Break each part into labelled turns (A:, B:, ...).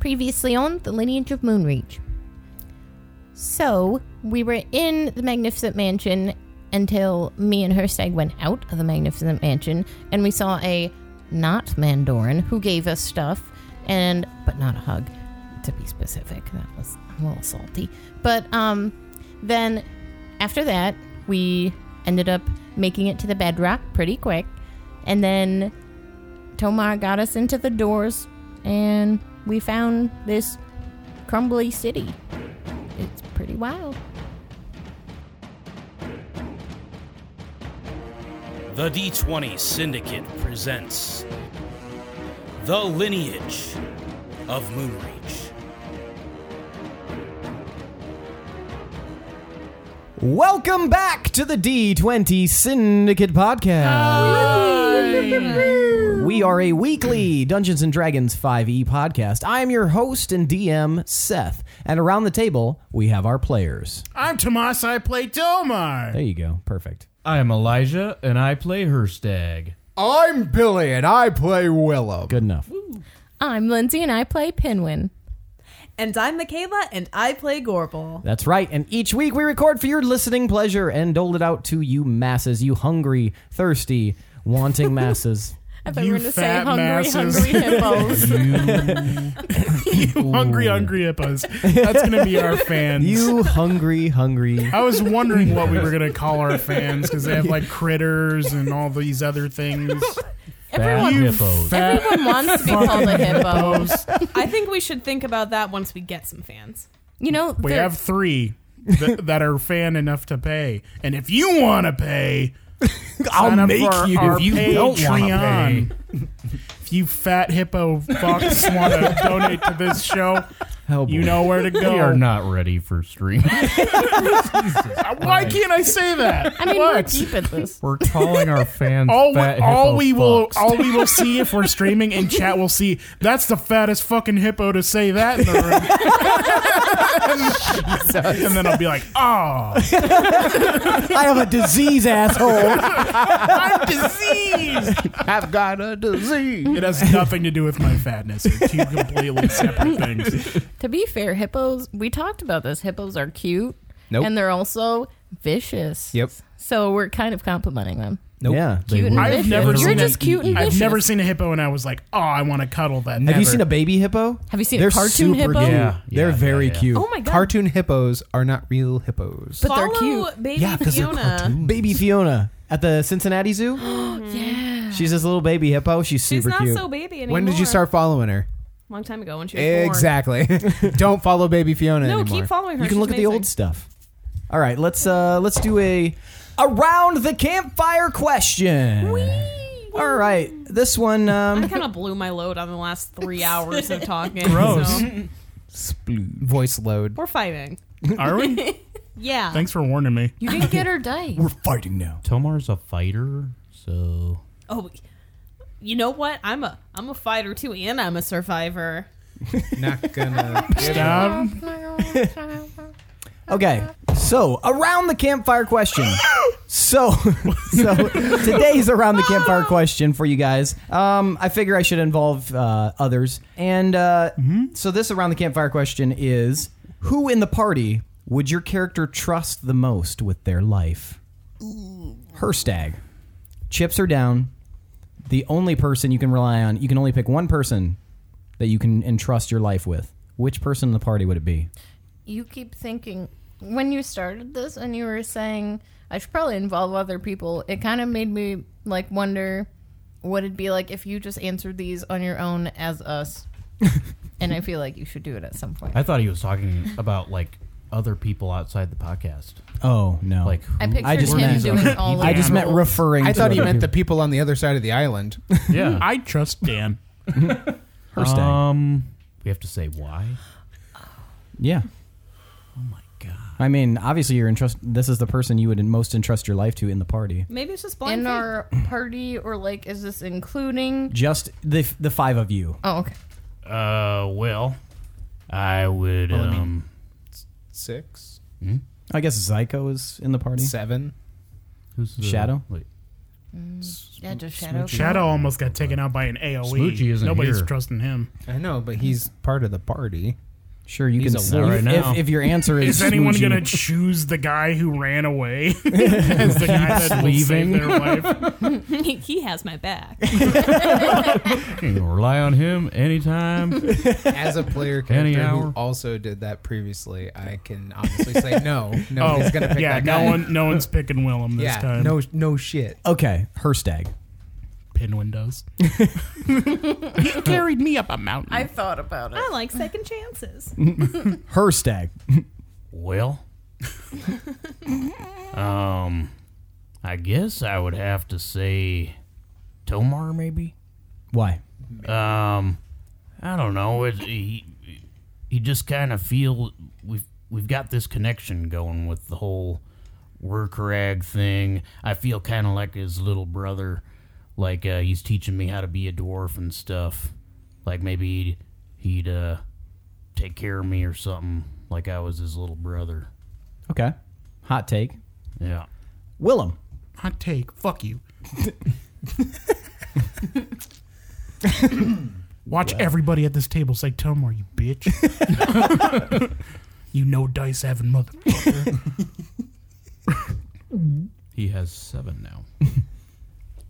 A: Previously on The Lineage of Moonreach. So, we were in the Magnificent Mansion until me and Herstag went out of the Magnificent Mansion and we saw a not Mandoran who gave us stuff and but not a hug to be specific. That was a little salty. But um then after that, we ended up making it to the bedrock pretty quick and then Tomar got us into the doors and we found this crumbly city. It's pretty wild.
B: The D20 Syndicate presents The Lineage of Moonreach.
C: Welcome back to the D20 Syndicate
D: Oh.
C: Podcast. We are a weekly Dungeons and Dragons 5e podcast. I am your host and DM, Seth. And around the table, we have our players.
E: I'm Tomas. I play
C: There
E: Tomar.
C: you go. Perfect.
D: I am Elijah, and I play Herstag.
E: I'm Billy, and I play Willow.
C: Good enough.
A: I'm Lindsay and I play Pinwin.
F: And I'm Michaela, and I play Gorbel.
C: That's right. And each week we record for your listening pleasure and dole it out to you masses, you hungry, thirsty, wanting masses.
A: I
E: You
A: were gonna
E: fat masses.
A: hippos.
E: Hungry, hungry hippos. That's gonna be our fans.
C: You hungry, hungry.
E: I was wondering what we were gonna call our fans because they have like critters and all these other things.
D: Bad
A: Everyone,
D: hippos.
E: Fat
A: everyone wants to be called a hippo.
E: hippos.
F: I think we should think about that once we get some fans.
A: You know,
E: We
A: there-
E: have three th- that are fan enough to pay, and if you want to pay, sign up for our- Our
D: If you don't wanna
E: Patreon. If you fat hippo fucks want to donate to this show,
C: Oh, boy.
E: you know where to go.
D: We are not ready for stream.
E: Why can't I say that?
A: I mean, we're
E: what?
A: deep at this.
D: We're calling our fans
E: all we,
D: fat
E: all
D: hippo
E: we will
D: fucks.
E: all we will see if we're streaming in chat we'll see that's the fattest fucking hippo to say that in the room. and then I'll be like, oh,
C: I have a disease, asshole.
E: I'm diseased.
C: I've got a disease.
E: It has nothing to do with my fatness. They're two completely separate things.
A: To be fair, hippos. We talked about this. Hippos are cute,
D: Nope.
A: and they're also vicious.
D: Yep.
A: So we're kind of complimenting them.
D: Nope.
C: Yeah.
D: They
A: Cute and
D: will.
E: I've
A: vicious.
E: never
A: You're
E: seen
A: just
E: a-
A: cute and
E: I've
A: vicious.
E: never seen a hippo, and I was like, oh, I want to cuddle that.
C: Have you seen a baby hippo?
A: Have you seen
C: They're
A: a cartoon
C: super
A: hippo?
C: Cute.
D: Yeah.
C: They're
D: Yeah,
C: very
D: yeah, yeah.
C: cute.
F: Oh my god!
G: Cartoon hippos are not real hippos.
A: But they're
F: Follow
A: cute.
F: baby Fiona.
C: Baby Fiona at the Cincinnati Zoo.
A: Yeah.
C: She's this little baby hippo. She's
F: She's
C: super
F: not
C: cute.
F: so baby anymore.
G: When did you start following her?
F: Long time ago, when she was born.
G: Exactly. Don't follow baby Fiona
F: No,
G: anymore.
F: keep following her.
C: you can
F: She's
C: look at the
F: amazing.
C: old stuff. All right, let's uh let's do a around the campfire question. All right, this one
F: I
C: um
F: kind of blew my load on the last three hours of talking.
E: Gross.
F: so
G: Voice load.
F: we're fighting.
E: Are we?
F: Yeah.
E: Thanks for warning me.
A: You didn't get her dice.
C: fighting now.
D: Tomar's a fighter, so
F: oh, you know what? I'm a I'm a fighter too, and I'm a survivor.
G: Not gonna.
E: Stop.
C: Okay. So, around the campfire question. So, so today's around the campfire question for you guys. Um, I figure I should involve uh, others, and uh, so this around the campfire question is: Who in the party would your character trust the most with their life? Her stag. Chips are down. The only person you can rely on. You can only pick one person that you can entrust your life with. Which person in the party would it be?
A: you keep thinking when you started this and you were saying I should probably involve other people. It kind of made me like wonder what it'd be like if you just answered these on your own as us. and I feel like you should do it at some point.
D: I thought he was talking about like other people outside the podcast.
C: Oh no!
D: Like who-
A: I pictured
C: I just
A: him
C: meant-
A: doing all.
C: I
A: of
C: just
A: the
C: meant
A: roles.
C: referring.
G: I
C: to
G: thought he
C: other
G: meant the
C: people.
G: people on the other side of the island.
D: yeah.
E: I trust Dan.
C: Her stag.
D: um, we have to say why.
C: yeah.
D: Oh my god.
C: I mean, obviously, you're entrust. This is the person you would most entrust your life to in the party.
F: Maybe it's just blind
A: in
F: faith.
A: our party, or like, is this including?
C: Just the the five of you.
A: Oh, okay.
D: Uh, well, I would um.
G: Six,
C: I guess Zyko is in the party.
G: seven.
D: Who's the
C: Shadow?
D: Wait.
A: That's a shadow.
E: Shadow almost got taken out by an AOE.
D: Smoochie isn't
E: Nobody's
D: here.
E: trusting him.
G: I know, but he's part of the party.
C: Sure, you
G: He's
C: can
G: a
C: sue
G: lot
C: if,
G: right now.
C: if your answer is.
E: Is anyone
C: Smoochie.
E: going to choose the guy who ran away as the guy that's leaving
D: Leaving.
E: their life?
F: he, he has my back.
D: You can rely on him anytime.
G: As a player character
D: hour.
G: who also did that previously, I can honestly say no. No,
E: Oh,
G: he's gonna pick
E: yeah.
G: that
E: No
G: guy.
E: one, no one's picking Willem this
G: yeah,
E: time.
G: no, no shit.
C: Okay, Herstag.
E: Pinwin does. he carried me up a mountain.
A: thought about
F: I like second chances.
C: Herstag.
D: well, um, I guess I would have to say Tomar, maybe.
C: Why?
D: Um, I don't know. It, he he just kind of feel we've we've got this connection going with the whole work rag thing. I feel kind of like his little brother, like uh, he's teaching me how to be a dwarf and stuff. Like maybe he'd, he'd uh, take care of me or something, like I was his little brother.
C: Okay. Hot take.
D: Yeah.
C: Willem.
E: Hot take. Fuck you. Watch everybody at this table say Tomar, you bitch. you no dice having motherfucker.
D: He has seven now.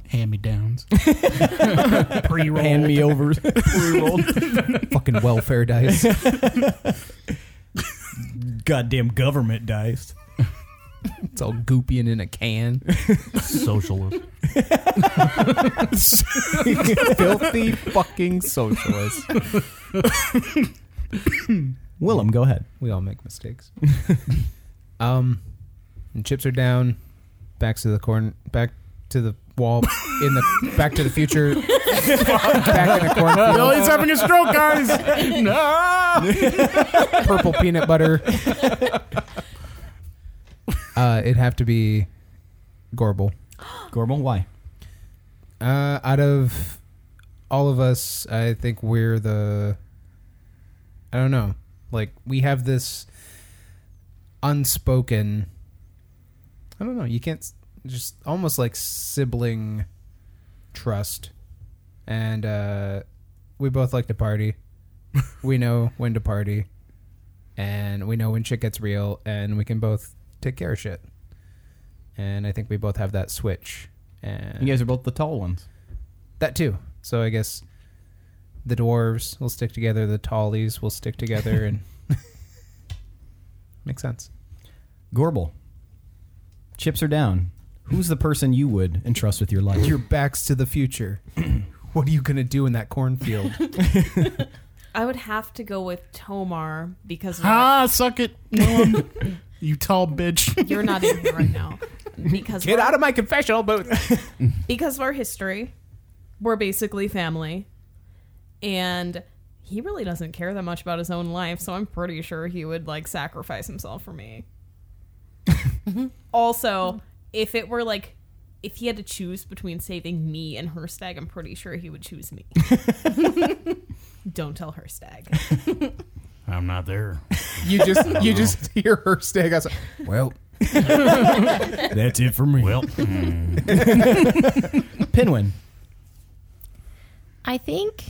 E: Hand me downs. Pre
C: Hand
E: roll.
C: me over.
G: Fucking welfare dice.
C: Goddamn government dice.
G: It's all goopy and in a can.
D: Socialist.
G: Filthy fucking socialist.
C: Willem, go ahead.
G: We all make mistakes. um, and chips are down. Back to the corn. Back to the wall. In the Back to the Future. back in a cornfield.
E: Billy's having a stroke, guys.
G: Purple peanut butter. Uh, it'd have to be Gorble.
C: Gorbel, why?
G: Uh, out of all of us, I think we're the. I don't know. Like we have this unspoken. I don't know. You can't s- just almost like sibling trust, and uh, we both like to party. we know when to party, and we know when shit gets real, and we can both take care of shit. And I think we both have that switch. And
C: You guys are both the tall ones.
G: that too. So I guess the dwarves will stick together, the tallies will stick together, and makes sense.
C: Gorbel. Chips are down. Who's the person you would entrust with your life?
G: Your back's to the future. what are you gonna do in that cornfield?
F: I would have to go with Tomar because
E: ah, suck it, Willem. you tall bitch.
F: you're not in here right now. Because
G: Get
F: we're-
G: out of my confessional booth.
F: because of our history, we're basically family. And he really doesn't care that much about his own life, so I'm pretty sure he would like sacrifice himself for me. also, if it were like if he had to choose between saving me and her stag, I'm pretty sure he would choose me. Don't tell her stag.
D: I'm
E: Ah,
D: not there.
G: You just you just hear her stay outside. Well,
C: That's it for me.
D: Well, mm,
C: Pinwin.
A: I think.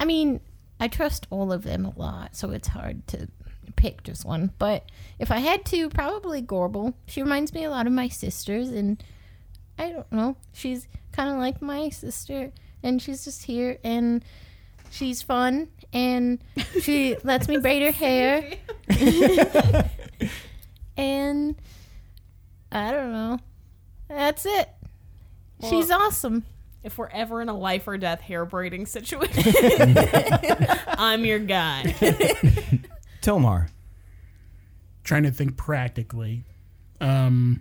A: I mean, I trust all of them a lot, so it's hard to pick just one. But if I had to, probably Gorble. She reminds me a lot of my sisters, and I don't know. She's kind of like my sister, and she's just here, and she's fun, and she lets me braid her hair. and I don't know. That's it. she's awesome.
F: If we're ever in a life or death hair braiding situation, I'm your guy.
C: Tomar.
E: Trying to think practically. Um,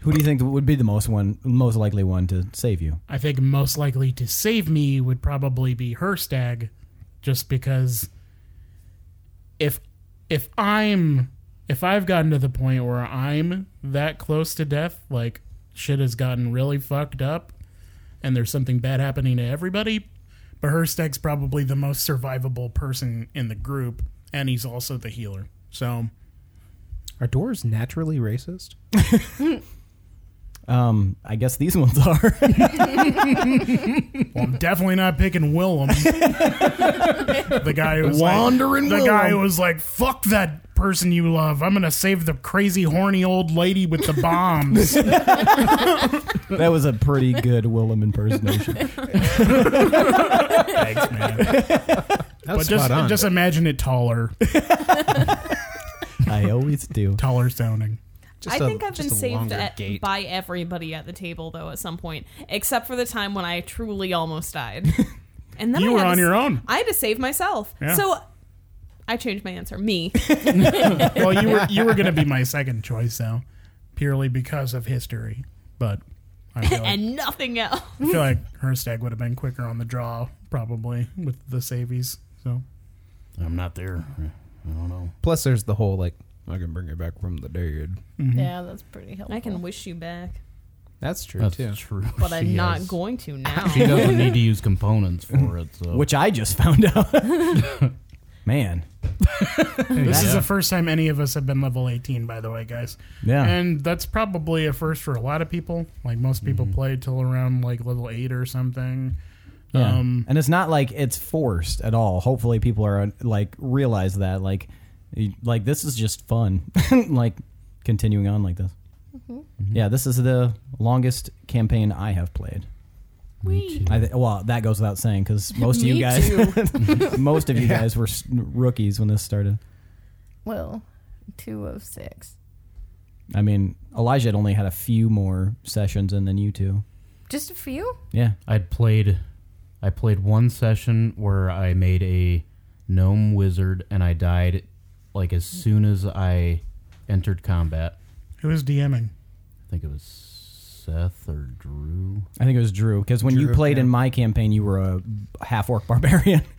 C: Who do you think would be the most one, most likely one to save you?
E: I think most likely to save me would probably be her stag, just because if if I'm if I've gotten to the point where I'm that close to death, like shit has gotten really fucked up and there's something bad happening to everybody, but her stag's probably the most survivable person in the group, and he's also the healer. So
G: are dwarves naturally racist?
C: Um, I guess these ones are.
E: Well, I'm definitely not picking Willem. the guy who was
D: Wandering
E: like, the guy who
D: Willem.
E: was like, "Fuck that person you love. I'm gonna save the crazy horny old lady with the bombs."
C: that was a pretty good Willem impersonation.
E: Thanks, man.
G: That's
E: But just
G: spot on.
E: just imagine it taller,
C: I always do.
E: taller sounding.
G: Just
F: I
G: a-
F: think I've been
G: just a
F: saved
G: longer
F: at,
G: gait.
F: by everybody at the table though at some point, except for the time when I truly almost died. And then
E: You
F: I
E: were
F: had to
E: on
F: s-
E: your own.
F: I had to save myself.
E: Yeah.
F: So I changed my answer. Me.
E: Well, you were you were gonna be my second choice though, purely because of history. But I feel like,
F: and nothing else.
E: I feel like Herstag would have been quicker on the draw probably with the savies. So
D: I'm not there. I don't know.
G: Plus, there's the whole like I can bring it back from the dead.
A: Yeah, that's pretty helpful.
F: Mm-hmm. I can wish you back,
G: That's true
D: That's
G: too.
D: true.
F: but I'm
D: She
F: not
D: has-
F: going to now.
D: She doesn't need to use components for it. So.
C: Which I just found out. Man.
E: This is
D: Yeah.
E: the first time any of us have been level 18, by the way, guys.
C: Yeah.
E: And that's probably a first for a lot of people. Like most people play till around like level 8 or something.
C: Yeah.
E: Um,
C: and it's not like it's forced at all. Hopefully, people are like realize that like you- like this is just fun. like continuing on like this.
A: Mm-hmm.
G: Mm-hmm.
C: Yeah, this is the longest campaign I have played.
A: Whee.
C: I th- well, that goes without saying because most of you
A: Me
C: guys,
A: too.
C: most of you guys were s- rookies when this started.
A: well, two of six.
C: I mean, Elijah had only had a few more sessions, and then you two.
A: Just a few?
C: Yeah,
D: I played I played one session where I made a gnome wizard and I died like as soon as I entered combat.
E: who is DMing?
D: I think it was Seth or Drew.
C: I think it was Drew because when you
G: Drew,
C: played
G: yeah.
C: in my campaign, you were a half orc barbarian.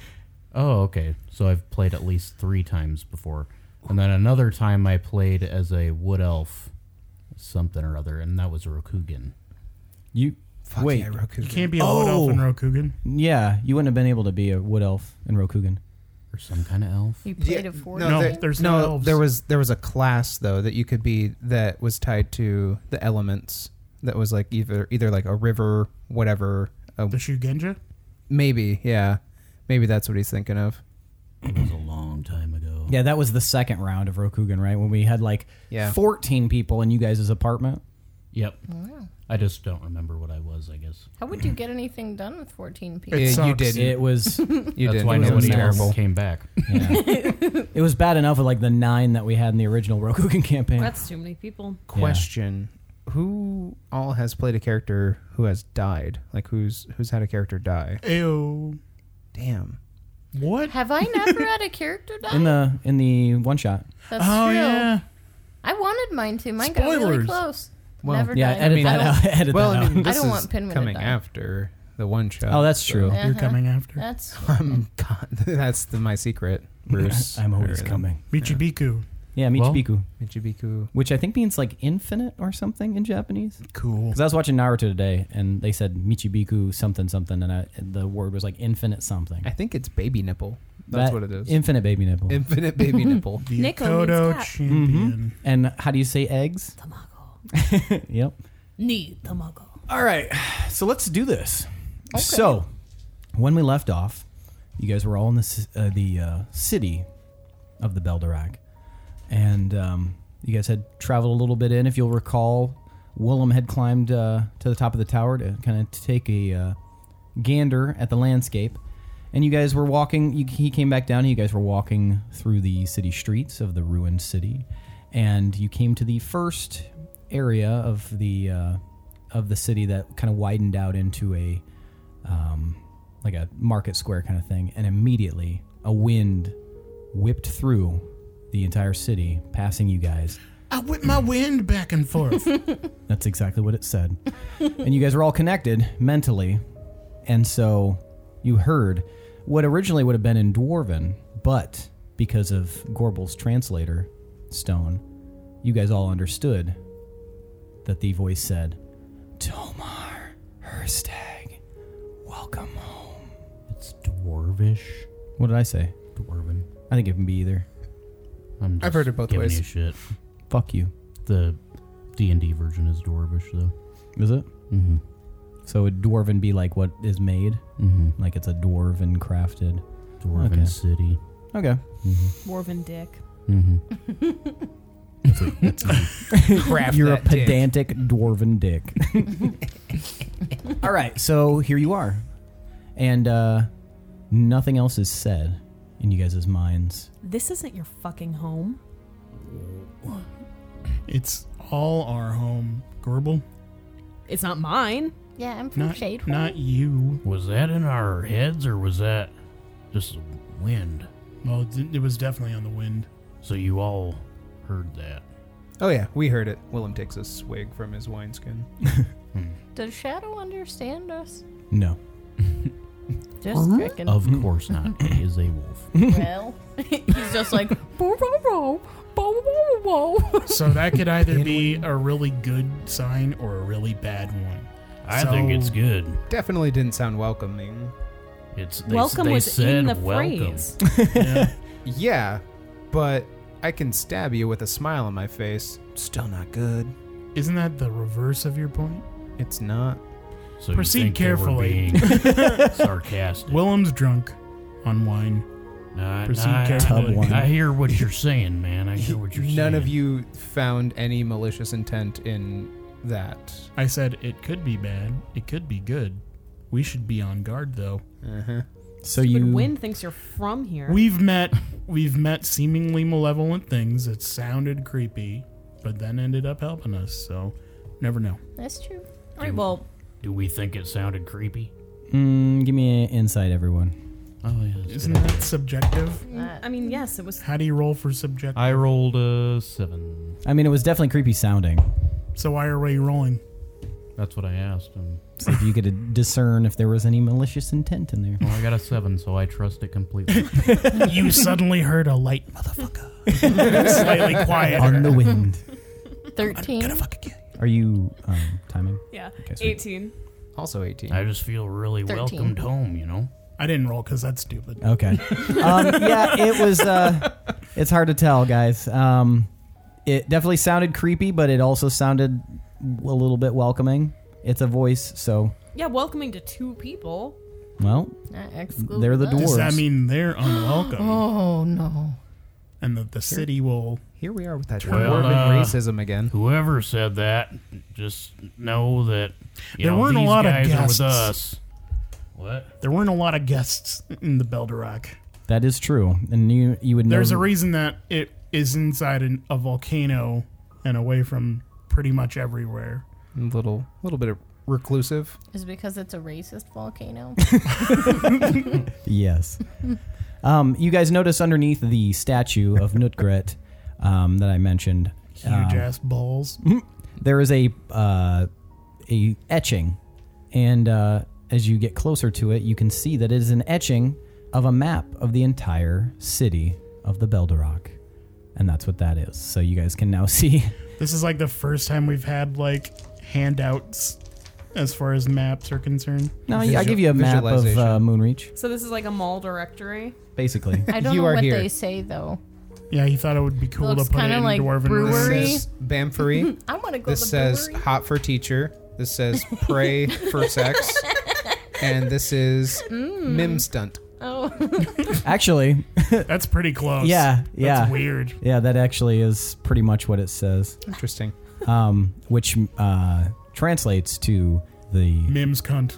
D: Oh, okay. So I've played at least 3 times before. And then another time I played as a wood elf something or other and that was Rokugan.
C: You
G: Fuck
C: wait,
G: yeah, Roku.
E: You can't be a wood elf in Rokugan.
C: Yeah, you wouldn't have been able to be a wood elf in Rokugan.
D: Or some kind of elf.
A: You played a four.
E: No,
A: game?
E: there's no
G: no,
E: elves.
G: there was there was a class though that you could be that was tied to the elements. That was like either either like a river, whatever. A,
E: The Shugenja?
G: maybe, yeah, maybe that's what he's thinking of.
D: It was a long time ago.
C: Yeah, that was the second round of Rokugan, right? When we had like
G: Yeah.
C: 14 people in you guys' apartment.
D: Yep.
F: Oh,
D: I just don't remember what I was, I guess.
A: How would you get anything done with 14 people?
E: It
G: Yeah, you
E: sucks.
G: did.
C: It was
G: You
D: That's
G: did.
D: why
C: It was
D: nobody
C: a mess.
D: came back.
C: it was bad enough with like the 9 that we had in the original Rokugan campaign.
F: That's too many people.
G: Question: Who all has played a character who has died? Like who's who's had a character die?
E: Ew.
G: Damn.
E: What?
A: Have I never had a character die?
C: in the in the one shot.
A: That's
E: Oh,
A: true.
E: yeah.
A: I wanted mine to. Mine got really
E: Spoilers.
A: close.
G: Well,
A: never
C: Yeah,
A: died.
C: edit
A: I
C: that
A: don't-
C: out. edit
G: Well,
C: that
G: I
C: out.
G: mean, this
A: don't
G: is
A: want Pinwin to
G: coming
A: die.
G: after the one shot.
C: Oh, that's true.
A: Yeah.
E: You're
A: Uh-huh.
E: coming after.
A: That's
G: I'm God, that's the, my secret, Bruce.
C: I'm always
G: Or, um,
C: coming.
E: Michibiku.
C: Yeah,
D: Well-
C: Michibiku,
G: Michibiku.
C: which I think means like infinite or something in Japanese.
E: Cool.
C: Because I was watching Naruto today, and they said Michibiku something something, and I, the word was like infinite something.
G: I think it's baby nipple. That's
C: That-
G: what it is.
C: Infinite baby nipple.
G: Infinite baby nipple.
E: The
F: Nico
E: Kodo
F: means cat.
E: champion.
C: And how do you say eggs? Tamago. yep.
F: Need tamago.
C: All right. So let's do this. So when we left off, you guys were all in the ci- uh, the uh, city of the Beldorak, and um, you guys had traveled a little bit in. If you'll recall, Willem had climbed uh, to the top of the tower to kind of take a uh, gander at the landscape. And you guys were walking. You, he came back down. and You guys were walking through the city streets of the ruined city, and you came to the first area of the uh, of the city that kind of widened out into a um, like a market square kind of thing. And immediately, a wind whipped through the entire city, passing you guys.
E: I whip my wind back and forth.
C: That's exactly what it said. and you guys were all connected mentally. And so you heard what originally would have been in Dwarven, but because of Gorbel's translator, Stone, you guys all understood that the voice said, Tomar Herstag, welcome home.
D: It's dwarvish.
C: What did I say?
D: Dwarven.
C: I think it can be either.
D: I'm
G: I've heard it both
D: giving
G: ways.
D: you shit.
C: Fuck you.
D: The D and D version is dwarvish though.
C: Is it? Mm-hmm. So would dwarven be like what is made? Mm-hmm. Like it's a dwarven crafted.
D: Dwarven
C: Okay. Mm-hmm.
D: City.
C: Okay.
F: Dwarven dick.
C: Mm-hmm.
G: Craft
C: You're a
G: that dick.
C: pedantic dwarven dick. All right, so here you are. And uh, nothing else is said in you guys' minds.
F: This isn't your fucking home.
E: It's all our home, Gorbel.
F: It's not mine.
A: Yeah, I'm from
E: Not,
A: Shade.
E: not you.
D: Was that in our heads or was that just wind?
E: Well, it didn't- it was definitely on the wind.
D: So you all heard that.
G: Oh yeah, we heard it. Willem takes a swig from his wineskin.
A: Does Shadow understand us?
C: No.
A: Just checking.
D: Of
C: Mm-hmm.
D: course not. He is a wolf.
A: well, he's just like, "Boo, boo, boo, boo, boo, boo, boo."
E: So that could either be a really good sign or a really bad one.
D: I
E: So-
D: think it's good.
G: Definitely didn't sound welcoming.
D: It's they,
F: welcome
D: they
F: was
D: said
F: in the
D: welcome.
F: phrase.
G: Yeah, but I can stab you with a smile on my face. Still not good.
E: Isn't that the reverse of your point?
G: It's not.
D: So you
E: Proceed
D: think they were
E: carefully.
D: being sarcastic.
E: Willem's drunk on wine.
D: Nah,
E: proceed
D: nah, I-
E: carefully.
C: Tub one.
D: I hear what you're saying, man. I hear what you're saying.
G: None of you found any malicious intent in that.
E: I said it could be bad. It could be good. We should be on guard though.
C: So
F: But
C: you
F: Wynn thinks you're from here.
E: We've met we've met seemingly malevolent things that sounded creepy, but then ended up helping us, so never know.
A: That's true.
F: All right, well,
D: Do we think it sounded creepy?
C: Mm, give me an insight, everyone.
D: Oh yeah. that's
E: Isn't
D: good.
E: that subjective?
F: Mm, I mean, yes, it was.
E: How do you roll for subjective?
H: I rolled a seven.
C: I mean, it was definitely creepy sounding.
E: so why are we rolling?
H: That's what I asked him.
C: See if you could discern if there was any malicious intent in there.
H: Well, I got a seven, so I trust it completely.
E: you suddenly heard a light motherfucker. Slightly quieter.
C: On the wind.
A: 13.
C: Are you um, timing?
F: Yeah,
C: sweet.
F: 18.
G: Also 18.
D: I just feel really
A: 13.
D: welcomed home, you know?
E: I didn't roll because that's stupid.
C: Okay. Um, yeah, it was. Uh, it's hard to tell, guys. Um, it definitely sounded creepy, but it also sounded a little bit welcoming. It's a voice, so
F: Yeah, welcoming to two people.
C: well,
A: Not exclude
C: They're the
A: us.
C: dwarf.
E: Does that
C: Dwarves.
E: mean they're unwelcome
A: Oh, no.
E: and that the city will
G: Here we are with that
D: Well,
G: dwarven
D: uh,
G: racism again.
D: Whoever said that, just know that you
E: There
D: know,
E: weren't a
D: these
E: lot of
D: guys are
E: guests.
D: with us. What?
E: There weren't a lot of guests in the Belderac.
C: that is true. And you you would know.
E: There's a reason that it is inside an, a volcano and away from pretty much everywhere.
G: A little, little bit of reclusive.
A: Is it because it's a racist volcano?
C: yes. um, you guys notice underneath the statue of Nutgret um, that I mentioned,
E: Huge ass balls.
C: there is a uh, a etching, and uh, as you get closer to it, you can see that it is an etching of a map of the entire city of the Belderock, and that's what that is. So you guys can now see.
E: This is like the first time we've had like handouts as far as maps are concerned.
C: No, yeah, I give you a map of uh,
G: Visualization.
C: Moonreach,
F: So this is like a mall directory.
C: basically.
A: I don't
G: You
A: know
G: are
A: what
G: here.
A: they say, though.
E: Yeah, he thought it would be cool
A: Looks
E: to put it
A: kinda
E: in
A: like
E: Dwarven
A: brewer- Brewery.
G: This says Bamfery.
A: I want to go to the
G: this says
A: brewery.
G: hot for teacher. This says pray for sex. And this is
A: Mm.
G: mim stunt.
A: Oh,
C: actually,
E: That's pretty close.
C: Yeah, yeah.
E: That's weird.
C: yeah, that actually is pretty much what it says,
G: Interesting.
C: um, which uh, translates to the
E: Mims cunt.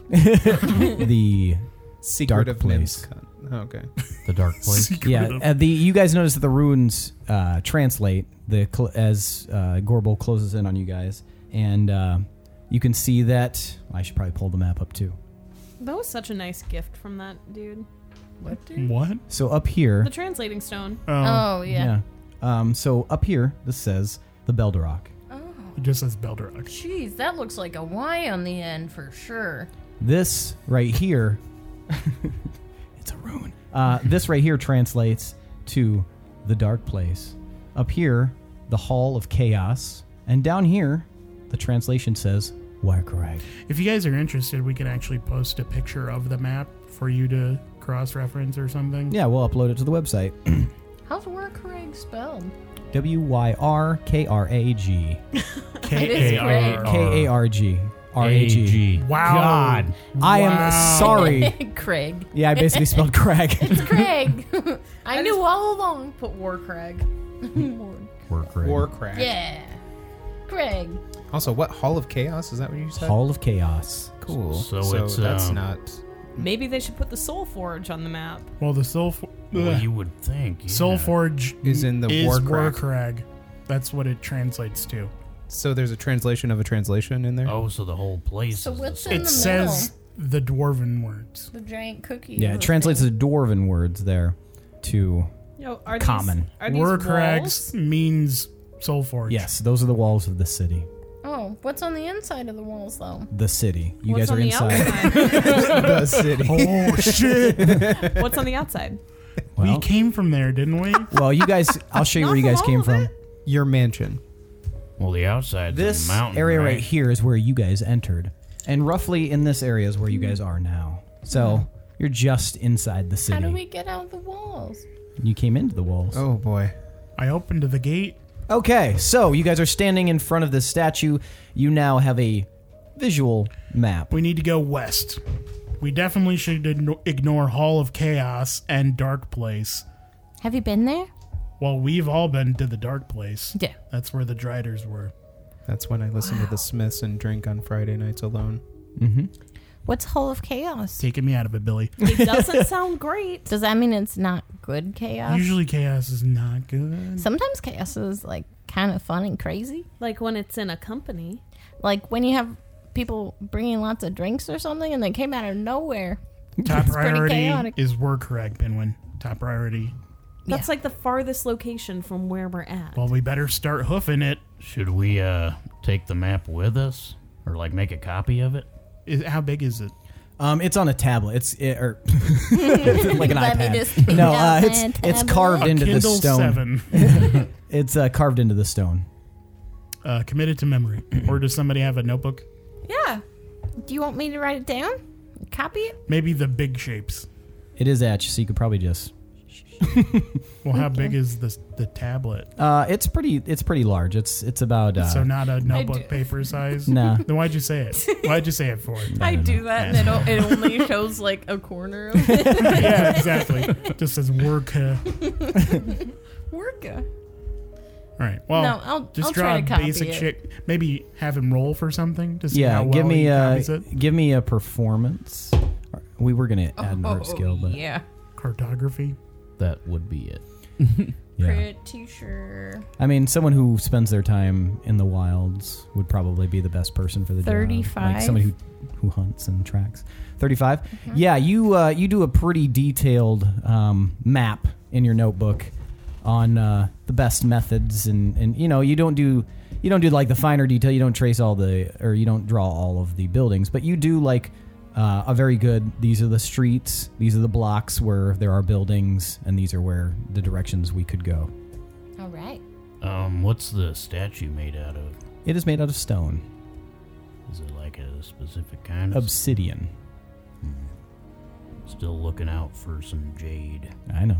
C: the
G: Secret
C: Dark
G: of
C: place.
G: mim's cunt. Okay.
H: the dark place.
E: Secret
C: yeah,
E: of-
C: uh, the you guys notice that the runes uh, translate the cl- as uh, Gorbel closes in on you guys, and uh, you can see that I should probably pull the map up too.
F: That was such a nice gift from that dude. What dude?
E: What?
C: So up here,
F: The translating stone.
E: Oh,
A: oh yeah.
C: Um, so up here, this says the Belderock.
E: it just says Belderac.
A: Jeez, that looks like a Y on the end for sure.
C: This right here, it's a rune. Uh, this right here translates to the dark place. Up here, the Hall of Chaos, and down here, the translation says Warcrag.
E: If you guys are interested, we can actually post a picture of the map for you to cross reference or something.
C: Yeah, we'll upload it to the website.
A: How's Warcrag spelled?
C: W Y R K R A G.
A: It is
E: K A R
A: great.
E: R.
C: K A R G. R H E.
E: Wow.
D: God.
C: I am
E: Wow.
C: sorry.
A: Craig.
C: Yeah, I basically spelled Craig.
A: It's Craig. I,
F: I
A: knew
F: just-
A: all along.
F: Put War Craig.
I: Work right.
G: War crack.
A: Yeah. Craig.
G: Also, what Hall of Chaos? Is that what you said?
C: Hall of Chaos.
G: cool.
D: So
G: So,
D: it's,
G: that's
D: um,
G: not.
F: Maybe they should put the Soul Forge on the map.
E: Well, the Soul, Fo-
D: Well,
E: Ugh.
D: you would think. Yeah.
E: Soul Forge
G: Is in the
E: is
G: War
E: War
G: Craig.
E: Craig. That's what it translates to.
G: So there's a translation of a translation in there.
D: Oh, so the whole place.
A: So
D: is
A: what's
D: the-
A: in
E: It
A: the
E: says the dwarven words.
A: middle? The giant cookie.
C: Yeah, it translates to dwarven words there to
F: Yo, are
C: Common.
F: These, are these
E: War
F: walls?
E: Crags means Soul Forge.
C: Yes, those are the walls of the city.
A: Oh, what's on the inside of the walls though?
C: The city. You
F: What's
C: guys are
F: on
C: inside.
F: The outside?
G: the city.
E: Oh shit!
F: What's on the outside?
E: we
C: Well,
E: came from there, didn't we?
C: well, you guys I'll show you
F: Not
C: where you
F: from
C: guys
F: all
C: came
F: of
C: from.
F: it.
G: Your mansion.
D: Well, the outside.
C: This
D: the mountain,
C: area
D: right?
C: right here is where you guys entered. And roughly in this area is where you guys are now. So you're just inside the
A: How
C: city.
A: do we get out of the walls?
C: you came into the walls.
G: Oh boy.
E: I opened the gate.
C: Okay, so you guys are standing in front of this statue. You now have a visual map.
E: We need to go west. We definitely should igno- ignore Hall of Chaos and Dark Place.
A: Have you been there?
E: Well, we've all been to the Dark Place.
A: Yeah.
E: That's where the Driders were.
G: That's when I listen to the Smiths and drink on Friday nights alone.
A: What's Hall of Chaos?
E: Taking me out of it, Billy.
F: It doesn't sound great.
A: Does that mean it's not good chaos?
E: Usually, chaos is not good.
A: Sometimes chaos is like kind of fun and crazy.
F: Like when it's in a company.
A: Like when you have people bringing lots of drinks or something and they came out of nowhere.
E: Top
A: pretty
E: priority
A: chaotic.
E: is work correct, Pinwin. Top priority.
F: That's like the farthest location from where we're at.
E: Well, we better start hoofing it.
D: Should we uh take the map with us, or like make a copy of it?
E: Is, how big is it?
C: Um, it's on a tablet. It's it, or like an
A: Let me
C: iPad.
A: just pick
C: no,
A: up
C: uh,
A: my
C: it's it's
A: tablet.
C: carved into the
E: Kindle
C: stone.
E: Seven.
C: It's uh, carved into the stone.
E: Uh, committed to memory. or does somebody have a notebook?
A: Yeah. Do you want me to write it down? Copy it?
E: Maybe the big shapes.
C: It is etched, so you could probably just.
E: Well, how big is the the tablet?
C: Uh, it's pretty. It's pretty large. It's it's about. Uh,
E: so not a notebook paper size.
C: Nah.
E: Then why'd you say it? Why'd you say it for?
F: I do that, and it, o- it only shows like a corner of it.
E: yeah, exactly. Just says work. uh,
F: Work.
E: All right. Well,
A: uh. No, I'll-
E: just
A: I'll
E: draw
A: try
E: a
A: to copy
E: basic
A: it.
E: shit. Maybe have him roll for something. To see
C: yeah,
E: how well
C: give me uh,
E: he
C: a
E: copies it.
C: give me a performance. We were gonna add an art skill, but
F: Oh, Yeah.
E: cartography.
I: That would be it.
C: yeah.
A: Pretty sure.
C: I mean, someone who spends their time in the wilds would probably be the best person for the job.
A: 35?
C: Like somebody who who hunts and tracks. 35 Yeah, you uh, you do a pretty detailed um, map in your notebook on uh, the best methods, and and you know you don't do you don't do like the finer detail. You don't trace all the or you don't draw all of the buildings, but you do like. Uh, a very good. These are the streets. These are the blocks where there are buildings, and these are where the directions we could go.
A: All right.
D: Um, what's the statue made out of?
C: It is made out of stone.
D: Is it like a specific kind? of
C: Obsidian.
D: Still looking out for some jade.
C: I know.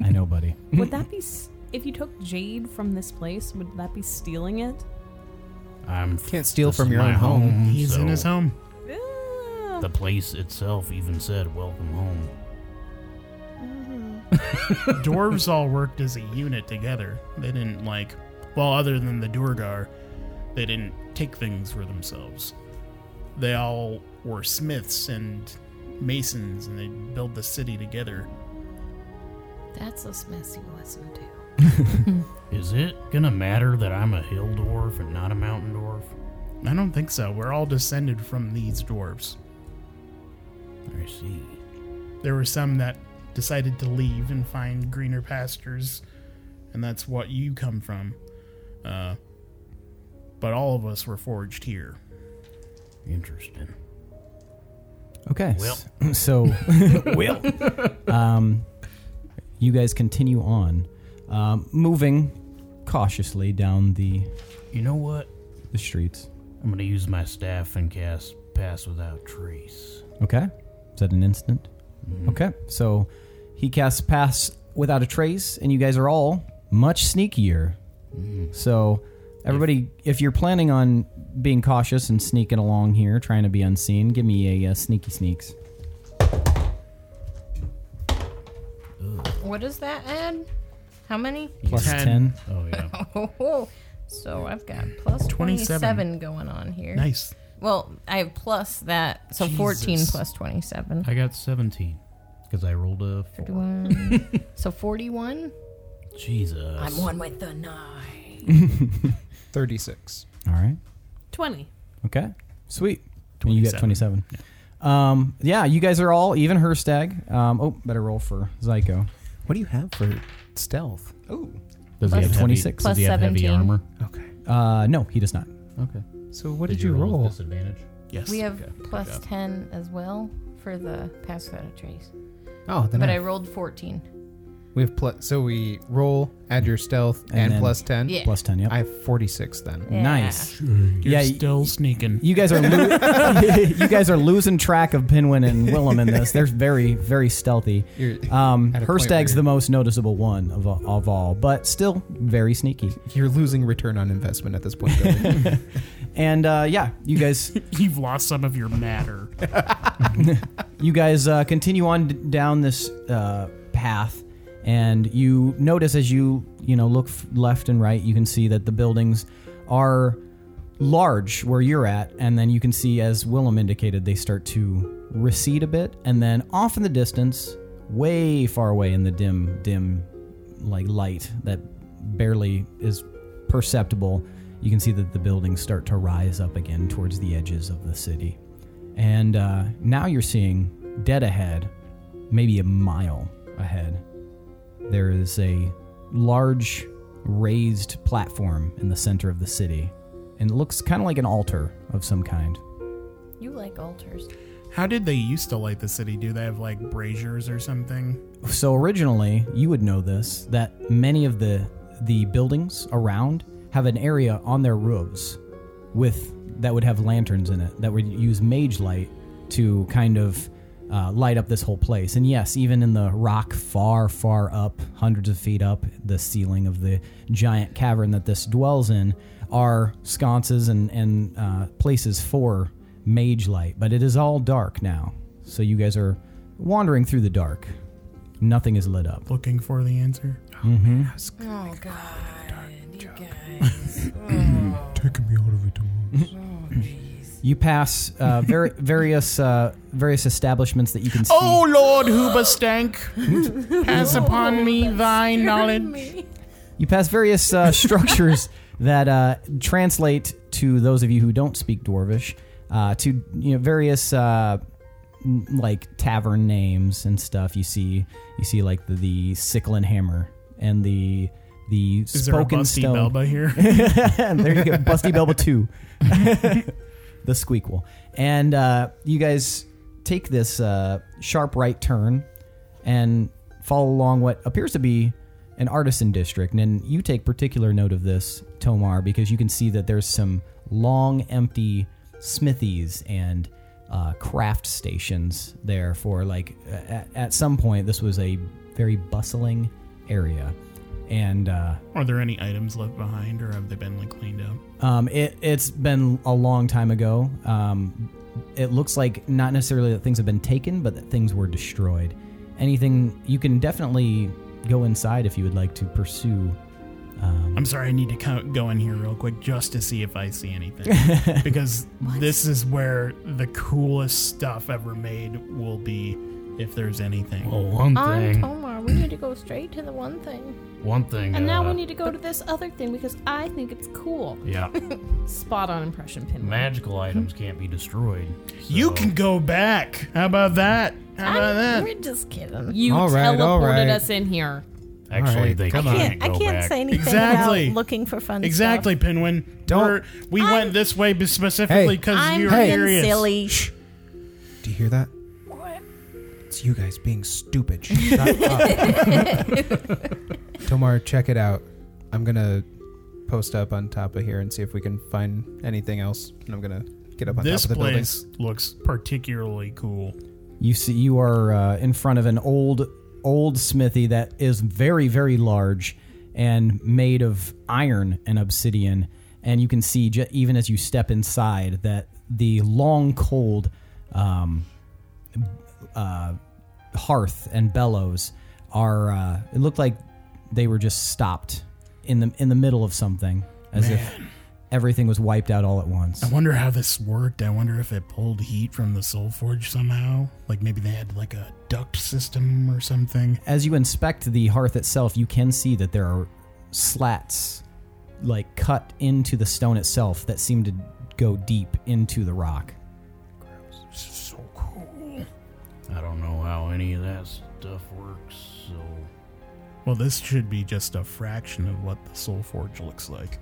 C: I know, buddy.
F: Would that be s- if you took jade from this place? Would that be stealing it?
D: I'm
G: Can't steal
D: this
G: from
D: is
G: your
D: my
G: own home.
E: He's
D: so
E: in his home.
F: Ah.
D: The place itself even said "Welcome home."
E: Dwarves all worked as a unit together. They didn't like, well, other than the Durgar, they didn't take things for themselves. They all were smiths and masons, and they built the city together.
A: That's a messy lesson, too.
D: Is it gonna matter that I'm a hill dwarf and not a mountain dwarf?
E: I don't think so. We're all descended from these dwarves.
D: I see.
E: There were some that decided to leave and find greener pastures, and that's what you come from. Uh, but all of us were forged here.
D: Interesting.
C: Okay.
D: Well.
C: s- So, um,
D: Well,
C: you guys continue on, um, moving cautiously down the,
D: you know what?
C: the streets.
D: I'm gonna use my staff and cast Pass Without Trace.
C: Okay. Is that an instant? Okay. So, he casts pass without a trace, and you guys are all much sneakier. So, everybody, if you're planning on being cautious and sneaking along here, trying to be unseen. Give me a uh, sneaky sneaks.
A: What does that add? How many?
C: Plus
J: Ten.
C: 10.
D: Oh yeah.
A: Oh, so I've got plus
J: 27.
A: 27 going on here.
J: Nice.
A: Well, I have plus
F: Uh,
A: that, so 14
J: Jesus.
A: plus 27.
D: I got 17 because I rolled a four.
A: 41. so 41?
D: Jesus.
A: I'm one with the nine.
G: 36.
C: All right.
F: 20.
C: Okay. Sweet. And You got
J: 27.
C: 27. Yeah. Um, yeah, you guys are all even Herstag. Um, oh, better roll for Zyko.
G: What do you have for stealth?
C: Oh.
D: Does
A: Plus
D: he have
C: 26.
D: Heavy, does he
A: Plus
D: have heavy
A: 17.
D: armor?
G: Okay.
C: Uh, no, he does not.
D: Okay.
G: So what did, you
D: with
G: roll?
D: Disadvantage.
J: Yes.
A: We have
D: Okay, good
A: plus
D: job.
A: 10 as well for the pass without a trace.
G: Oh, then
A: But
G: I,
A: I rolled 14.
G: we have plus. So we roll, add your stealth,
C: And
G: and,
C: then-
G: plus ten.
A: Yeah.
C: Plus 10, yep.
G: I have forty-six then.
A: Yeah.
C: Nice.
J: You're
C: Yeah, y-
J: still sneaking.
C: You guys are lo- you guys are losing track of Pinwin and Willem in this. They're very very stealthy.
G: You're
C: Um,
G: at a point
C: Herstag's
G: where-
C: the most noticeable one of, all- of all, but still very sneaky.
G: You're losing return on investment at this point. Billy.
C: And uh, yeah, you guys
J: You've lost some of your matter.
C: you guys uh, continue on d- down this uh, path and you notice as you you know look f- left and right you can see that the buildings are large where you're at and then you can see as willem indicated they start to recede a bit and then off in the distance way far away in the dim dim like light that barely is perceptible you can see that the buildings start to rise up again towards the edges of the city and uh, now you're seeing dead ahead, maybe a mile ahead. There is a large raised platform in the center of the city, and it looks kind of like an altar of some kind.
A: You like altars.
J: How did they used to light the city? Do they have like braziers or something?
C: So originally, you would know this that many of the the buildings around have an area on their roofs with that would have lanterns in it that would use mage light to kind of uh, light up this whole place. And yes, even in the rock far, far up, hundreds of feet up, the ceiling of the giant cavern that this dwells in are sconces and and uh, places for mage light. But it is all dark now, so you guys are wandering through the dark. Nothing is lit up.
J: Looking for the answer. Mm-hmm.
A: Oh, God. You guys.
J: Taking me out of it tomorrow.
C: You pass uh, ver- various uh, various establishments that you can see.
J: Oh Lord Huberstank, pass upon me thy knowledge.
C: You pass various uh, structures that uh, translate to those of you who don't speak Dwarvish uh, to you know various uh, n- like tavern names and stuff. You see, you see like the, the sickle and hammer and the the
J: Is there a
C: spoken
J: busty
C: stone.
J: Belba here?
C: there you go, Busty Belba two, the squeakle, and uh, you guys take this uh, sharp right turn and follow along what appears to be an artisan district. And then you take particular note of this, Tomar, because you can see that there's some long empty smithies and uh, craft stations there for like at, at some point this was a very bustling area and uh,
J: Are there any items left behind, or have they been like cleaned up?
C: um, it, it's been a long time ago. Um, it looks like not necessarily that things have been taken, but that things were destroyed. Anything you can definitely go inside if you would like to pursue. um,
J: I'm sorry, I need to co- go in here real quick just to see if I see anything. because this is where the coolest stuff ever made will be, if there's anything.
D: Oh, one
A: On
D: thing.
A: Tomar, we need to go straight to the one thing.
D: one thing.
F: And now
D: uh,
F: we need to go to this other thing because I think it's cool.
D: Yeah.
F: Spot on impression pin.
D: Magical items can't be destroyed.
J: You
D: so-
J: can go back. How about that? How about
A: I'm-
J: that?
A: We're just kidding.
F: You
G: All right,
F: teleported
G: all right.
F: us in here.
D: Actually,
G: Alright,
D: they
G: come
D: can't
G: on.
A: Can't- I
D: go
A: can't
D: back.
A: say anything
J: Exactly.
A: about looking for fun
J: Exactly, Penguin.
G: Don't-
J: We're, we went this way be- specifically
G: Hey.
J: because
A: stuff. I'm
J: you're
A: being
J: curious.
A: silly.
G: do you hear that?
A: What?
G: It's you guys being stupid. Shut up. Tomar, check it out. I'm gonna post up on top of here and see if we can find anything else. And I'm gonna get up on
J: This
G: top of the
J: place looks particularly cool.
C: You see, you are uh, in front of an old, old smithy that is very, very large and made of iron and obsidian. and you can see ju- even as you step inside that the long cold um, uh, hearth and bellows are. Uh, it looked like they were just stopped in the in the middle of something, as if everything was wiped out all at once.
E: I wonder how this worked. I wonder if it pulled heat from the Soul Forge somehow. Like maybe they had like a duct system or something.
C: As you inspect the hearth itself, you can see that there are slats like cut into the stone itself that seem to go deep into the rock.
E: So cool.
D: I don't know how any of that stuff works, so
E: Well, this should be just a fraction of what the Soul Forge looks like.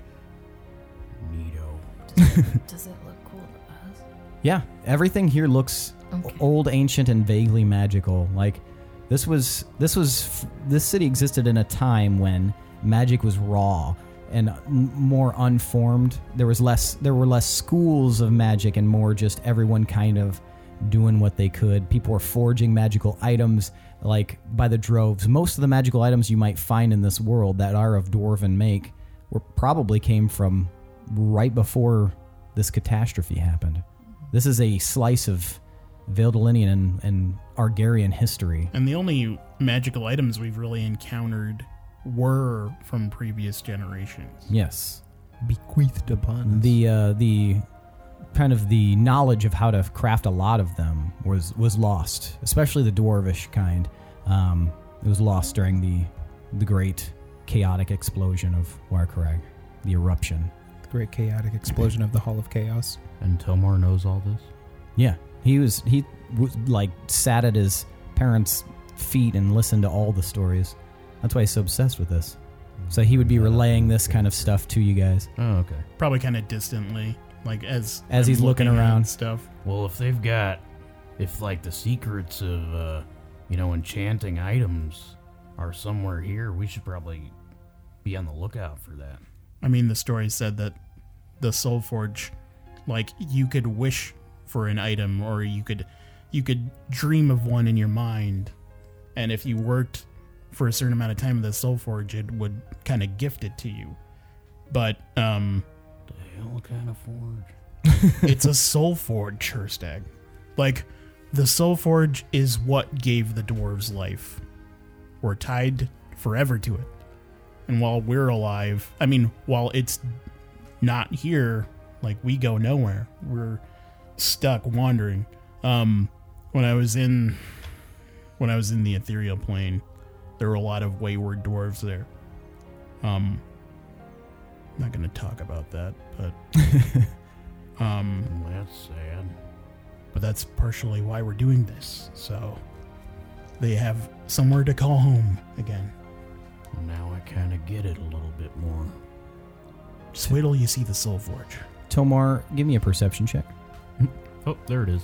D: neato.
F: Does it look cool to us?
C: Yeah, everything here looks
F: Okay.
C: old, ancient, and vaguely magical. Like this was this was this city existed in a time when magic was raw and m- more unformed. There was less there were less schools of magic and more just everyone kind of doing what they could. People were forging magical items like by the droves. Most of the magical items you might find in this world that are of dwarven make were probably came from right before this catastrophe happened. This is a slice of Veldalinian and, and Argarian history.
E: And the only magical items we've really encountered were from previous generations.
C: Yes,
G: Bequeathed upon
C: the uh, the kind of the knowledge of how to craft a lot of them was was lost, especially the dwarvish kind. Um, it was lost during the the great chaotic explosion of Warkarag, the eruption.
G: great chaotic explosion of the Hall of Chaos.
K: And Tomar knows all this.
C: Yeah, he was he was like sat at his parents' feet and listened to all the stories. That's why he's so obsessed with this. So he would be relaying this kind of stuff to you guys.
K: Oh, okay.
E: Probably kind of distantly, like as
C: As
E: I'm
C: he's looking
E: at
C: around.
E: stuff.
D: Well, if they've got, if like the secrets of, uh, you know, enchanting items are somewhere here, we should probably be on the lookout for that.
E: I mean, the story said that the Soul Forge, like you could wish for an item, or you could you could dream of one in your mind, and if you worked for a certain amount of time in the Soul Forge, it would kind of gift it to you. But um,
D: The hell kind of forge?
E: it's a Soul Forge, Herstag. Like the Soul Forge is what gave the dwarves life. We're tied forever to it. And while we're alive, I mean, while it's not here, like we go nowhere. We're stuck wandering. Um when I was in when I was in the ethereal plane, there were a lot of wayward dwarves there. Um not going to talk about that, but um
D: Well, Mm, that's sad.
E: but that's partially why we're doing this. So they have somewhere to call home again.
D: Well, now I kind of get it a little bit more.
E: Just wait till you see the Soul Forge.
C: Tomar, give me a perception check.
K: Oh, there it is.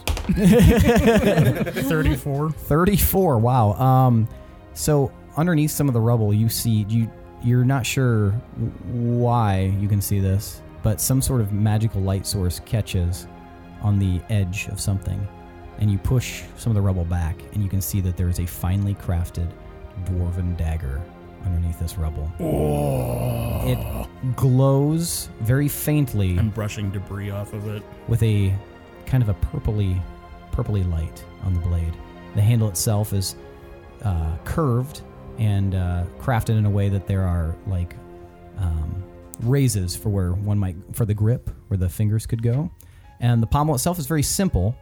E: 34.
C: 34. Wow. Um, so underneath some of the rubble, you see you you're not sure w- why you can see this, but some sort of magical light source catches on the edge of something, and you push some of the rubble back, and you can see that there is a finely crafted dwarven dagger underneath this rubble. It glows very faintly
E: I'm brushing debris off of it.
C: with a kind of a purpley, purpley light on the blade. The handle itself is uh, curved and uh, crafted in a way that there are like um, raises for where one might for the grip where the fingers could go, and the pommel itself is very simple,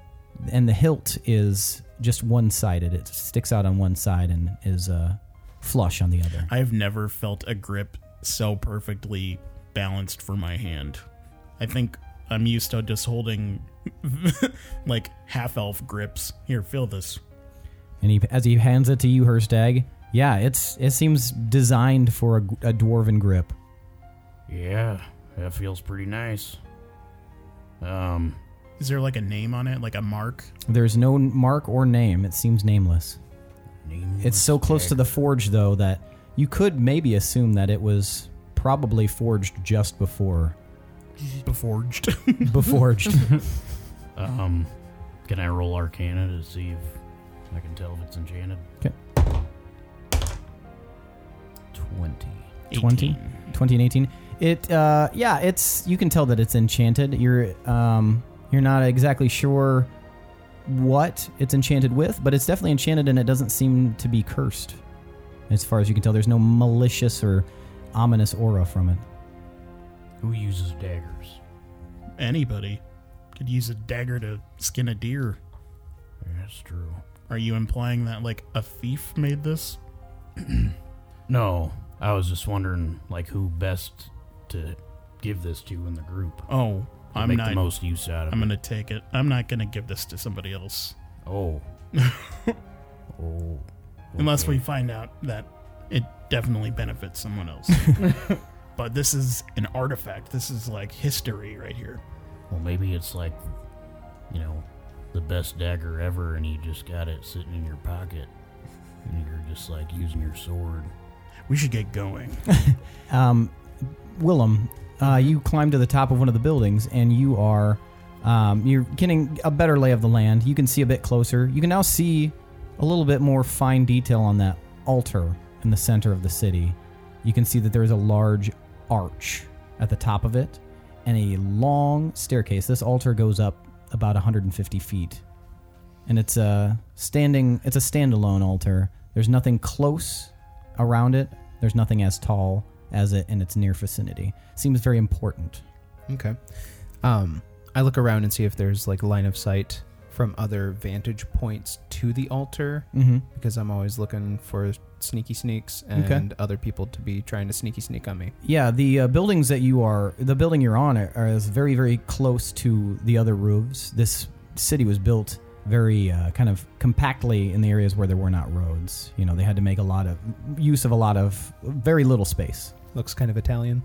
C: and the hilt is just one-sided. It sticks out on one side and is uh, flush on the other.
E: I've never felt a grip so perfectly balanced for my hand. I think I'm used to just holding like half elf grips. Here, feel this.
C: And he, as he hands it to you, Herstag, yeah, it's it seems designed for a, a dwarven grip.
D: Yeah, that feels pretty nice. Um,
E: Is there like a name on it? Like a mark?
C: There's no mark or name. It seems nameless.
D: name
C: It's so close to the forge, though, that you could maybe assume that it was probably forged just before
E: Beforged.
C: beforged.
D: Um, can I roll Arcana to see if I can tell if it's enchanted?
K: 20.
C: 20, 20 and 18. It uh, yeah, it's you can tell that it's enchanted. You're um, you're not exactly sure what it's enchanted with, but it's definitely enchanted and it doesn't seem to be cursed. As far as you can tell, there's no malicious or ominous aura from it.
D: Who uses daggers?
J: Anybody could use a dagger to skin a deer.
D: That's true.
J: Are you implying that like a thief made this?
D: No, I was just wondering, like, who best to give this to in the group.
J: Oh,
D: To
J: I'm
D: make
J: not.
D: the most use out of
J: I'm
D: it.
J: gonna take it. I'm not gonna give this to somebody else
D: Oh. oh.
J: unless we find out that it definitely benefits someone else. but this is an artifact. This is like history right here.
D: Well, maybe it's like, you know, the best dagger ever, and you just got it sitting in your pocket, and you're just like using your sword.
J: We should get going.
C: Um, Willem, uh, you climb to the top of one of the buildings, and you are um, you're getting a better lay of the land. You can see a bit closer. You can now see a little bit more fine detail on that altar in the center of the city. You can see that there is a large arch at the top of it, and a long staircase. This altar goes up about 150 feet and it's a standing it's a standalone altar there's nothing close around it there's nothing as tall as it in its near vicinity seems very important
G: Okay. Um, I look around and see if there's like line of sight from other vantage points to the altar
C: mm-hmm.
G: because I'm always looking for sneaky sneaks
C: Okay.
G: and other people to be trying to sneaky sneak on me.
C: yeah the uh, buildings that you are the building you're on are, are is very very close to the other roofs this city was built very uh, kind of compactly in the areas where there were not roads you know they had to make a lot of use of a lot of very little space
G: Looks kind of Italian.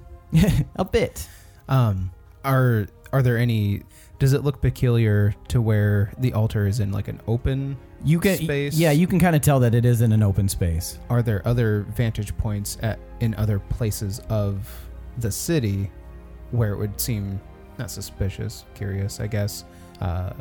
C: a bit
G: Um, are are there any? Does it look peculiar to where the altar is in like an open?
C: you can
G: Space.
C: yeah you can kind of tell that it is in an open space
G: Are there other vantage points at in other places of the city where it would seem not suspicious, curious, I guess, uh,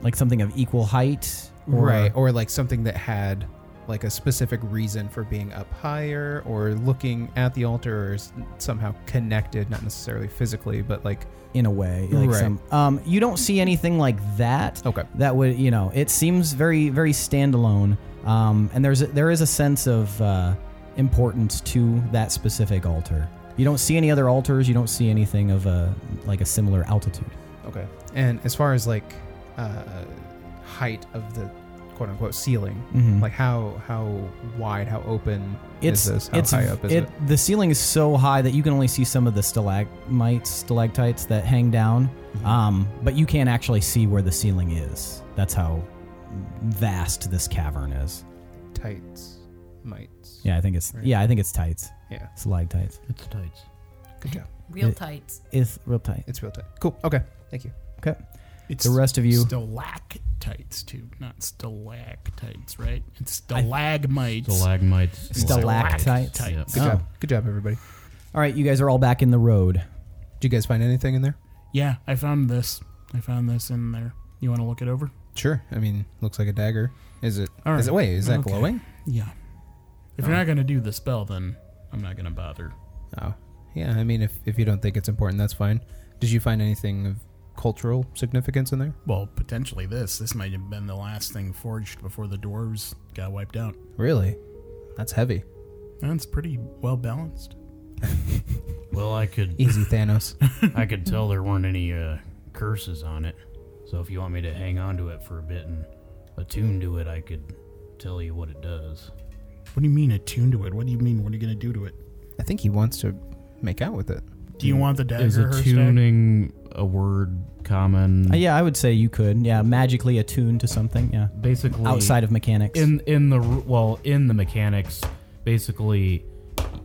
C: like something of equal height or-
G: right? Or like something that had like a specific reason for being up higher or looking at the altar or is somehow connected, not necessarily physically, but like
C: in a way like
G: Right.
C: some um you don't see anything like that
G: okay,
C: that would you know it seems very very standalone um and there's a, there is a sense of uh importance to that specific altar you don't see any other altars you don't see anything of a like a similar altitude
G: okay. And as far as like uh, height of the quote unquote ceiling,
C: mm-hmm.
G: like how how wide how open is this how
C: it's
G: high up is it,
C: the ceiling is so high that you can only see some of the stalagmites stalactites that hang down
G: Mm-hmm.
C: um, but you can't actually see where the ceiling is that's how vast this cavern is
G: tights mites
C: yeah i think it's
G: Right.
C: yeah i think it's tights
G: yeah
C: stalactites
L: It's tights.
G: good job
A: Real
C: It-
A: tights.
C: it's real tight
G: it's real tight cool okay thank you
J: It's
C: the rest of you
J: stalactites too, not stalactites, right? It's stalagmites.
L: Stalagmites.
C: stalactites
L: Stalactites.
G: good
C: Oh.
G: job good job everybody
C: all right you guys are all back in the road
G: do you guys find anything in there
J: yeah, I found this. I found this in there. You want to look it over?
G: sure i mean looks like a dagger is it? Is
J: All
G: it
J: right.
G: wait is that
J: Okay.
G: glowing
J: Yeah. If you're not gonna do the spell, then I'm not gonna bother.
G: oh yeah i mean if, if you don't think it's important that's fine did you find anything of cultural significance in there
J: Well, potentially this. This might have been the last thing forged before the dwarves got wiped out.
G: really that's heavy
J: That's pretty well balanced.
D: Well, I could,
G: easy thanos
D: I could tell there weren't any uh, curses on it. So if you want me to hang on to it for a bit and attune to it, I could tell you what it does.
J: What do you mean attuned to it? What do you mean? What are you gonna do to it?
G: i think he wants to make out with it
J: Do
E: Mm.
J: you want the dagger?
L: Is
J: Herstag?
L: attuning a word common?
G: Mm.
C: Uh, yeah i would say you could yeah magically attuned to something yeah
L: Basically,
C: outside of mechanics
L: in in the ru- well in the mechanics, basically,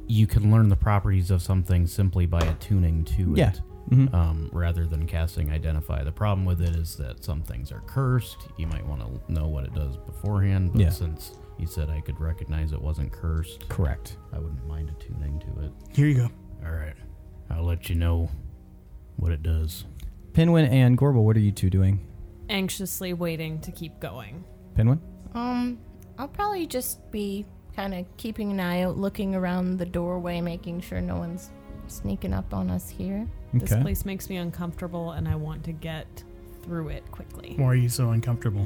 L: you can learn the properties of something simply by attuning to
C: Yeah.
L: it.
C: Mhm.
L: Um, rather than casting identify, the problem with it is that some things are cursed. You might want to know what it does beforehand, but
C: Yeah.
L: since you said I could recognize it wasn't cursed,
C: correct
L: I wouldn't mind attuning to it.
J: Here you go.
D: All right, I'll let you know what it does.
C: pinwin and gorble what are you two doing
F: Anxiously waiting to keep going.
C: pinwin
A: Um, I'll probably just be kind of keeping an eye out, looking around the doorway, making sure no one's sneaking up on us here.
F: This
C: Okay.
F: place makes me uncomfortable and I want to get through it quickly.
E: Why are you so uncomfortable?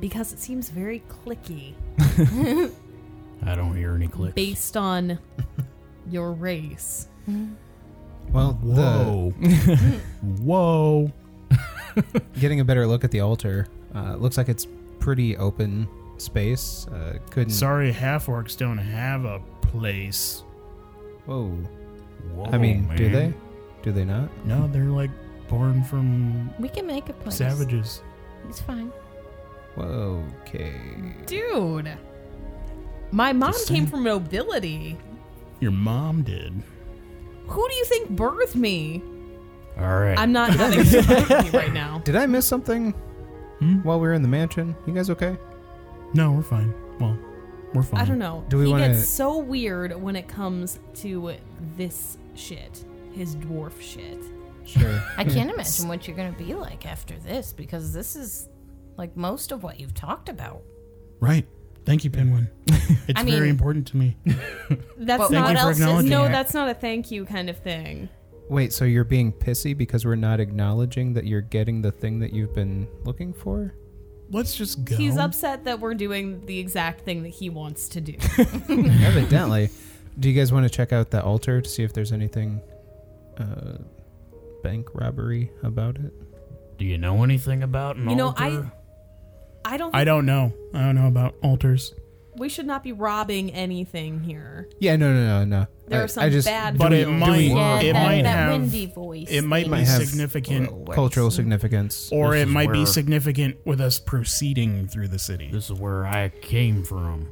F: Because it seems very clicky
D: I don't hear any clicks.
F: based on your race.
G: Well, the,
D: Whoa.
E: Whoa.
G: getting a better look at the altar. Uh, looks like it's pretty open space. Uh,
J: Mm.
G: couldn't.
E: Sorry, half orcs don't have a place.
G: Whoa.
D: Whoa,
G: I mean, do
D: man.
G: they? Do they not?
E: No, they're like born from
A: We can make a place.
E: savages.
A: It's fine.
G: Whoa. Okay.
F: Dude. My mom came from nobility.
E: Your mom did.
F: Who do you think birthed me?
D: All right.
F: I'm not having this conversation right now.
G: Did I miss something
E: Hmm?
G: while we were in the mansion? You guys okay?
E: No, we're fine. Well, we're fine.
F: I don't know.
G: Do we
F: he
G: wanna-
F: gets so weird when it comes to this shit, his dwarf shit.
G: Sure.
A: I can't imagine what you're going to be like after this because this is like most of what you've talked about.
E: Right. Thank you, Pinwin. It's
A: I mean-
E: very important to me.
F: That's
A: But
F: not
A: what
E: Thank you for
A: else is
E: acknowledging
F: no,
E: it.
F: that's not a thank you kind of thing.
G: Wait, so you're being pissy because we're not acknowledging that you're getting the thing that you've been looking for?
E: Let's just go.
F: He's upset that we're doing the exact thing that he wants to do.
G: Evidently. Do you guys want to check out the altar to see if there's anything uh, bank robbery about it?
D: do you know anything about an
F: You know, I-
D: altar?
F: I don't.
E: I
F: think
E: don't know. I don't know about altars.
F: we should not be robbing anything here.
G: Yeah, no, no, no, no.
F: There
G: I-
F: are some
G: I just,
F: bad.
E: But it
F: people.
E: might.
A: Yeah,
E: it
A: that,
E: might
A: that
E: have.
A: windy voice.
E: It might
A: thing.
E: be
G: Might have
E: significant,
G: cultural significance.
E: or
D: This
E: it
D: is
E: might be
D: where-
E: significant with us proceeding through the city.
D: This is where I came from.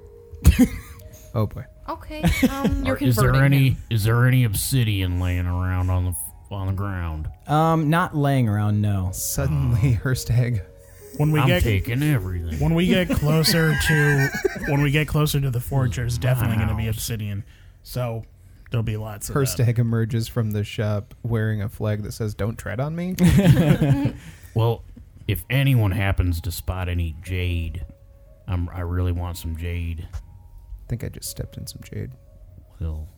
G: Oh boy.
A: Okay. Um,
F: You're
D: Or is there
F: converting
D: any
F: him.
D: is there any obsidian laying around on the on the ground?
C: Um, not laying around. No.
E: Oh.
G: Suddenly, Herstag.
E: When we
D: I'm
E: get
D: taking everything.
E: when we get closer to when we get closer to the forge, there's definitely going to be obsidian. So there'll be lots of that.
G: Herstag emerges from the shop wearing a flag that says, Don't tread on me.
D: Well, if anyone happens to spot any jade, I'm, I really want some jade.
G: I think I just stepped in some jade.
D: Well,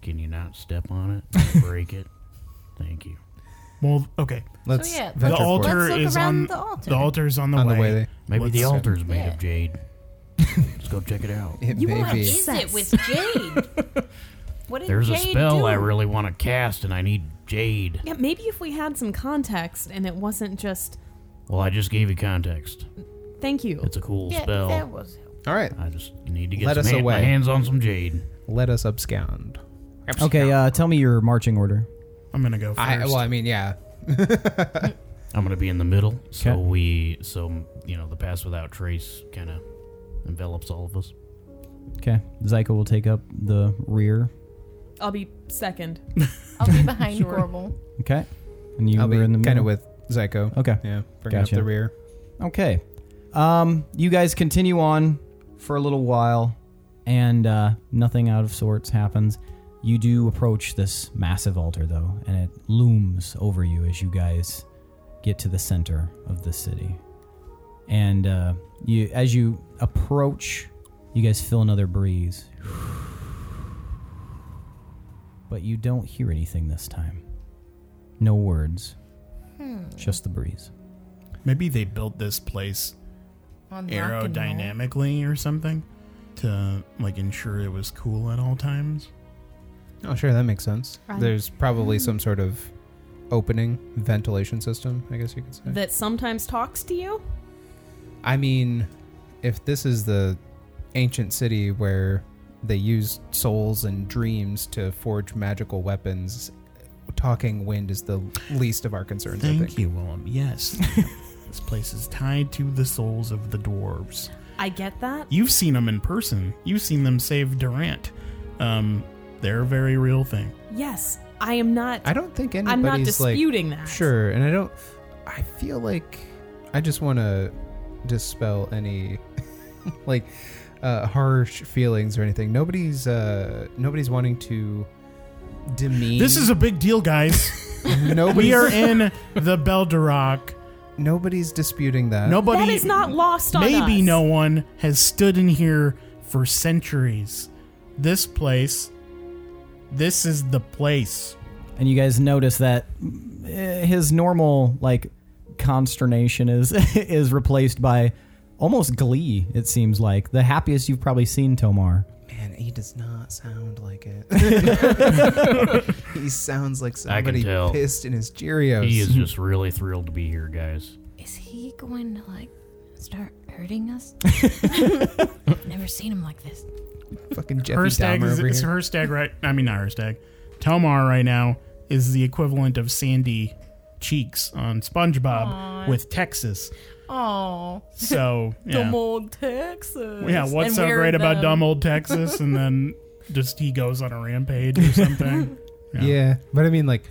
D: can you not step on it? Break it? Thank you.
E: Well, okay.
G: Let's
A: yeah,
G: venture
E: the altar
A: Let's
G: forth.
A: look
E: is
A: around
E: on
A: the altar.
E: The altar's on the
G: On the
E: way.
G: way they-
D: Maybe
E: Let's-
D: the altar's made
A: Yeah.
D: of jade. Let's go check it out.
G: It
F: You
G: may
F: are
G: be.
A: Is it with jade? What did
D: There's a
A: jade
D: spell
A: do?
D: I really want to cast, and I need jade.
F: Yeah, maybe if we had some context and it wasn't just
D: Well, I just gave you context.
F: thank you.
D: It's a cool
A: Yeah,
D: spell.
A: that was
G: All right,
D: I just need to get
G: Let
D: some
G: us
D: hand- my
G: away.
D: hands on some jade.
G: let us abscond.
C: Okay. Uh, tell me your marching order.
E: I'm going to go first.
G: I, well, I mean, yeah.
D: I'm gonna be in the middle, so
C: Okay.
D: we, so you know, the pass without trace kind of envelops all of us.
C: Okay. Zyka will take up the rear.
F: I'll be second.
A: I'll be behind
F: Sure.
A: Gorbel.
C: Okay. And you
G: I'll
C: were
G: be
C: in the
G: kind
C: middle.
G: of with Zyko.
C: Okay.
G: Yeah, bringing
C: Gotcha.
G: up the rear.
C: Okay. Um, you guys continue on for a little while, and uh, nothing out of sorts happens. You do approach this massive altar, though, and it looms over you as you guys get to the center of the city. And uh, you, as you approach, you guys feel another breeze, but you don't hear anything this time. No words, just the breeze.
E: Maybe they built this place
A: On rock and roll.
E: aerodynamically or something to like ensure it was cool at all times.
G: Oh, sure, that makes sense.
F: Right.
G: There's probably some sort of opening ventilation system, I guess you could say.
F: That sometimes talks to you.
G: I mean, if this is the ancient city where they used souls and dreams to forge magical weapons, talking wind is the least of our concerns, I
E: Thank
G: think.
E: you, Willem. Yes. this place is tied to the souls of the dwarves.
F: I get that.
E: You've seen them in person. You've seen them save Durant. Um, they're a very real thing.
F: Yes, I am not.
G: I don't think anybody's
F: I'm not
G: like
F: disputing that.
G: Sure, and I don't. I feel like I just want to dispel any like uh, harsh feelings or anything. Nobody's uh, nobody's wanting to demean.
E: This is a big deal, guys.
G: nobody's,
E: we are in the Belderock.
G: nobody's disputing that.
E: Nobody.
F: that is not lost on us.
E: Maybe no one has stood in here for centuries. This place This is the place.
C: and you guys notice that uh, his normal like consternation is is replaced by almost glee. It seems like the happiest you've probably seen Tomar.
G: Man, he does not sound like it. he sounds
D: I
G: like
D: can
G: somebody
D: tell.
G: pissed in his Cheerios.
D: He is just really thrilled to be here, guys.
M: Is he going to like start hurting us? Never seen him like this.
G: fucking Jeffy
E: Her stag
G: Dahmer
E: is,
G: over
E: is
G: here.
E: her stag right. I mean, not her stag. Tomar right now is the equivalent of Sandy Cheeks on SpongeBob with Texas.
F: Oh,
E: So yeah,
F: dumb old Texas.
E: yeah. What's
F: And
E: so
F: we're
E: great about
F: them.
E: dumb old Texas? And then just he goes on a rampage or something.
G: Yeah. but I mean, like,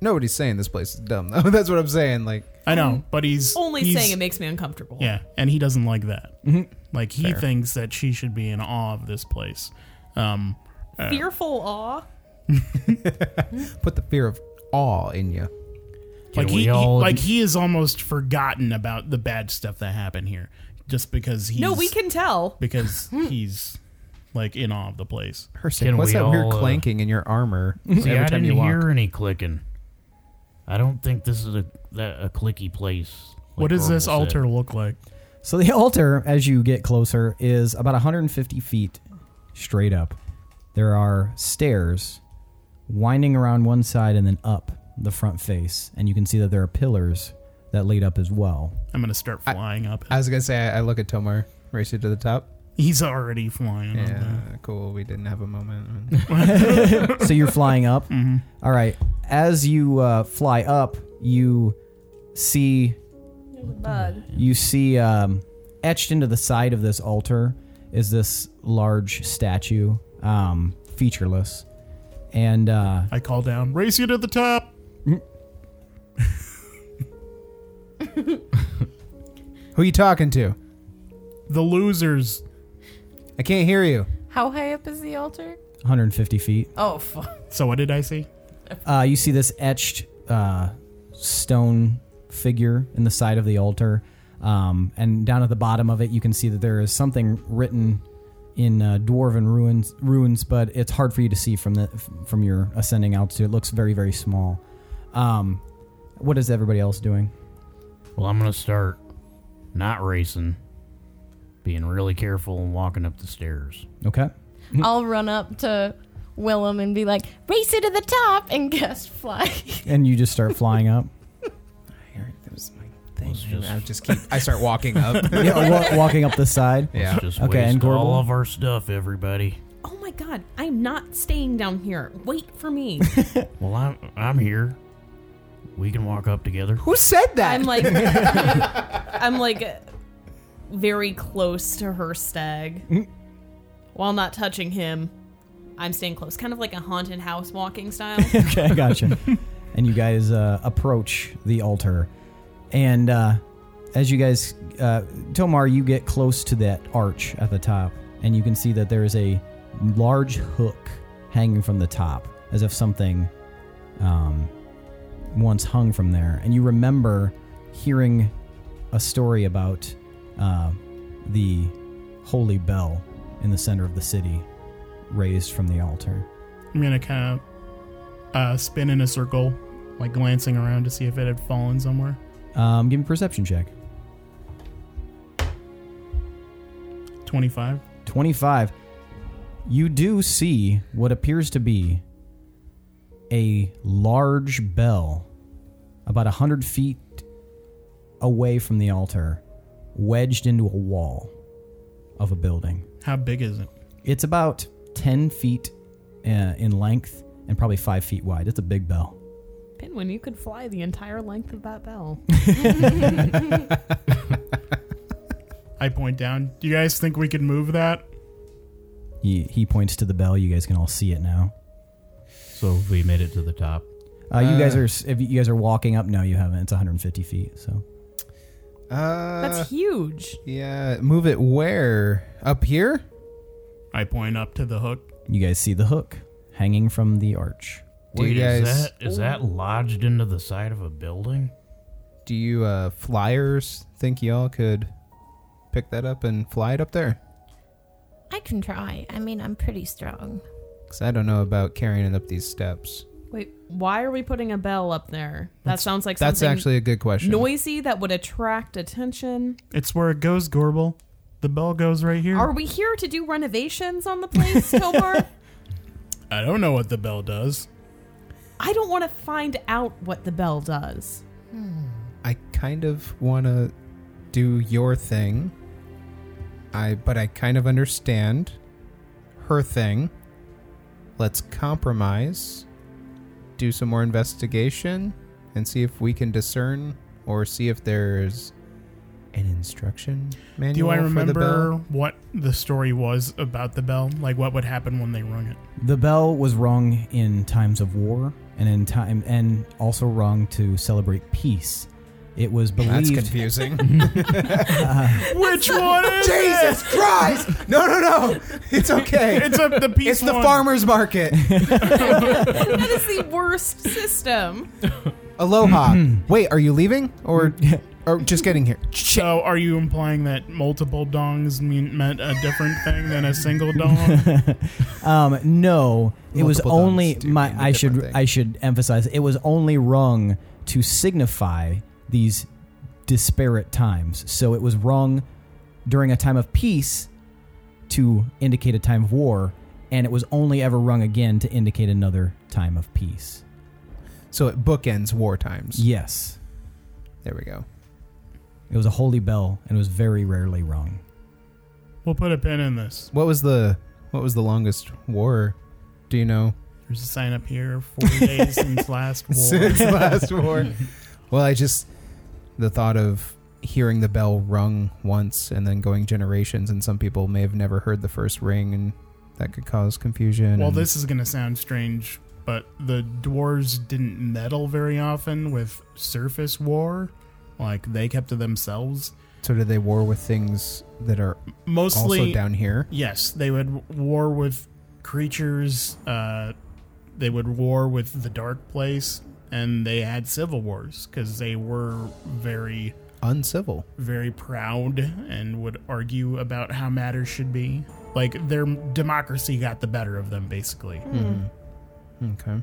G: nobody's saying this place is dumb though. That's what I'm saying. Like,
E: I know, but he's
F: Only
E: he's-
F: saying it makes me uncomfortable.
E: Yeah, and he doesn't like that.
G: Mm-hmm.
E: Like he thinks that she should be in awe of this place. Um,
F: Fearful awe.
G: put the fear of awe in you.
E: like
D: we
E: he, he-
D: all-
E: like he is almost forgotten about the bad stuff that happened here, just because he's
F: No, we can tell.
E: because he's like in awe of the place.
G: Person,
D: Can
G: what's
D: we
G: that weird
D: all, uh,
G: clanking in your armor
D: See,
G: every
D: I
G: time
D: didn't
G: you walk?
D: hear any clicking. I don't think this is a that, a clicky place. like
E: what does this
D: Orville said.
E: altar look like?
C: So the altar, as you get closer, is about 150 feet straight up. There are stairs winding around one side and then up the front face, and you can see that there are pillars that lead up as well.
E: I'm gonna start flying up.
G: I was gonna say, I, I look at Tomar, race you to the top.
E: he's already flying. up
G: Yeah,
E: there.
G: cool. We didn't have a moment.
C: so you're flying up. All right. As you uh, fly up, you see
F: Bud.
C: you see um, etched into the side of this altar is this large statue, um, featureless, and uh,
E: I call down, race you to the top.
G: Who you talking to?
E: The losers.
G: I can't hear you.
A: How high up is the altar?
C: 150 feet.
A: Oh, fuck.
E: So what did I see?
C: Uh, you see this etched uh, stone figure in the side of the altar, um, and down at the bottom of it, you can see that there is something written in uh, dwarven ruins. Ruins, but it's hard for you to see from the from your ascending altitude. It looks very very small. Um, what is everybody else doing?
D: Well, I'm gonna start not racing, being really careful and walking up the stairs.
C: Okay.
A: I'll run up to Willem and be like, race it to the top and guess fly.
C: And you just start flying up,
G: That was my thing.
D: Let's just-
G: I just keep. I start walking up.
C: yeah, wa- walking up this side.
G: yeah.
D: Just
C: Okay,
D: waste
C: and Gorbel?
D: all of our stuff, everybody.
F: Oh my god, I'm not staying down here. Wait for me.
D: Well, I'm I'm here. We can walk up together.
G: Who said that?
F: I'm like, I'm like very close to her
G: Mm.
F: stag while not touching him. I'm staying close, kind of like a haunted house walking style.
C: okay, gotcha. and you guys uh, approach the altar, and uh, as you guys, uh, Tomar, you get close to that arch at the top, and you can see that there is a large hook hanging from the top, as if something um, once hung from there. And you remember hearing a story about uh, the holy bell in the center of the city raised from the altar.
E: I'm gonna kind of uh, spin in a circle, like glancing around to see if it had fallen somewhere.
C: Um, give me a perception check.
E: 25.
C: 25. You do see what appears to be a large bell about 100 feet away from the altar, wedged into a wall of a building.
E: How big is it?
C: It's about 10 feet uh, in length and probably 5 feet wide. It's a big bell.
F: Pinwin, you could fly the entire length of that bell.
G: Uh,
E: I point down. Do you guys think we could move that?
C: He, he points to the bell. You guys can all see it now.
N: So we made it to the top.
C: Uh, you guys are s- if you guys are walking up. No, you haven't. It's 150 feet. So
G: uh,
F: That's huge.
G: yeah. Move it where? Up here?
E: I point up to the hook.
C: you guys see the hook hanging from the arch.
G: Do you
D: Dude, is
G: guys?
D: that is that lodged into the side of a building?
G: Do you uh, flyers think y'all could pick that up and fly it up there?
A: I can try. I mean, I'm pretty strong.
G: Because I don't know about carrying it up these steps.
F: Wait, why are we putting a bell up there? That sounds like
G: That's
F: something
G: actually a good question.
F: noisy that would attract attention.
O: It's where it goes, Gorbel. The bell goes right
G: Mm.
O: here.
F: Are we here to do renovations on the place, Tobar?
E: I don't know what the bell does.
F: I don't want to find out what the bell does.
G: I kind of want to do your thing. I but I kind of understand her thing. Let's compromise. Do some more investigation and see if we can discern or see if there's an instruction manual
E: Do I
G: for the
E: remember
G: bell.
E: what the story was about the bell? Like what would happen when they rung it?
C: The bell was rung in times of war and in time and also rung to celebrate peace. It was
G: That's
C: believed
G: confusing.
E: Which one is it?
G: Jesus Christ! No, no, no. It's okay.
E: It's a, the piece.
G: It's the farmer's market.
F: That is the worst system.
G: Aloha. Wait, are you leaving or or just getting here?
E: So, are you implying that multiple dongs mean, meant a different thing than a single dong?
C: Um, no, it was
G: Multiple
C: only
G: dogs do
C: my.
G: mean a
C: I should
G: different thing.
C: I should emphasize it was only rung to signify these disparate times. So it was rung during a time of peace to indicate a time of war, and it was only ever rung again to indicate another time of peace.
G: So it bookends war times.
C: Yes,
G: There we go.
C: it was a holy bell, and it was very rarely rung.
E: we'll put a pin in this.
G: What was the what was the longest war? Do you know?
E: There's a sign up here. Forty days since last war.
G: Since last war. Well, I just the thought of hearing the bell rung once and then going generations and some people may have never heard the first ring and that could cause confusion.
E: Well,
G: and-
E: this is gonna sound strange, but the dwarves didn't meddle very often with surface war. Like they kept to themselves.
G: so did they war with things that are
E: Mostly
G: also down here?
E: Yes, they would war with creatures. Uh, they would war with the Dark Place, and they had civil wars because they were very,
G: Uncivil.
E: very proud and would argue about how matters should be. Like their democracy got the better of them, basically.
G: Okay.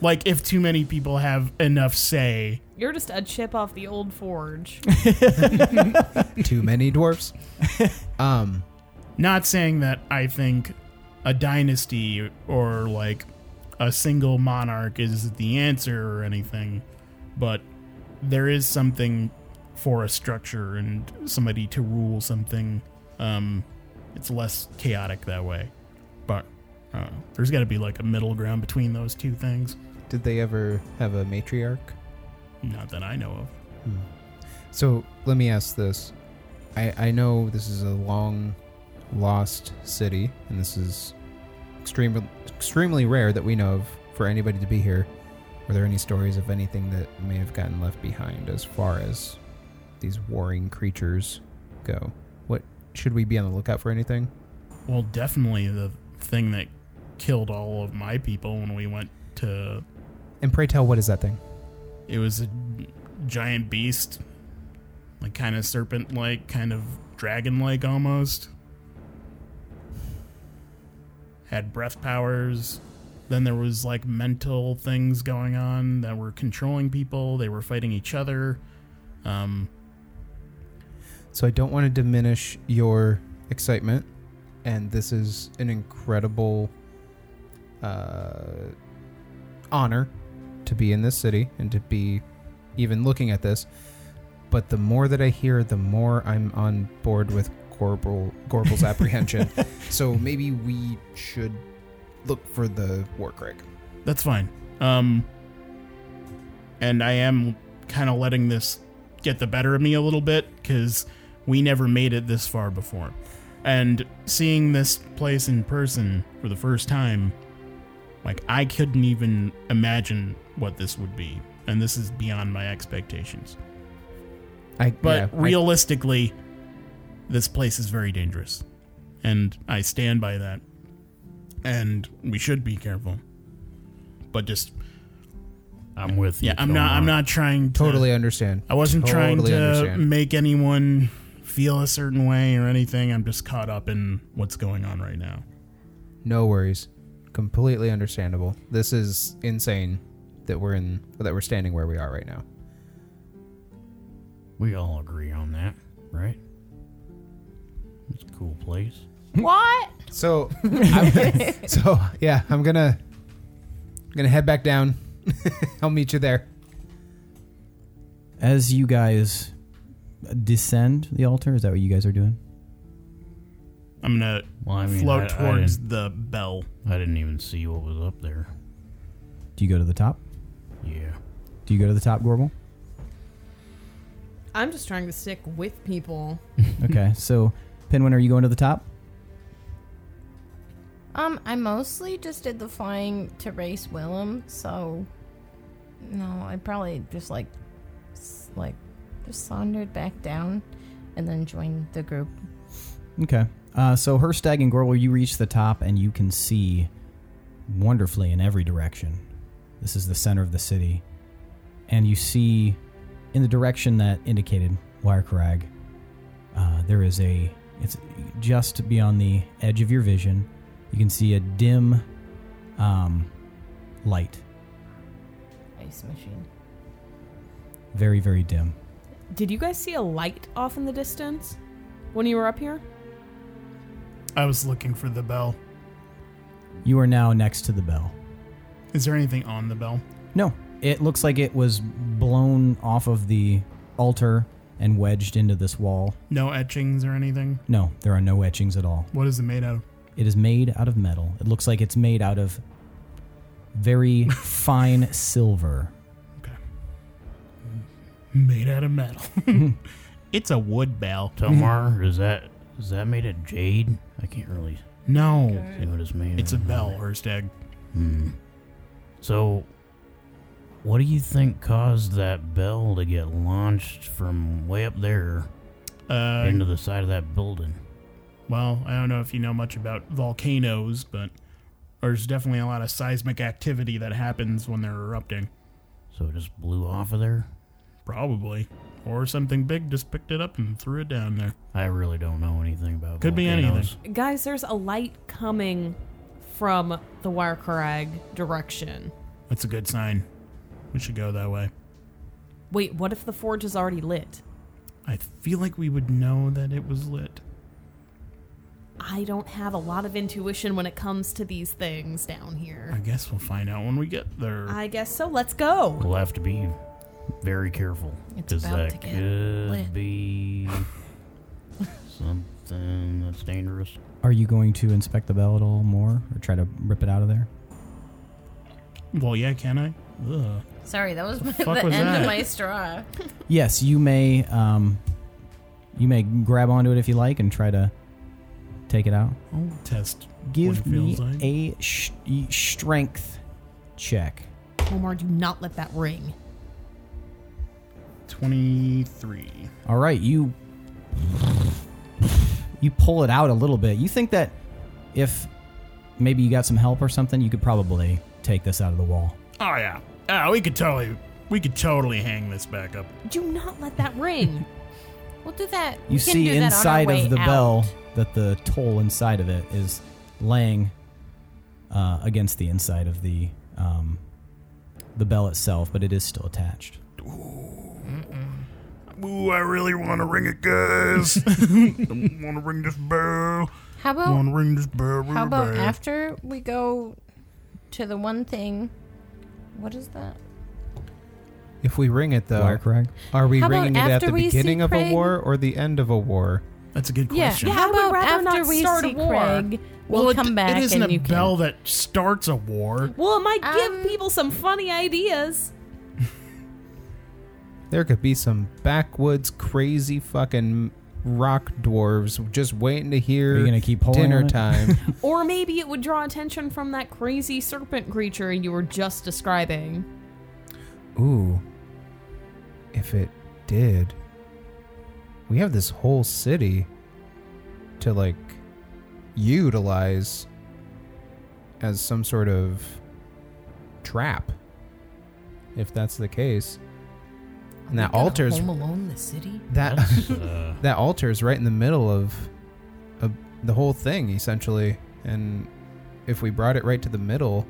E: Like if too many people have enough say,
F: You're just a chip off the old forge.
G: Too many dwarfs. Um
E: Not saying that I think a dynasty or like a single monarch is the answer or anything, but there is something for a structure and somebody to rule something. Um, it's less chaotic that way, but uh, there's got to be like a middle ground between those two things.
G: did they ever have a matriarch?
E: Not that I know of.
G: So let me ask this. I, I know this is a long lost city, and this is extremely extremely rare that we know of for anybody to be here. Were there any stories of anything that may have gotten left behind as far as these warring creatures go? What should we be on the lookout for anything?
E: Well, definitely the thing that killed all of my people when we went to
G: And pray tell, what is that thing?
E: It was a giant beast, like kind of serpent like, kind of dragon like almost. Had breath powers. Then there was like mental things going on that were controlling people. They were fighting each other. Um,
G: So I don't want to diminish your excitement, and this is an incredible uh, honor to be in this city and to be even looking at this. But the more that I hear, the more I'm on board with Gorbel, Gorbel's apprehension. So maybe we should look for the war crag.
E: That's fine. Um, and I am kind of letting this get the better of me a little bit because we never made it this far before. And seeing this place in person for the first time, like, I couldn't even imagine what this would be. And this is beyond my expectations.
G: I,
E: But
G: yeah, I-
E: realistically, this place is very dangerous. And I stand by that. And we should be careful. But just
D: I'm with you.
E: yeah, I'm not I'm
D: Tomar.
E: not trying to
G: totally understand.
E: I wasn't trying
G: totally
E: to
G: understand.
E: make anyone feel a certain way or anything. I'm just caught up in what's going on right now.
G: No worries. completely understandable. This is insane that we're in that we're standing where we are right now.
D: We all agree on that, right? It's a cool place.
P: What?
G: So, I'm, so yeah, I'm gonna I'm gonna head back down. I'll meet you there.
C: As you guys descend the altar, is that what you guys are doing?
E: I'm gonna
D: Well, I mean,
E: float
D: I- I
E: towards
D: didn't-
E: the bell.
D: I didn't even see what was up there.
C: Do you go to the top?
D: Yeah.
C: Do you go to the top, Gorbel?
F: I'm just trying to stick with people.
C: Okay, so Pinwin, are you going to the top?
A: Um, I mostly just did the flying to race Willem, so no, I probably just like s- like just sauntered back down and then joined the group.
C: Okay. Uh, so Herstag and Gorbel, you reach the top and you can see wonderfully in every direction. This is the center of the city. And you see in the direction that indicated Wirecrag, uh, there is a, it's just beyond the edge of your vision. You can see a dim um, light,
A: Ice machine.
C: very, very dim.
F: Did you guys see a light off in the distance when you were up here?
E: I was looking for the bell.
C: You are now next to the bell.
E: Is there anything on the bell?
C: No, it looks like it was blown off of the altar and wedged into this wall.
E: No etchings or anything?
C: No, there are no etchings at all.
E: What is it made out of?
C: It is made out of metal. It looks like it's made out of very fine silver.
E: Mm, Made out of metal. it's a wood bell.
D: Tomar, is that is that made of jade? I can't really
E: No,
D: see what it's made.
E: it's a
D: of.
E: bell, Herstag.
D: Hmm. So, what do you think caused that bell to get launched from way up there
E: Uh,
D: into the side of that building?
E: Well, I don't know if you know much about volcanoes, but there's definitely a lot of seismic activity that happens when they're erupting.
D: So it just blew off of there.
E: Probably. Or something big just picked it up and threw it down there.
D: I really don't know anything about.
E: Could be
D: volcanoes.
F: Guys, there's a light coming from the Warkarag direction.
E: That's a good sign. We should go that way.
F: Wait, what if the forge is already lit?
E: I feel like we would know that it was lit.
F: I don't have a lot of intuition when it comes to these things down
E: I
F: here.
E: guess we'll find out when we get there.
F: I guess so. Let's go.
D: We'll have to be very careful
A: It's
D: because
A: about
D: that
A: to get
D: could
A: lit.
D: be something that's dangerous.
C: Are you going to inspect the bell at all more or try to rip it out of there?
E: well, yeah, can I? Ugh.
A: Sorry, that was my,
E: fuck
A: the
E: was
A: end
E: that?
A: of my straw.
C: Yes, you may um, you may grab onto it if you like and try to take it out.
E: I'll test.
C: Give
E: it
C: me
E: feels like.
C: a sh- e- strength check.
F: Omar, do not let that ring.
E: 23.
C: All right, you you pull it out a little bit. You think that if maybe you got some help or something, you could probably take this out of the wall.
E: Oh, yeah. Ah, we could totally. We could totally hang this back up.
F: Do not let that ring.
A: We'll do that.
C: You
A: we can
C: see
A: do that on our
C: inside
A: way
C: of the
A: out.
C: bell that the toll inside of it is laying uh, against the inside of the um, the bell itself, but it is still attached.
E: Ooh, I really want to ring it, guys. Don't want to ring this bell.
A: How
E: Want
A: about
E: to ring this bell. Ring
A: how
E: the
A: about
E: bell.
A: after we go to the one thing? What is that?
G: If we ring it though,
C: Wire correct?
G: are we
A: How about
G: ringing it at
A: after
G: the
A: we see
G: beginning of
A: Craig?
G: a war or the end of a war?
E: That's a good question.
A: How
F: I would
A: about
F: rather
A: after
F: not
A: we
F: start a
A: see
F: war.
A: Craig, we'll,
E: it-
A: come back
E: It isn't
A: and
E: a
A: you
E: bell that starts a war.
F: Well, it might
A: Um,
F: give people some funny ideas.
G: There could be some backwoods crazy fucking rock dwarves just waiting to hear
C: Are you gonna keep pulling on
G: dinner
C: it?
G: time.
F: Or maybe it would draw attention from that crazy serpent creature you were just describing.
G: Ooh. If it did, we have this whole city to like utilize as some sort of trap. If that's the case. And that altar's
A: Home Alone, the city.
G: that
D: That's, uh,
G: that altar's right in the middle of, of the whole thing essentially and if we brought it right to the middle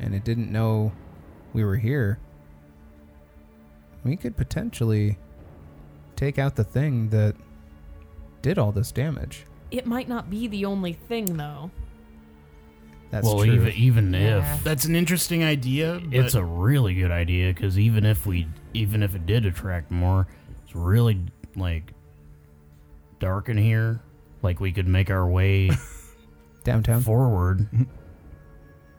G: and it didn't know we were here, we could potentially take out the thing that did all this damage.
F: It might not be the only thing, though.
G: That's
D: well,
G: true.
D: even even if
E: That's an interesting idea. But
D: it's a really good idea, because even if we even if it did attract more, it's really like dark in here. Like we could make our way
G: Downtown.
D: forward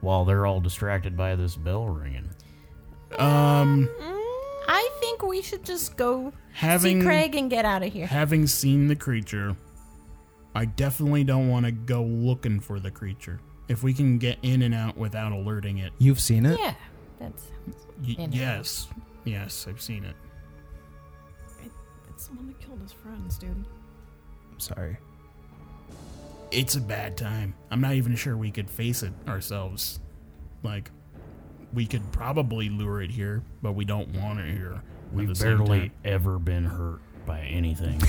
D: while they're all distracted by this bell ringing.
E: um,
P: I think we should just go
E: Having-
P: see Craig and get out of here.
E: having seen the creature, I definitely don't want to go looking for the creature. If we can get in and out without alerting it,
G: You've seen it?
P: yeah, that's
E: y-
P: In and
E: yes, yes, I've seen it.
F: It's the one that killed his friends, dude.
G: I'm sorry.
E: It's a bad time. I'm not even sure we could face it ourselves. Like, we could probably lure it here, but we don't want it here. at
D: We've
E: the same
D: barely
E: time.
D: ever been hurt by anything.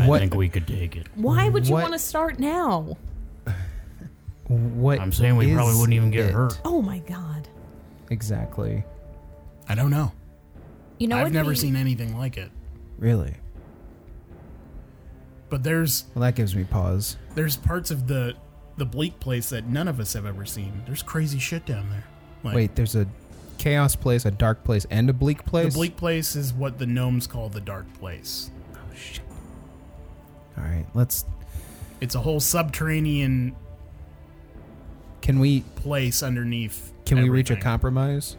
D: I
G: What-
D: think we could take it.
F: Why would you
G: What-
F: want to start now?
G: What
D: I'm saying we probably
G: is
D: wouldn't even get
G: it?
D: hurt.
F: Oh my god.
G: Exactly.
E: I don't know.
A: You know
E: I've
A: what?
E: never
A: we,
E: seen anything like it.
G: Really?
E: But there's
G: Well, that gives me pause.
E: there's parts of the the bleak place that none of us have ever seen. There's crazy shit down there. Like,
G: Wait, there's a chaos place, a dark place, and a bleak
E: the
G: place.
E: bleak place is what the gnomes call the dark place.
G: All right, let's.
E: It's a whole subterranean
G: Can we
E: place underneath.
G: Can we reach a
E: everything.
G: compromise?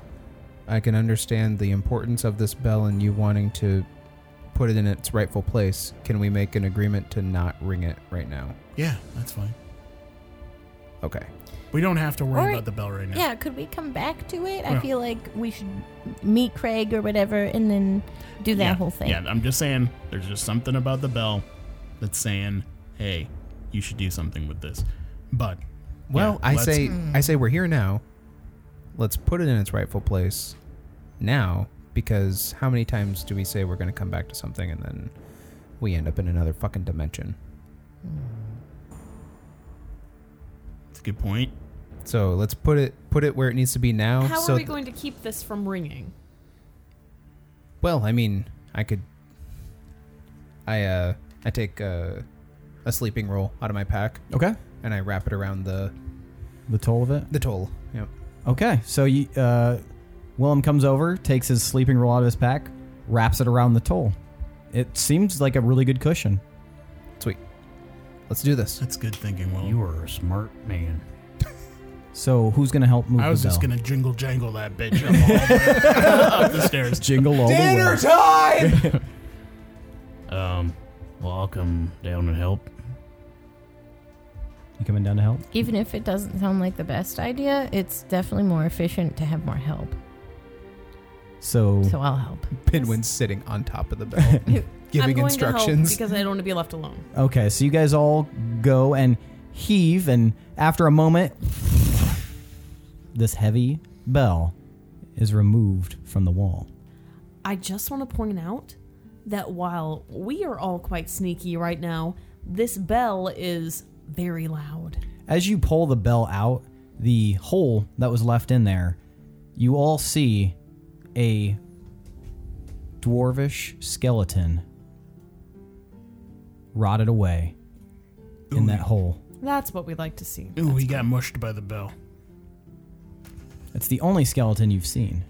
G: I can understand the importance of this bell and you wanting to put it in its rightful place. Can we make an agreement to not ring it right now?
E: Yeah, that's fine.
G: Okay.
E: We don't have to worry
P: Or-
E: about the bell right now.
P: yeah. Could we come back to it? I
E: Yeah.
P: feel like we should meet Craig or whatever, and then do that
E: Yeah,
P: whole thing.
E: Yeah, I'm just saying, there's just something about the bell that's saying, "Hey, you should do something with this." But
G: Well,
E: yeah,
G: I
E: let's-
G: say
F: Hmm.
G: I say we're here now. Let's put it in its rightful place now because how many times do we say we're going to come back to something and then we end up in another fucking dimension?
E: it's a good point.
G: So, let's put it put it where it needs to be now
F: How
G: so
F: are we going to keep this from ringing?
G: Well, I mean, I could. I uh, I take uh, a sleeping roll out of my pack
C: Okay.
G: and I wrap it around the
C: The toll of it.
G: the toll. Yep.
C: Okay, so you, uh, Willem comes over, takes his sleeping roll out of his pack, wraps it around the toll. It seems like a really good cushion.
G: Sweet. Let's do this.
E: That's good thinking, Will.
D: You are a smart man.
C: So who's gonna help move
E: I was
C: the
E: just
C: bell?
E: gonna jingle jangle that bitch up, all the way up the stairs.
C: jingle all the way.
D: Um, well, I'll come down and help.
C: You coming down to help?
A: even if it doesn't sound like the best idea, it's definitely more efficient to have more help.
C: So,
A: So I'll help.
G: Pinwin's sitting on top of the bell,
F: I'm
G: giving
F: going
G: instructions.
F: to help because I don't want to be left alone.
C: okay, so you guys all go and heave, and after a moment, this heavy bell is removed from the wall.
F: I just want to point out that while we are all quite sneaky right now, this bell is very loud.
C: As you pull the bell out, the hole that was left in there, you all see a dwarvish skeleton rotted away in that hole.
F: That's what we like to see.
E: Ooh, he got mushed by the bell.
C: It's the only skeleton you've seen.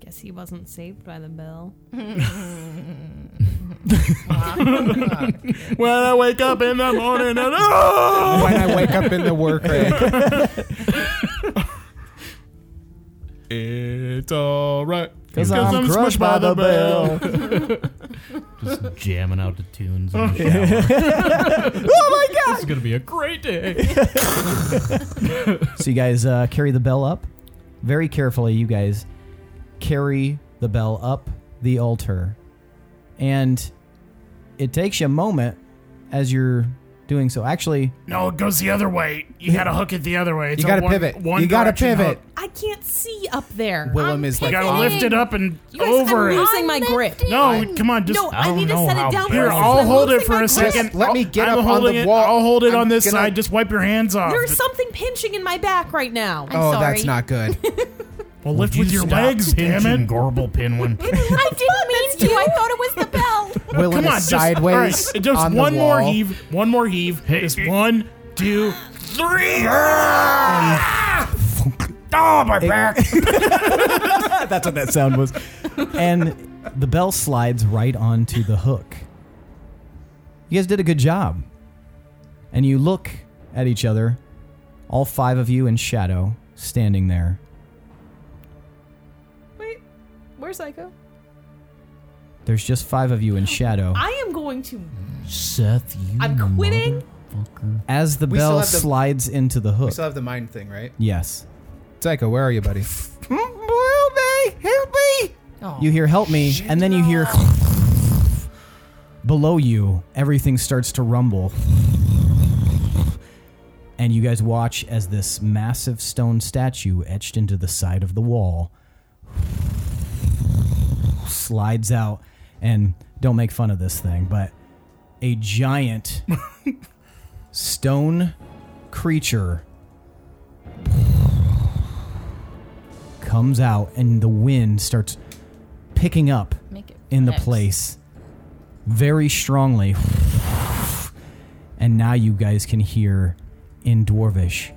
F: Guess he wasn't saved by the bell.
E: When I wake up in the morning and oh,
G: when I wake up in the work rack.
E: it's all right.
C: Because
E: I'm crushed by the bell.
D: Just jamming out the tunes in the shower.
C: oh my god!
D: It's gonna be a great day.
C: so you guys uh, carry the bell up very carefully you guys carry the bell up the altar and it takes you a moment as you're doing so. Actually,
E: No, it goes the other way. You gotta hook it the other way. It's
C: You
E: a
C: gotta
E: one-
C: pivot.
E: One
C: You gotta
E: direction
C: pivot.
E: hook.
F: I can't see up there.
G: Willem
F: I'm
G: is like
E: You gotta
F: pivoting.
E: lift it up and
F: You guys,
E: over
F: I'm
E: it.
F: losing my grip.
E: No, come on, just
F: No, I need to set it down
E: Here,
F: first.
E: I'll
F: I'm
E: hold it
F: losing
E: for
F: my
E: a
F: grip.
E: second.
G: let me
E: I'll-
G: get
E: I'm
G: up on
E: holding
G: the
E: it.
G: wall.
E: I'll hold it
G: I'm
E: on this
G: gonna-
E: side. Just wipe your hands off.
F: There's something pinching in my back right now.
G: oh, that's not good.
E: well, lift with your legs, damn it.
D: Gorble Pinwin.
F: I didn't mean to. I thought it was the bell.
G: Willem
E: Come on,
G: is
E: just, all right,
G: sideways.
E: just
G: on the
E: one more
G: wall.
E: heave. One more heave. Just one, two, three.
D: Oh, my back!
C: That's what that sound was. And the bell slides right onto the hook. You guys did a good job. And you look at each other, all five of you in shadow, standing there.
F: Wait, where's Psycho?
C: There's just five of you in shadow.
F: I am going to.
D: Seth, you.
F: I'm
E: Mm.
F: quitting.
D: motherfucker.
C: As the
G: We
C: bell
G: still have the-
C: slides into the
G: We
C: hook.
G: still have the mind thing, right?
C: yes.
G: Psycho, where are you, buddy?
C: You hear help me, and then you hear below you, everything starts to rumble. And you guys watch as this massive stone statue etched into the side of the wall slides out. And don't make fun of this thing, but a giant stone creature comes out, and the wind starts picking up
P: Make it
C: in the
P: flex.
C: place very strongly. And now you guys can hear in Dwarvish.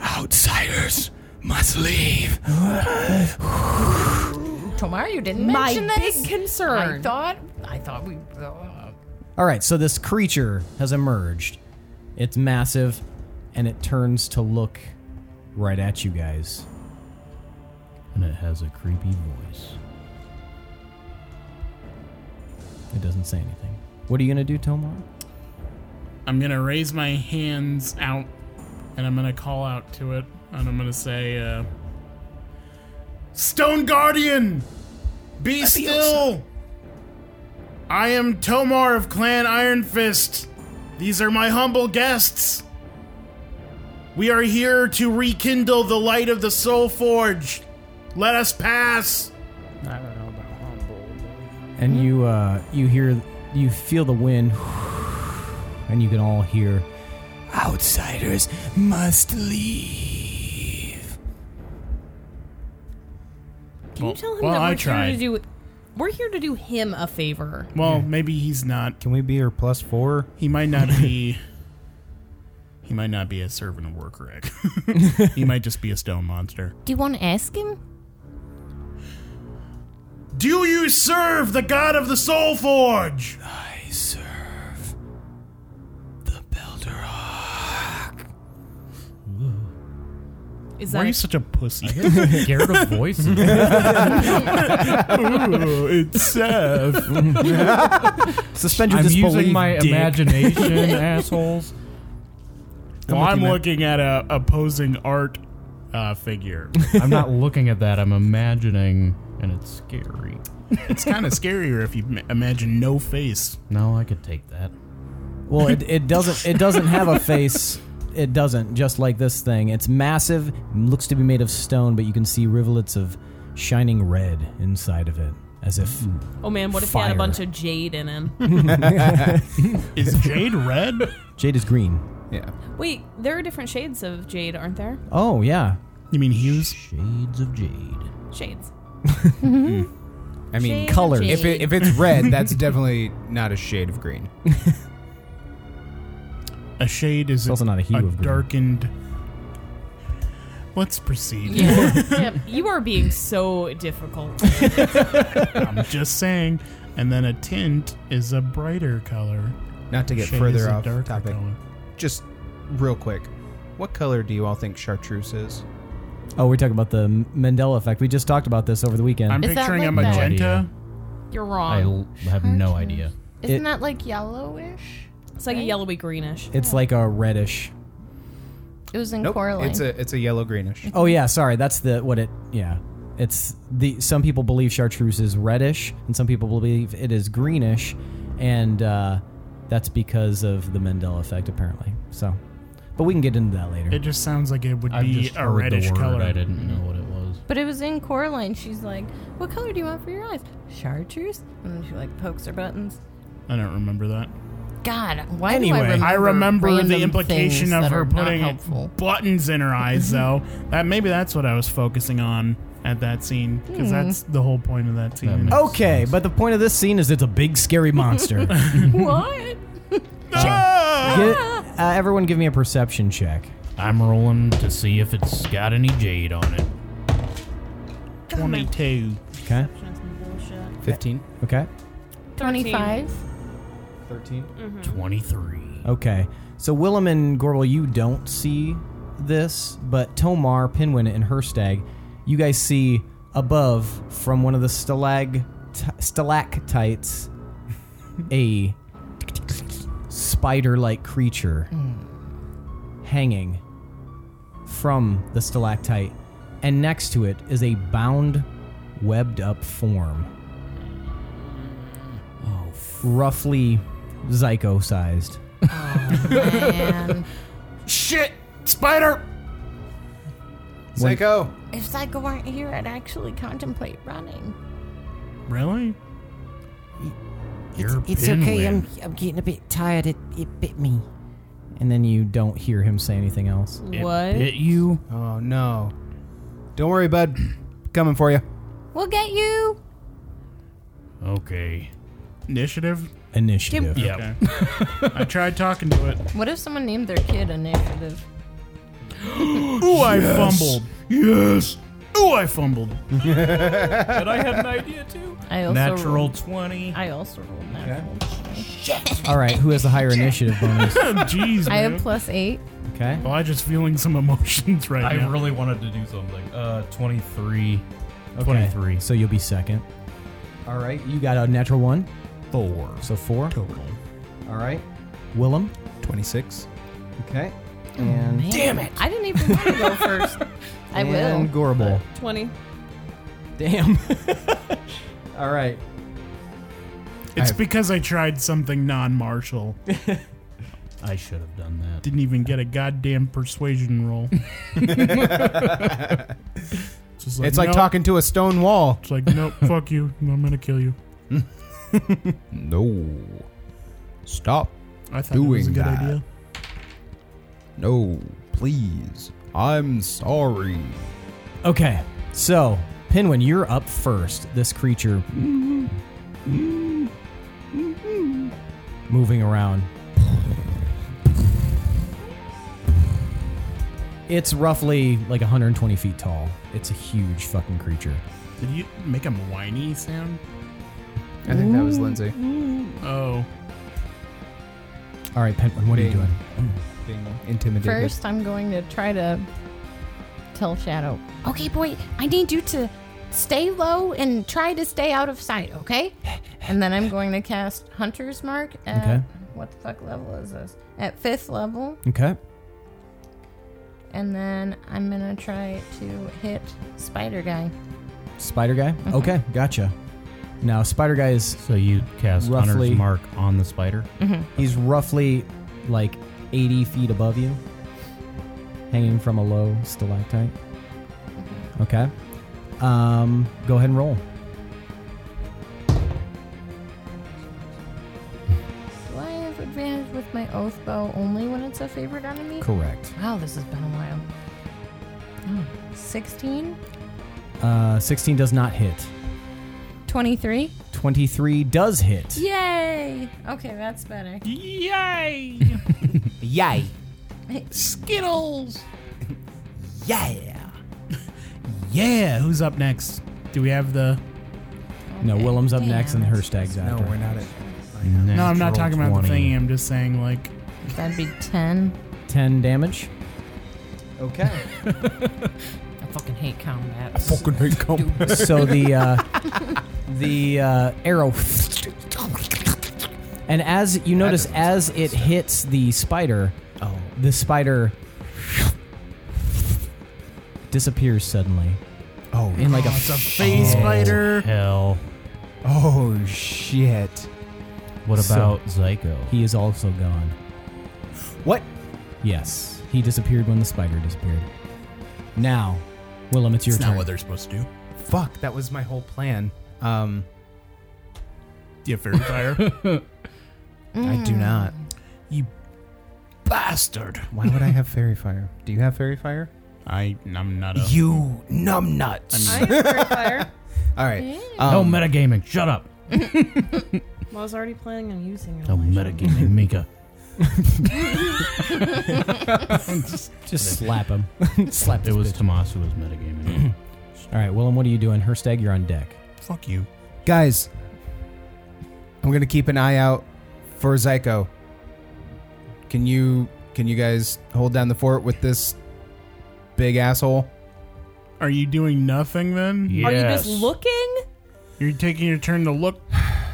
C: Outsiders must leave.
P: Tomar, you didn't
F: My
P: mention this.
F: big concern.
P: I thought. I thought we. uh,
C: All right, so this creature has emerged. It's massive, and it turns to look right at you guys.
D: And it has a creepy voice.
C: It doesn't say anything. What are you gonna do, Tomar?
E: I'm gonna raise my hands out, and I'm gonna call out to it, and I'm gonna say, uh, "Stone Guardian, be still. I am Tomar of Clan Iron Fist. These are my humble guests. We are here to rekindle the light of the Soul Forge. Let us pass." I don't know about humble.
C: and you
F: Mm.
C: uh, you hear you feel the wind and you can all hear outsiders must leave
F: Can you tell him
E: well,
F: that we're
E: I
F: here
E: tried.
F: to do? We're here to do him a favor.
E: Well, maybe he's not
G: Can we be your plus four?
E: He might not be. he might not be a servant of worker egg. he might just be a stone monster.
A: Do you want to ask him?
E: Do you serve the god of the Soul Forge?
F: Is
E: Why are you
F: that
E: such a pussy?
L: Scared of voices.
E: it's Seth.
C: suspend your
L: I'm
C: disbelief
L: using my
C: dick.
L: imagination, assholes.
E: Well, I'm
C: looking at-
E: looking at a opposing art uh, figure.
L: I'm not looking at that. I'm imagining, and it's scary.
E: It's kind of scarier if you ma- imagine no face.
L: No, I could take that.
C: well it, it doesn't it doesn't have a face it doesn't just like this thing it's massive looks to be made of stone but you can see rivulets of shining red inside of it as if
F: Oh man, what if he had
C: Fire.
F: a bunch of jade in him?
E: Is Jade red?
C: jade is green
G: Yeah.
F: Wait, there are different shades of jade, aren't there?
C: oh yeah
E: You mean hues?
D: Shades of Jade.
F: Shades.
G: I mean,
F: Shades of
C: colored.
F: jade.
G: if, it, if it's red, that's definitely not a shade of green.
E: A shade is
C: also not a hue of green.
E: darkened. Let's proceed.
F: Yep, you are being so difficult.
E: I'm just saying. And then a tint is a brighter color.
G: Not to get
E: Shade is
G: further
E: a
G: off
E: darker
G: topic. Hmm.
E: color.
G: Just real quick, what color do you all think chartreuse is?
C: oh we're talking about the mandela effect we just talked about this over the weekend
E: I'm
A: Is that
E: picturing a
A: like that- No
E: magenta.
L: idea.
F: You're
L: I
F: wrong.
L: l- have no idea.
C: It-
P: Isn't that like yellowish?
F: It's like a yellowy greenish.
C: it's like a reddish
P: It was in
G: Nope.
P: Coraline.
G: It's a it's a yellow greenish.
C: Oh yeah, sorry. That's the what it. Yeah, it's the. Some people believe chartreuse is reddish, and some people believe it is greenish, and uh, That's because of the Mandela effect, apparently. So, but we can get into that later.
E: It just sounds like it would
C: I've
E: be
C: just
E: a
C: heard the
E: reddish
C: word,
E: color.
C: I didn't know
E: what it was.
A: But it was in Coraline. She's like, "What color do you want for your eyes? Chartreuse?" And she like pokes her buttons.
E: I don't remember that.
A: God, why
E: anyway,
A: do I remember?
E: the
A: random
E: implication
A: things
E: of
A: that
E: her
A: are not
E: putting
A: helpful?
E: buttons in her eyes, though. That maybe that's what I was focusing on at that scene because
C: Hmm.
E: that's the whole point of that scene.
A: Oh,
C: Okay, but the point of this scene is it's a big scary monster.
A: what?
C: Get- uh, everyone, give me a perception check.
D: I'm rolling to see if it's got any jade on it.
E: Twenty-two.
C: Okay. Fifteen. Okay.
A: 25.
C: 13.
F: Hmm.
D: 23.
C: Okay. So Willem and Gorbel, you don't see this, but Tomar, Pinwin, and Herstag, you guys see above from one of the stalag stalactites a spider-like creature hanging from the stalactite, and next to it is a bound, webbed-up form. Roughly Zyko sized.
E: Shit, spider.
G: Psycho.
A: If Psycho weren't here, I'd actually contemplate running.
E: Really?
Q: It's,
C: You're
Q: it's okay.
C: pinwin.
Q: I'm, I'm getting a bit tired. It, it bit me.
C: And then you don't hear him say anything else.
Q: It What? bit
C: you?
G: Oh no! Don't worry, bud. Coming for you.
A: We'll get you.
E: Okay. Initiative.
C: Initiative.
E: Yeah. I tried talking to it.
A: What if someone named their kid Initiative?
E: Ooh, I fumbled. Yes. Ooh, I fumbled.
D: But I had an idea too.
A: I also
D: Natural
A: rolled-
D: 20.
A: I also rolled natural.
C: All right, who has the higher initiative bonus?
E: Jeez,
A: I
E: man.
A: have plus eight.
C: Okay.
E: Well, I'm just feeling some emotions right
D: I
E: now.
D: really wanted to do something. Uh, 23.
C: Okay,
D: 23.
C: So you'll be second. All right, you got a natural one. Four. So four total. All right. Willem. Twenty-six. Okay. And
A: Man, I didn't even want to go first. I will.
C: And Gorbel.
F: 20.
C: Damn. All right.
E: It's
C: I've-
E: because I tried something non-martial.
D: I should have done that.
E: Didn't even get a goddamn persuasion roll.
G: it's like talking to a stone wall.
E: It's like nope, fuck you. I'm gonna kill you.
G: No. Stop.
E: I thought
G: doing
E: it was a good
G: that.
E: idea.
G: No, please. I'm sorry.
C: Okay. So Pinwin, you're up first. This creature moving around. It's roughly like 120 feet tall. It's a huge fucking creature.
E: Did you make him whiny sound?
G: I think that was Lindsay.
E: Oh.
C: All right, Pentwin, what are you
G: Bing.
C: doing?
G: Being intimidated.
A: First, I'm going to try to tell Shadow, okay, boy, I need you to stay low and try to stay out of sight, okay? And then I'm going to cast Hunter's Mark at
C: Okay.
A: what the fuck level is this? At fifth level,
C: Okay.
A: and then I'm gonna try to hit Spider Guy.
C: Spider guy?
A: Mhm.
C: Okay, gotcha. Now, Spider guy is. So you cast
L: Hunter's
C: roughly,
L: Mark
C: on the spider?
A: Mhm.
C: He's roughly like 80 feet above you, hanging from a low stalactite. Okay. Um, go ahead and roll.
A: Do I have advantage with my oath bow only when it's a favorite enemy?
C: Correct.
A: Wow, this has been a while. Oh, 16,
C: Uh, 16 does not hit,
A: 23.
C: 23 does hit.
A: Yay! Okay, that's better.
E: Yay!
C: Yay.
E: Skittles!
C: Yeah.
E: Yeah, who's up next? Do we have the
C: No, Willem's up next and Herstag's after.
G: No, we're not at.
E: No, I'm not
C: Natural
E: talking about the
C: 20.
E: thingy. I'm just saying like
A: That'd be 10.
C: 10 damage. Okay.
A: I fucking hate combat.
C: I fucking hate combat. So the uh, the uh, arrow, and as you notice, as it hits the spider, oh. the spider disappears suddenly. Oh, in like a
G: Oh.
E: it's a phase spider.
C: Hell.
G: Oh shit.
D: What
C: So-
D: about Zyko?
C: He is also gone. What? Yes, he disappeared when the spider disappeared. Now, Willem, it's your
G: It's not
C: turn.
G: what
E: they're supposed to do.
G: Fuck, that was my whole plan. Um,
E: Do you have fairy fire?
G: I do not.
E: You bastard.
G: Why would I have fairy fire? Do you have fairy fire?
E: I I'm not.
G: You numbnuts.
F: I have fairy fire.
G: All right.
R: no
G: um,
R: metagaming. Shut up.
F: Well, I was already planning on using
E: Oh,
F: it.
R: No metagaming, Mika.
C: just slap him. slap
D: It was Tomas who was metagaming.
C: All right, Willem, what are you doing? Herstag, you're on deck.
E: Fuck you.
G: Guys, I'm gonna keep an eye out for Zyko. Can you can you guys hold down the fort with this big asshole?
E: Are you doing nothing then?
F: Are you just looking?
E: You're taking your turn to look.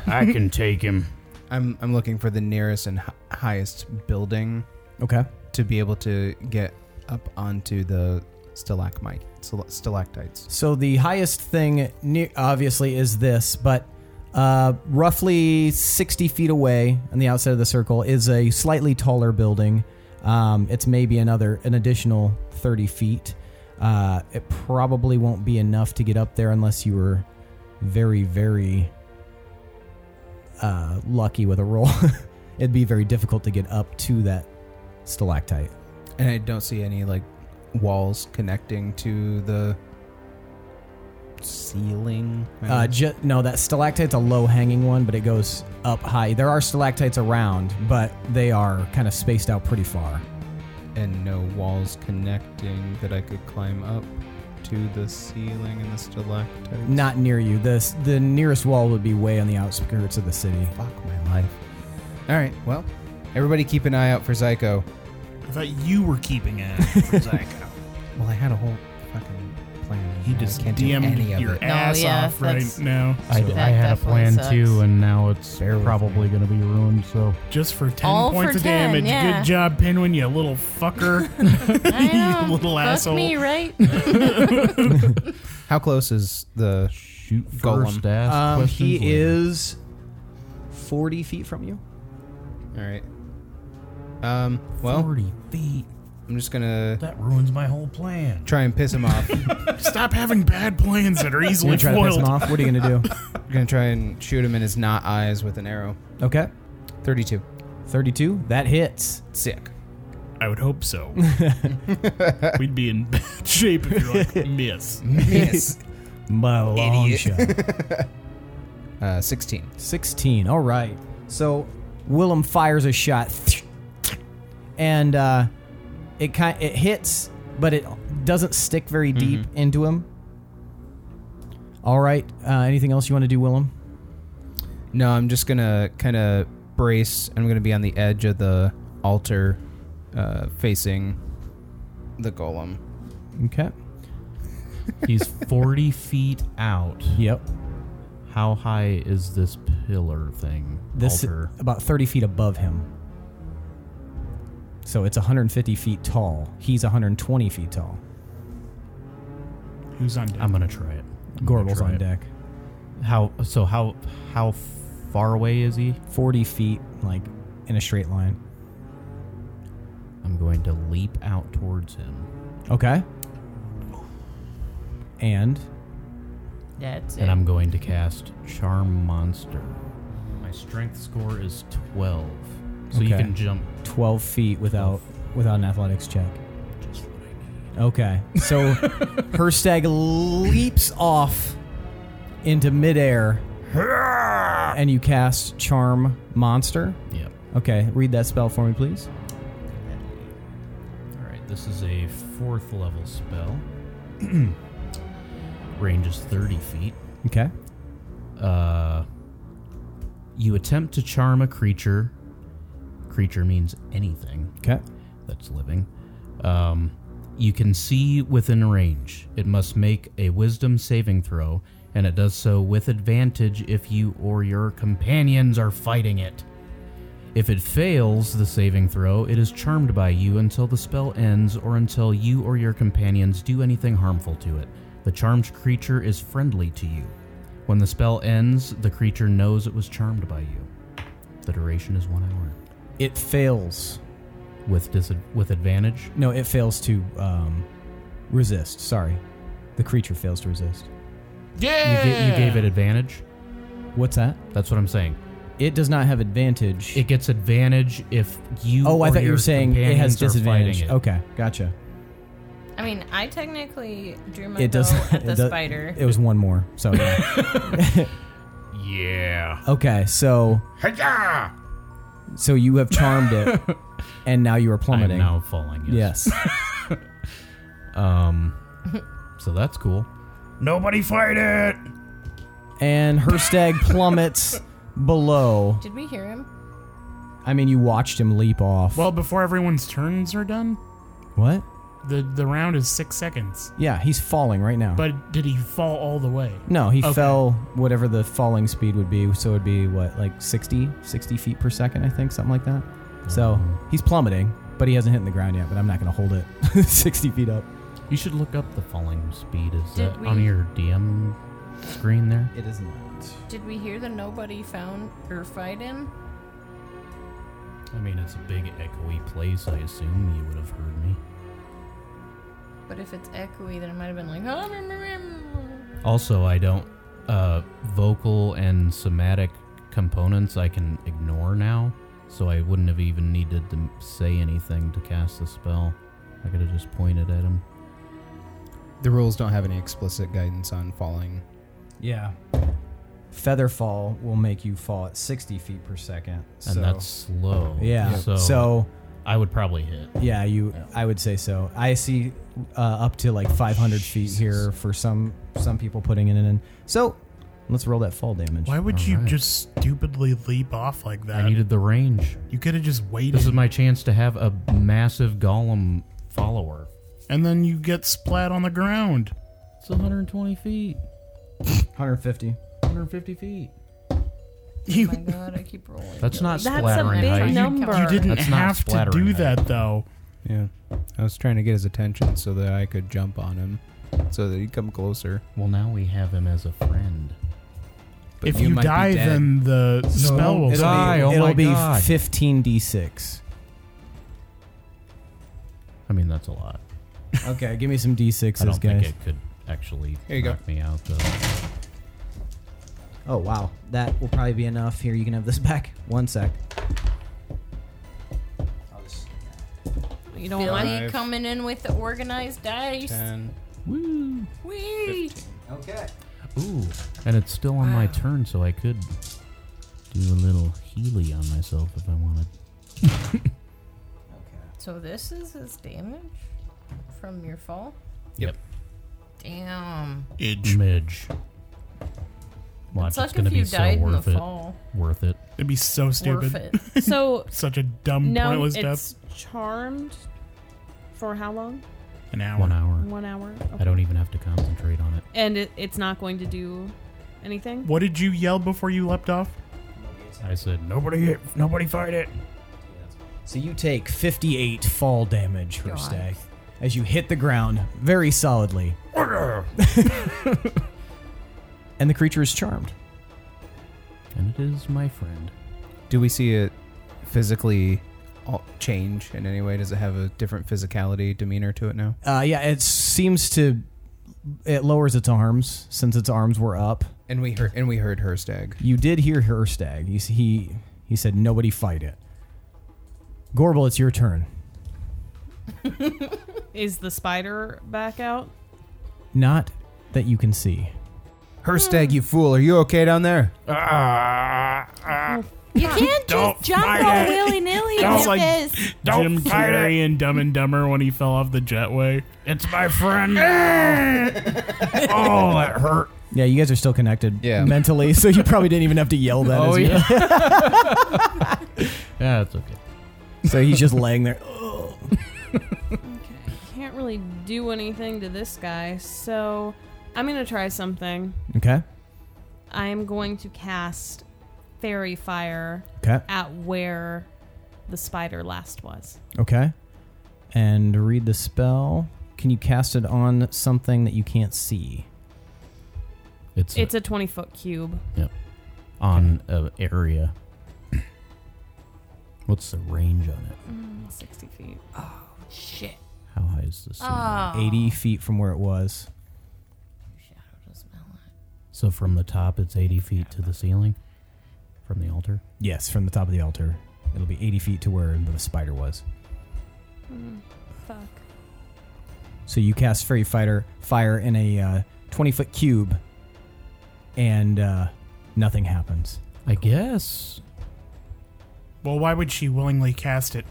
R: I can take him.
G: I'm I'm looking for the nearest and hi- highest building.
C: Okay.
G: To be able to get up onto the stalagmite stal- stalactites.
C: So the highest thing, ne- obviously, is this, but uh, roughly 60 feet away on the outside of the circle is a slightly taller building. Um, it's maybe another, an additional 30 feet. Uh, it probably won't be enough to get up there unless you were very, very uh, lucky with a roll. It'd be very difficult to get up to that stalactite.
G: And I don't see any like walls connecting to the ceiling.
C: Uh, ju- no, that stalactite's a low hanging one, but it goes up high. There are stalactites around, but they are kind of spaced out pretty far.
G: and no walls connecting that I could climb up to the ceiling and the stalactites.
C: Not near you. The s- the nearest wall would be way on the outskirts of the city.
G: Fuck my life. All right, well, everybody keep an eye out for Zyko.
E: I thought you were keeping an eye for Zyko.
G: Well, I had a whole fucking plan.
E: He
G: I
E: just
G: can't do any
E: DM'd
G: of
E: your
G: it.
E: ass
S: Oh, yeah,
E: off right
S: that's-
E: now.
D: I,
E: So-
D: I had a plan too, and now it's
G: with
D: probably going to be ruined. So
E: Just for 10
S: All
E: points
S: for
E: of
S: 10,
E: damage.
S: yeah.
E: Good job, Pinwin, you little fucker.
S: I
E: you
S: know.
E: little
S: Fuck
E: asshole.
S: me, right?
G: How close is the shoot
D: first, ask questions
C: Um, he
D: later.
C: is forty feet from you.
G: All right. Um. Well,
R: 40 feet.
G: I'm just gonna
R: That ruins my whole plan.
G: try and piss him off. I'm
E: Stop having bad plans that are easily
C: You're gonna try to piss him
E: foiled.
C: off. What are you gonna do?
G: gonna try and shoot him in his not eyes with an arrow.
C: Okay,
G: 32.
C: thirty-two. That hits.
G: Sick.
E: I would hope so. We'd be in bad shape if you're like, miss.
G: Yes.
C: By a long shot.
G: uh, 16.
C: 16. All right. So Willem fires a shot, and uh, it kind it hits, but it doesn't stick very deep into him. All right. Uh, anything else you want to do, Willem?
G: No, I'm just gonna kind of brace. I'm gonna be on the edge of the altar, uh, facing the golem.
C: Okay.
D: he's 40 feet out.
C: Yep.
D: How high is this pillar thing?
C: This
D: Altar?
C: is about 30 feet above him. So it's 150 feet tall. He's 120 feet tall.
E: Who's on deck?
D: I'm gonna try it. I'm gonna
C: Gorbel's
D: try
C: on
D: it.
C: deck.
D: How? So how? How far away is he?
C: 40 feet, like in a straight line.
D: I'm going to leap out towards him,
C: Okay. And
S: That's it.
D: and I'm going to cast Charm Monster. My strength score is 12, so you
C: Okay.
D: can jump
C: 12 feet without without an athletics check. Okay. So her stag leaps off into midair and you cast charm monster.
D: Yep.
C: Okay, read that spell for me please.
D: All right. This is a fourth level spell. Range is 30 feet.
C: Okay.
D: Uh, you attempt to charm a creature. Creature means anything
C: Okay.
D: that's living. Um, you can see within range. It must make a wisdom saving throw, and it does so with advantage if you or your companions are fighting it. If it fails the saving throw, it is charmed by you until the spell ends or until you or your companions do anything harmful to it. The charmed creature is friendly to you. When the spell ends, the creature knows it was charmed by you. The duration is one hour.
C: It fails.
D: With dis- with advantage?
C: No, it fails to um, resist. Sorry. The creature fails to resist.
D: You, ga- you gave it advantage?
C: What's that?
D: That's what I'm saying.
C: It does not have advantage.
D: It gets advantage if you.
C: oh, I
D: or
C: thought you
D: your
C: were saying it has
D: companions are fighting
C: disadvantage.
D: it.
C: Okay, gotcha.
A: I mean, I technically drew my
C: It does.
A: bow at the
C: it does-
A: spider.
C: It was one more. So. Yeah.
T: Yeah.
C: okay, so
T: Hi-ya!
C: so you have charmed it, and now you are plummeting.
D: now falling, yes.
C: Yes.
D: Um, so that's cool.
T: Nobody fight it.
C: and Herstag plummets below.
A: Did we hear him?
C: I mean, you watched him leap off.
U: Well, before everyone's turns are done,
C: What?
U: the the round is six seconds.
C: Yeah, he's falling right now.
U: But did he fall all the way?
C: No, he
U: Okay.
C: fell whatever the falling speed would be. So it'd be what, like 60, 60 feet per second, I think, something like that. So he's plummeting, but he hasn't hit the ground yet. But I'm not going to hold it 60 feet up.
D: You should look up the falling speed. Is
A: Did
D: that
A: we-
D: on your DM screen there?
C: It is not.
A: Did we hear the nobody found or fight him?
D: I mean, it's a big echoey place. I assume you would have heard me.
A: But if it's echoey, then it might have been like, oh, mm, mm, mm."
D: Also, I don't uh, vocal and somatic components I can ignore now, so I wouldn't have even needed to say anything to cast the spell. I could have just pointed at him.
G: The rules don't have any explicit guidance on falling.
C: Yeah. Feather fall will make you fall at 60 feet per second. And
D: And that's slow.
C: Yeah.
D: So,
C: so
D: I would probably hit.
C: Yeah, you. I would say so. I see uh, up to like 500 feet here for some some people putting it in. So let's roll that fall damage.
E: Why would you just stupidly leap off like that?
D: I needed the range.
E: You could have just waited.
D: This is my chance to have a massive golem follower.
E: and then you get splat on the ground.
D: It's 120 feet.
C: 150.
D: 150 feet.
E: You,
A: my god, I keep rolling.
D: That's not
A: That's a
D: splattering
A: big
D: height.
A: number.
E: you didn't
D: That's not
E: have to do
D: splattering height.
E: that though.
G: Yeah. I was trying to get his attention so that I could jump on him so that he'd come closer.
D: Well, now we have him as a friend.
G: But
E: if
G: you
E: you,
G: might be
E: die,
G: dead.
E: then the spell will
C: it'll
E: die.
C: Be,
D: oh my
C: it'll be
D: God.
C: 15d6.
D: I mean, that's a lot.
C: Okay, give me some
D: I
C: d6s,
D: don't think
C: guys.
D: it could actually
G: Here you go.
D: knock me out though.
C: Oh wow, that will probably be enough. Here, you can have this back. One sec.
F: You don't want
A: Billy coming in with the organized dice.
D: Woo!
A: Whee!
C: Okay.
D: Ooh, and it's still on my turn, so I could do a little healy on myself if I wanted.
A: So this is his damage from your fall.
D: Yep.
A: Damn.
E: Itch.
D: Midge. Watch,
A: It's like
D: gonna
A: if you
D: be so
A: died in the
D: worth it.
A: fall.
D: Worth it.
E: It'd be so
A: Worth
E: stupid.
A: it.
F: So
E: Such a dumb,
F: now
E: pointless
F: it's
E: death.
F: charmed for how long?
E: An hour.
D: One hour.
F: One hour.
D: I don't even have to concentrate on it.
F: And it, it's not going to do anything.
E: What did you yell before you leapt off?
D: I said nobody, nobody fight it.
C: So you take 58 fall damage, Herstag, as you hit the ground very solidly. and the creature is charmed.
D: And it is my friend.
G: Do we see it physically al- change in any way? Does it have a different physicality, demeanor to it now?
C: Uh, yeah, it seems to. It lowers its arms since its arms were up.
G: And we heard and we heard her stag.
C: You did hear Herstag. You, s- he he said nobody fight it. Gorbel, it's your turn.
F: Is the spider back out?
C: Not that you can see.
G: Her stag, you fool! Are you okay down there?
V: You can't
E: Don't
V: just jump
E: fight
V: all
E: it.
V: willy nilly
E: Don't,
V: like
E: like,
V: this.
E: Don't Jim
T: fight
E: Carrey and Dumb and Dumber when he fell off the jetway.
T: It's my friend. oh, that hurt.
C: Yeah, you guys are still connected
G: Yeah. Oh,
C: mentally, so you probably didn't even have to yell that. as you-
D: Yeah, it's okay.
C: So he's just laying there.
F: Can't really do anything to this guy, so I'm gonna try something.
C: Okay.
F: I am going to cast fairy fire
C: Okay.
F: at where the spider last was.
C: Okay. And read the spell. Can you cast it on something that you can't see?
D: It's,
F: It's a 20 foot cube.
D: on an area. What's the range on it?
F: Mm, 60 feet.
W: Oh, shit.
D: How high is this?
A: Ah.
W: Oh.
C: 80 feet from where it was.
D: So from the top, it's 80 feet to the ceiling from the altar.
C: Yes, from the top of the altar. It'll be 80 feet to where the spider was.
F: Mm, fuck.
C: So you cast Fairy Fighter fire in a uh, 20 foot cube, and uh, nothing happens.
D: I guess.
E: Well, why would she willingly cast it?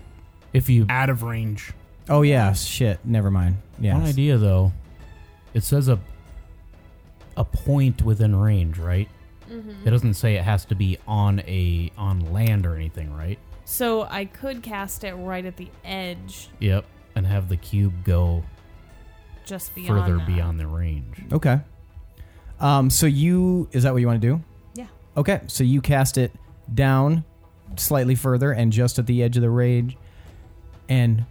D: If you
E: out of range.
C: Oh, yeah, shit. Never mind. Yeah.
D: One idea though, it says a a point within range, right?
F: Mhm.
D: It doesn't say it has to be on a on land or anything, right?
F: So I could cast it right at the edge,
D: Yep, and have the cube go
F: just beyond.
D: further
F: that.
D: beyond the range.
C: Okay. Um, so you is that what you want to do?
F: Yeah.
C: Okay. So you cast it down slightly further and just at the edge of the rage, and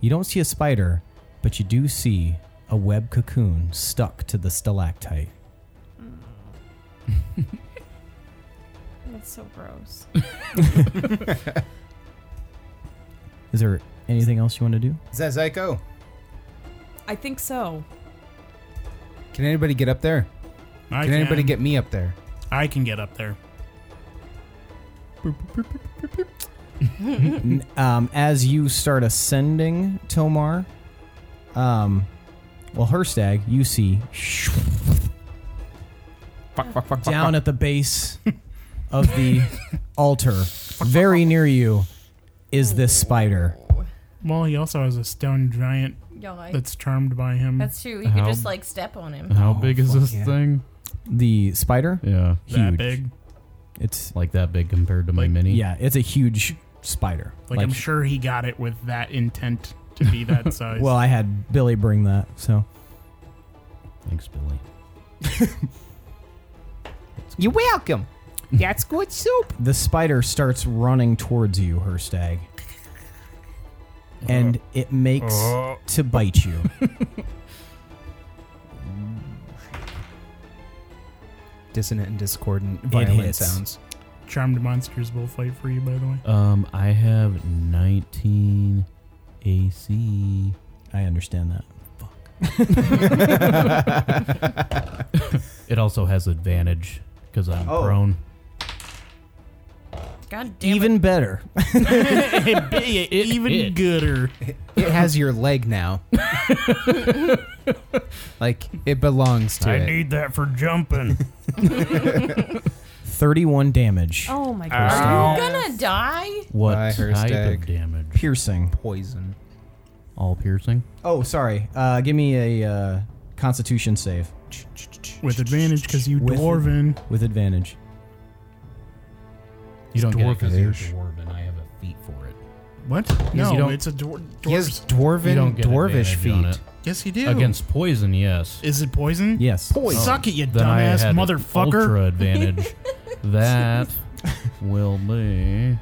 C: you don't see a spider, but you do see a web cocoon stuck to the stalactite.
F: That's so gross.
C: Is there anything else you want to do?
G: Is that Zyko?
F: I think so.
G: Can anybody get up there?
E: I
G: can anybody
E: can.
G: get me up there?
E: I can get up there.
C: N- um, as you start ascending, Tomar, um, well, Herstag, you see down at the base of the altar, very near you, is this spider.
E: Well, he also has a stone giant
A: Yoi.
E: that's charmed by him.
A: That's true. You could just like step on him.
D: thing?
C: The spider?
D: Oh, Yeah.
C: Huge.
E: That big?
C: It's
D: like that big compared to my mini.
C: Yeah, it's a huge spider.
E: Like, I'm sure he got it with that intent to be that size.
C: well, I had Billy bring that, so.
D: Thanks, Billy.
G: You're welcome. That's good soup.
C: The spider starts running towards you, Herstag. And it makes
D: Uh.
C: to bite you.
G: Dissonant and discordant
C: It
G: violent
C: hits.
G: sounds.
E: Charmed monsters will fight for you, by the way.
D: Um, I have 19 AC.
C: I understand that.
D: It also has advantage because I'm
C: Oh.
D: prone.
A: God damn
C: Even better.
E: Even gooder.
G: It has your leg now. like it belongs to it.
X: need that for jumping.
C: 31 damage.
A: Oh my
C: Herstag.
A: god. Are you gonna die?
D: What
G: Bye,
D: type
G: Herstag.
D: of damage?
C: Piercing.
G: Poison.
D: All piercing?
C: Oh, sorry. Uh, give me a uh, Constitution save
E: With advantage because you
C: With-
E: dwarven.
C: with advantage.
D: You don't get it 'cause you're
G: dwarvish.
D: dwarf and I have a feat for it.
E: What?
D: you
E: No,
D: don't-
E: it's a dwar- dwarf.
G: He has
D: You don't
G: dwarven,
D: get
G: dwarvish
D: advantage on
G: feet.
D: it.
E: yes, you do.
D: Against poison, yes.
E: Is it poison?
C: Yes.
E: Suck it, you
D: Then I
E: dumbass
D: had
E: motherfucker.
D: Ultra advantage. that will be.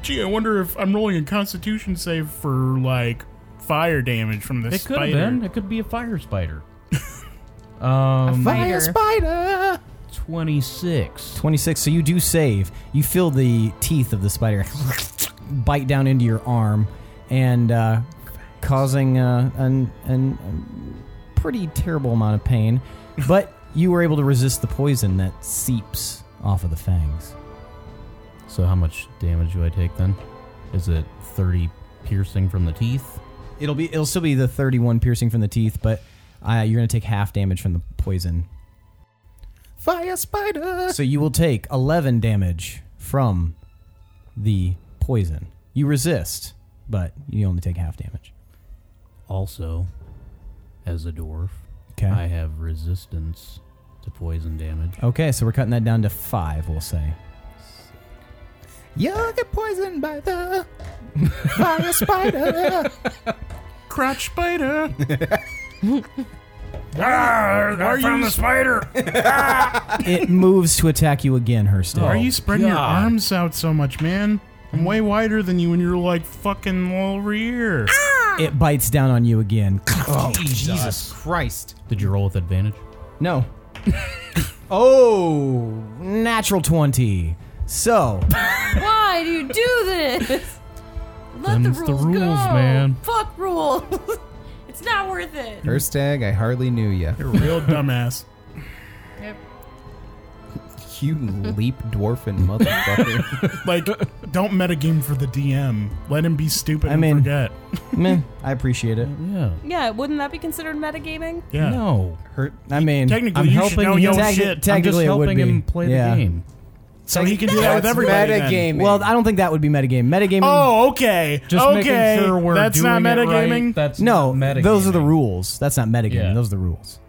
E: Gee, I wonder if I'm rolling a Constitution save for like fire damage from the
D: It could
E: spider.
D: have been. It could be a fire spider. um,
G: Fire spider.
D: 26.
C: 26. So you do save. You feel the teeth of the spider bite down into your arm and uh, causing uh, an, an, a pretty terrible amount of pain. But you were able to resist the poison that seeps off of the fangs.
D: So how much damage do I take then? Is it 30 piercing from the teeth?
C: It'll be it'll still be the 31 piercing from the teeth, but uh, you're going to take half damage from the poison.
G: Fire spider.
C: So you will take 11 damage from the poison. You resist, but you only take half damage.
D: Also, as a dwarf,
C: Okay.
D: I have resistance to poison damage.
C: Okay, so we're cutting that down to five, we'll say.
G: You get poisoned by the fire spider.
E: Crotch spider.
X: ah, I
E: Are
X: found
E: you-
X: the spider.
C: it moves to attack you again, Hurston.
E: Why are you spreading your
X: God.
E: arms out so much, man? I'm way wider than you, and you're like fucking over here.
C: It bites down on you again.
E: Oh.
G: Jesus Christ.
D: Did you roll with advantage?
C: No. oh, natural 20. So,
F: Why do you do this? Let
C: Them's
F: the
C: the
F: rules,
C: rules,
F: go.
C: man.
F: Fuck rules. it's not worth it.
G: Hashtag I hardly knew you.
E: You're a real dumbass.
F: Yep.
G: You leap dwarfing motherfucker.
E: like, don't metagame for the DM. Let him be stupid
C: I
E: and
C: mean,
E: forget.
C: meh, I appreciate it.
D: Yeah.
A: Yeah, wouldn't that be considered metagaming?
E: Yeah.
D: No.
C: Hurt. I mean,
E: Technically,
C: I'm
E: you should
C: helping
E: know
C: him.
E: your
C: Techni-
E: shit. I'm just
C: Technically, it would
E: helping
C: be.
E: him play the
C: yeah.
E: game. So he can do that with
C: That's
E: everybody. then.
C: metagaming. Well, I don't think that would be metagaming. Metagaming.
E: Oh, okay.
C: Just
E: okay.
C: making sure we're
E: That's
C: doing
E: not
C: it right.
E: metagaming.
D: That's
C: no, those are the rules. That's not metagaming.
E: Yeah.
C: Those are the rules.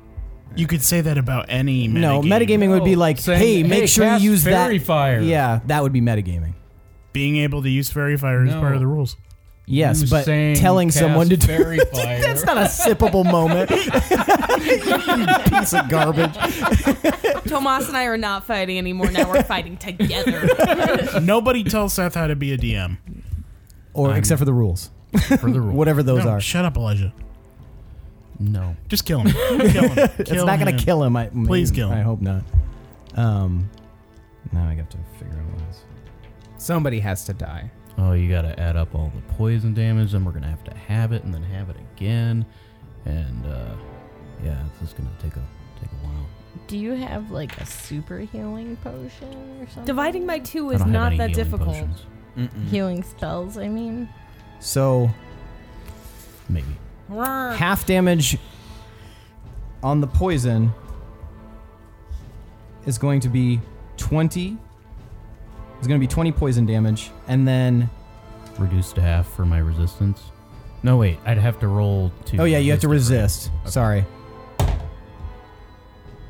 E: You could say that about any metagaming.
C: No, metagaming would be like,
E: saying,
C: hey, make
E: "Hey,
C: sure
E: cast
C: you use
E: fairy
C: that.
E: fire.
C: Yeah, that would be metagaming.
E: Being able to use fairy fire is
C: No.
E: part of the rules.
C: Yes,
E: You
C: but
E: sang
C: telling
E: cast
C: someone to do
E: fairy fire.
C: that's not a sippable moment. You piece of garbage.
A: Tomas and I are not fighting anymore. Now we're fighting together.
E: Nobody tells Seth how to be a DM.
C: Or except for the rules.
E: For the rules.
C: Whatever those
E: No,
C: are.
E: Shut up, Elijah.
D: No.
E: Just kill him. Kill him.
C: it's
E: Kill
C: not
E: him.
C: gonna kill him. I,
E: Please
C: maybe.
E: kill him.
C: I hope not. Um, now I have to figure out what else.
G: Somebody has to die.
D: Oh, you got to add up all the poison damage, and we're gonna have to have it, and then have it again, and uh, yeah, this is gonna take a take a while.
F: Do you have like a super healing potion or something?
A: Dividing by two
D: I
A: is
D: don't have
A: not
D: any
A: that
D: healing
A: difficult.
D: potions.
G: Mm.
F: healing spells. I mean,
C: So
D: maybe
C: half damage on the poison is going to be twenty. It's going to be twenty poison damage, and then
D: Reduced to half for my resistance. No, wait, I'd have to roll to.
C: oh yeah, you have to
D: resist
C: resist. Sorry.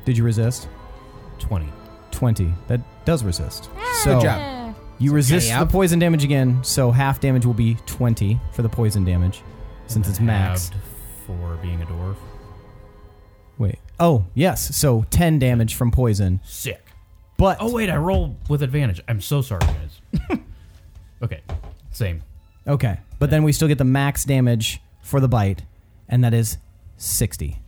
C: Did you resist?
D: it. Twenty.
C: Twenty. That does resist. So
G: Good job.
C: You resist
G: Yeah.
C: the poison damage again, so half damage will be 20 for the poison damage since it's maxed.
D: Halved for being a dwarf.
C: Wait. Oh, yes. So 10 damage from poison.
D: Sick.
C: But
D: oh wait, I roll with advantage. I'm so sorry, guys. okay, same.
C: Okay. But then we still get the max damage for the bite, and that is 60.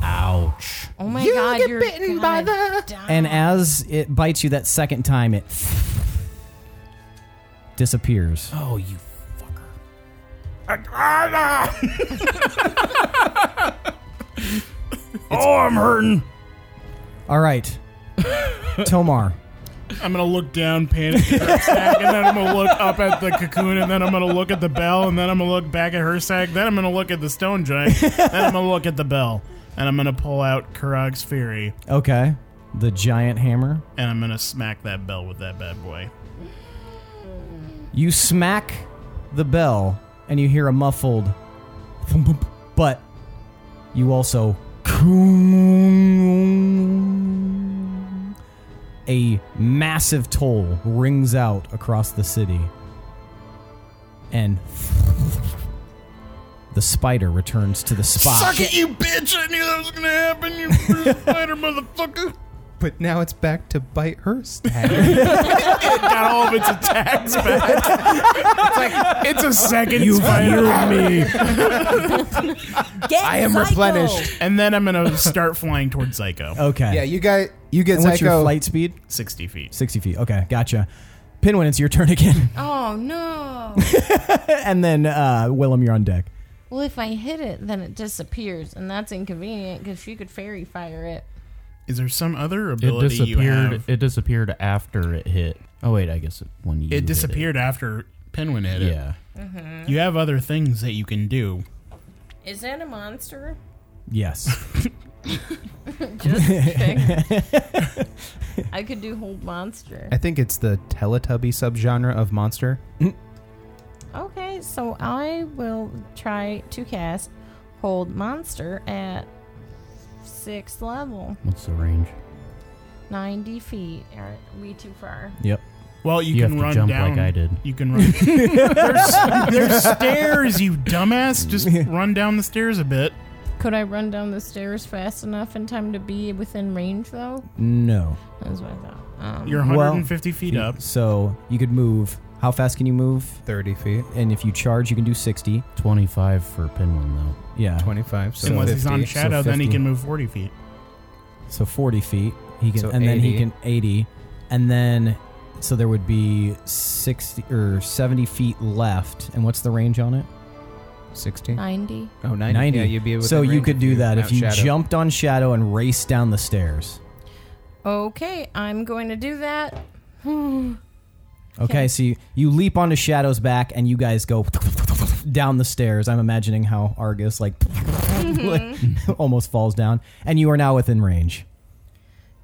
D: Ouch.
F: oh my god, you're bitten by the.
C: And
G: Ah.
C: as it bites you that second time, it disappears.
D: Oh, you
E: Oh, I'm hurting.
C: All right. Tomar.
E: I'm gonna look down, panic, Herstag, and then I'm gonna look up at the cocoon, and then I'm gonna look at the bell, and then I'm gonna look back at Herstag, then I'm gonna look at the stone giant, then I'm gonna look at the bell, and I'm gonna pull out Karag's Fury,
C: Okay. The giant hammer.
E: and I'm gonna smack that bell with that bad boy.
C: You smack the bell and you hear a muffled thump, thump, but you also a massive toll rings out across the city and the spider returns to the spot.
E: Suck it, you bitch! I knew that was gonna happen, you bruised spider motherfucker!
G: But now it's back to bite her stag.
E: It got all of its attacks back. It's like it's a second
G: You've
E: spider.
F: Get psycho.
E: and then I'm gonna start flying towards Psycho.
C: Okay.
G: Yeah, you got you get
C: and what's your
G: psycho.
C: flight speed?
E: 60 feet.
C: 60 feet. Okay, gotcha. Pinwin, it's your turn again.
F: Oh no!
C: and then uh, Willem, you're on deck.
F: well, if I hit it, then it disappears, and that's inconvenient because you could fairy fire it.
E: Is there some other
D: It
E: ability you
D: disappeared.
E: have?
D: It disappeared after it hit. Oh wait, I guess it, when you hit
E: It disappeared after Penguin hit it.
D: Yeah.
E: You have other things that you can do.
F: Is that a monster?
C: Yes.
F: Just kidding. I could do hold monster.
G: I think it's the Teletubby subgenre of monster.
F: Okay, so I will try to cast hold monster at sixth level,
D: What's the range?
F: ninety feet. Are we too far?
C: Yep.
E: Well, you, can
D: You have to
E: run
D: jump
E: down.
D: like I did.
E: You can run. there's, there's stairs, you dumbass. Just run down the stairs a bit.
F: Could I run down the stairs fast enough in time to be within range, though?
C: No.
F: That's what I thought. Um,
E: You're
C: Well,
E: 150 feet
C: you-
E: up.
C: So you could move. How fast can you move?
G: 30 feet.
C: And if you charge, you can do 60.
D: Twenty-five for Pinwin though.
C: Yeah.
G: 25. So
E: Unless
G: 50,
E: he's on
G: so
E: shadow, then he
G: 50.
E: can move 40 feet.
C: So 40 feet. He can,
G: So
C: and then he
G: 80.
C: can 80. And then, So there would be 60 or 70 feet left. And what's the range on it?
G: 60?
P: 90.
G: Oh, 90. Yeah, you'd be within
C: so you
G: range
C: could
G: if
C: do
G: you
C: that if you
G: outshadow.
C: jumped on Shadow and raced down the stairs.
P: Okay, I'm going to do that.
C: Okay, so you, you leap onto Shadow's back and you guys go down the stairs. I'm imagining how Argus like almost falls down, and you are now within range.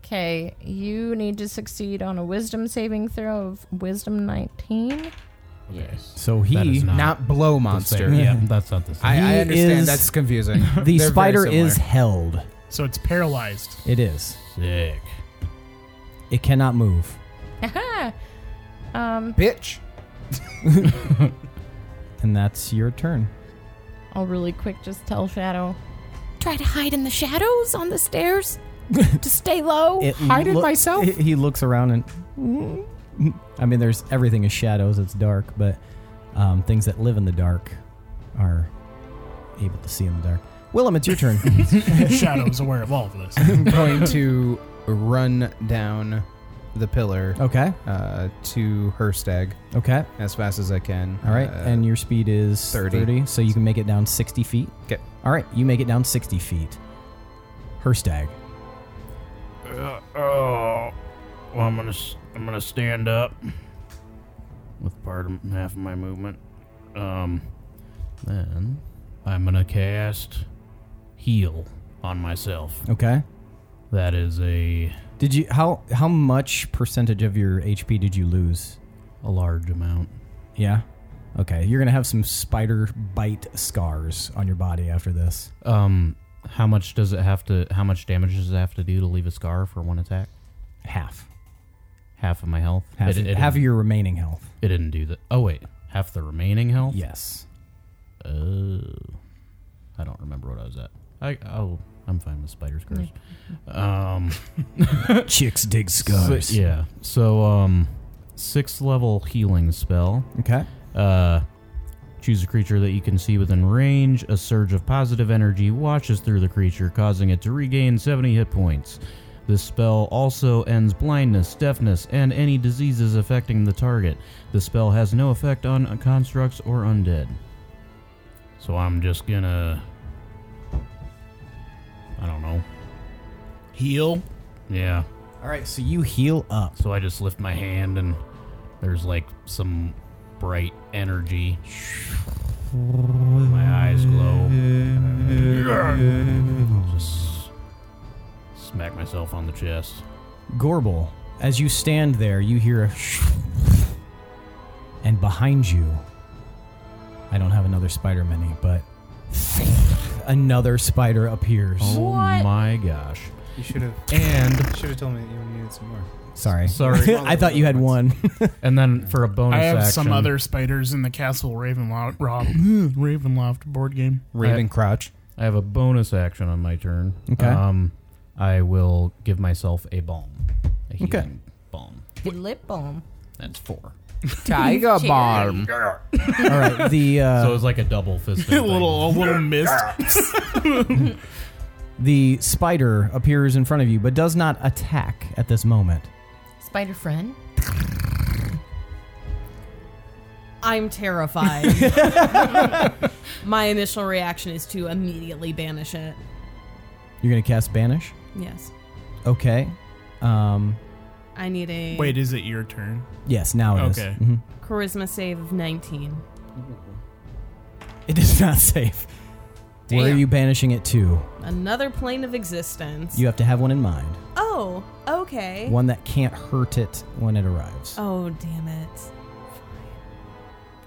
P: Okay, you need to succeed on a wisdom saving throw of wisdom 19.
D: Yes.
C: So he
G: not, blow monster.
D: Yeah, that's not the same.
G: I, I
C: He
G: understand
C: is-
G: that's confusing. They're
C: The
G: very
C: spider is
G: similar.
C: held.
E: So it's paralyzed.
C: It is.
D: Sick.
C: It cannot move.
P: um,
G: Bitch.
C: And that's your turn.
P: I'll really quick just tell Shadow.
A: Try to hide in the shadows on the stairs to stay low.
C: loo-
A: Oh.
C: He- He looks around and I mean, there's everything is shadows. It's dark, but um, things that live in the dark are able to see in the dark. Willem, it's your turn.
E: Shadow's aware of all of this.
G: I'm going to run down the pillar.
C: Okay.
G: Uh, to her stag.
C: Okay.
G: As fast as I can.
C: All right,
G: Uh,
C: and your speed is 30.
G: 30.
C: so you can make it down 60 feet.
G: 'Kay.
C: All right, you make it down 60 feet. Her stag.
D: Uh, oh, well, I'm gonna s- I'm gonna stand up with part of half of my movement. Um, then I'm gonna cast heal on myself.
C: Okay.
D: That is a
C: Did you how how much percentage of your HP did you lose?
D: a large amount.
C: Yeah. Okay, you're gonna have some spider bite scars on your body after this.
L: Um, how much does it have to? How much damage does it have to do to leave a scar for one attack?
C: Half.
L: Half of my health.
C: Half,
L: it, it
C: half of
L: didn't-
C: your remaining health.
L: It didn't do that. Oh wait, half the remaining health.
C: Yes.
L: Oh, I don't remember what I was at. I oh, I'm fine with spider scars. Um,
C: Chicks dig
L: so- yeah. So um, sixth level healing spell.
C: Okay.
L: Uh, choose a creature that you can see within range. A surge of positive energy washes through the creature, causing it to regain 70 hit points. This spell also ends blindness, deafness, and any diseases affecting the target. The spell has no effect on uh, constructs or undead.
D: So I'm just gonna. I don't know.
E: Heal.
D: Yeah.
C: All right, so you heal up.
D: So I just lift my hand and there's like some bright energy. My eyes glow. Just smack myself on the chest.
C: Gorbel, as you stand there, you hear a and behind you, I don't have another spider mini, but another spider appears.
L: Oh my gosh.
G: You should have.
L: And
G: Should have told me that you needed some more.
C: Sorry.
L: Sorry.
C: I thought you had one.
L: and then for a bonus
E: I have
L: action,
E: some other spiders in the Castle Ravenloft, Rob, Ravenloft board game.
G: Raven Crouch.
L: I have a bonus action on my turn.
C: Okay.
L: Um, I will give myself a balm. A healing
C: Okay.
L: balm.
P: The lip balm.
L: That's four.
G: Tiger Bomb.
C: All right, the uh,
L: so it's like a double fist.
E: a little, a little mist.
C: the spider appears in front of you, but does not attack at this moment.
A: Spider friend.
F: I'm terrified. My initial reaction is to immediately banish it.
C: You're gonna cast banish.
F: Yes.
C: Okay. Um.
F: I need a
E: Wait, is it your turn?
C: Yes. Now it is.
E: Okay.
C: Mhm.
F: charisma save of 19.
C: It is not safe. Where are
F: Damn.
C: you banishing it to?
F: Another plane of existence.
C: You have to have one in mind.
F: oh, okay.
C: One that can't hurt it when it arrives.
F: Oh, damn it.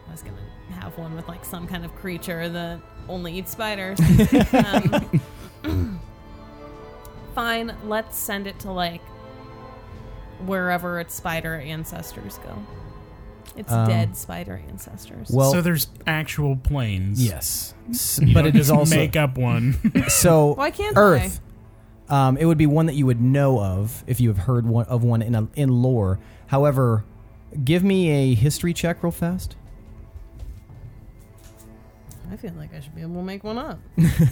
F: I was going to have one with like some kind of creature that only eats spiders. um, fine, let's send it to like wherever its spider ancestors go. It's
C: Um,
F: dead spider ancestors.
C: Well,
E: so there's actual planes.
C: yes, S-
E: You
C: but
E: don't
C: it is
E: just
C: also
E: make up one.
C: so
F: Why can't
C: Earth. Um, it would be one that you would know of if you have heard one, of one in a, in lore. However, give me a history check real fast.
F: I feel like I should be able to make one up.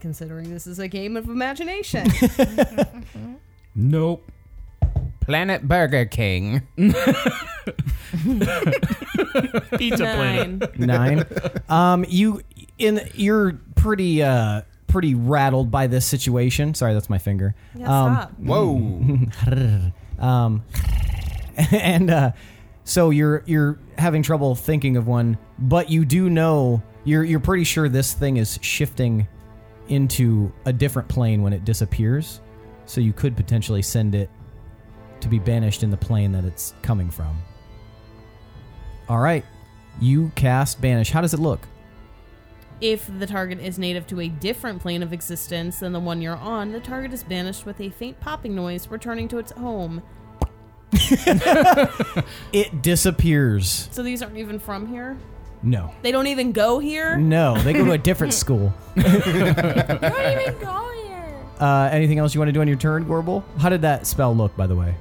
F: Considering this is a game of imagination.
L: Nope.
G: Planet Burger King.
E: Pizza planet.
C: Nine. Um, you in you're pretty uh pretty rattled by this situation. Sorry, that's my finger.
F: Yeah,
C: Um,
F: stop.
C: Whoa. um, and uh, so you're you're having trouble thinking of one, but you do know you're you're pretty sure this thing is shifting into a different plane when it disappears. So you could potentially send it to be banished in the plane that it's coming from. All right. You cast banish. How does it look?
F: If the target is native to a different plane of existence than the one you're on, the target is banished with a faint popping noise, returning to its home.
C: It disappears.
F: So these aren't even from here?
C: No.
F: They don't even go here?
C: No, they go to a different school.
F: don't even go here.
C: Uh, anything else you want to do on your turn, Gorbel? How did that spell look, by the way?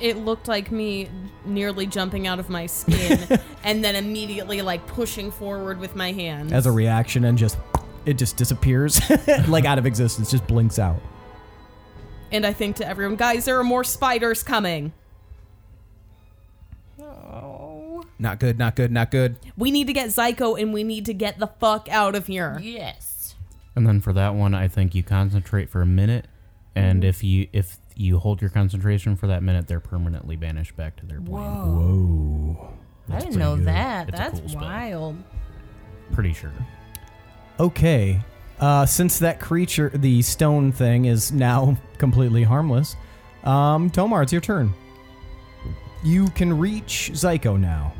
F: It looked like me nearly jumping out of my skin and then immediately like pushing forward with my hands.
C: As a reaction, and just it just disappears, like out of existence, just blinks out.
F: and I think to everyone, guys, there are more spiders coming.
G: Not good, not good, not good.
F: We need to get Zyko and we need to get the fuck out of here.
A: Yes.
L: And then for that one, I think you concentrate for a minute, and
A: Mm-hmm.
L: if you if you hold your concentration for that minute, they're permanently banished back to their plane.
C: Whoa!
A: I
L: That's
A: didn't know
L: pretty good.
A: that.
L: It's a
A: That's
L: cool spell.
A: wild.
L: Pretty sure.
C: Okay. Uh, since that creature, the stone thing, is now completely harmless, um, Tomar, it's your turn. You can reach Zyko now.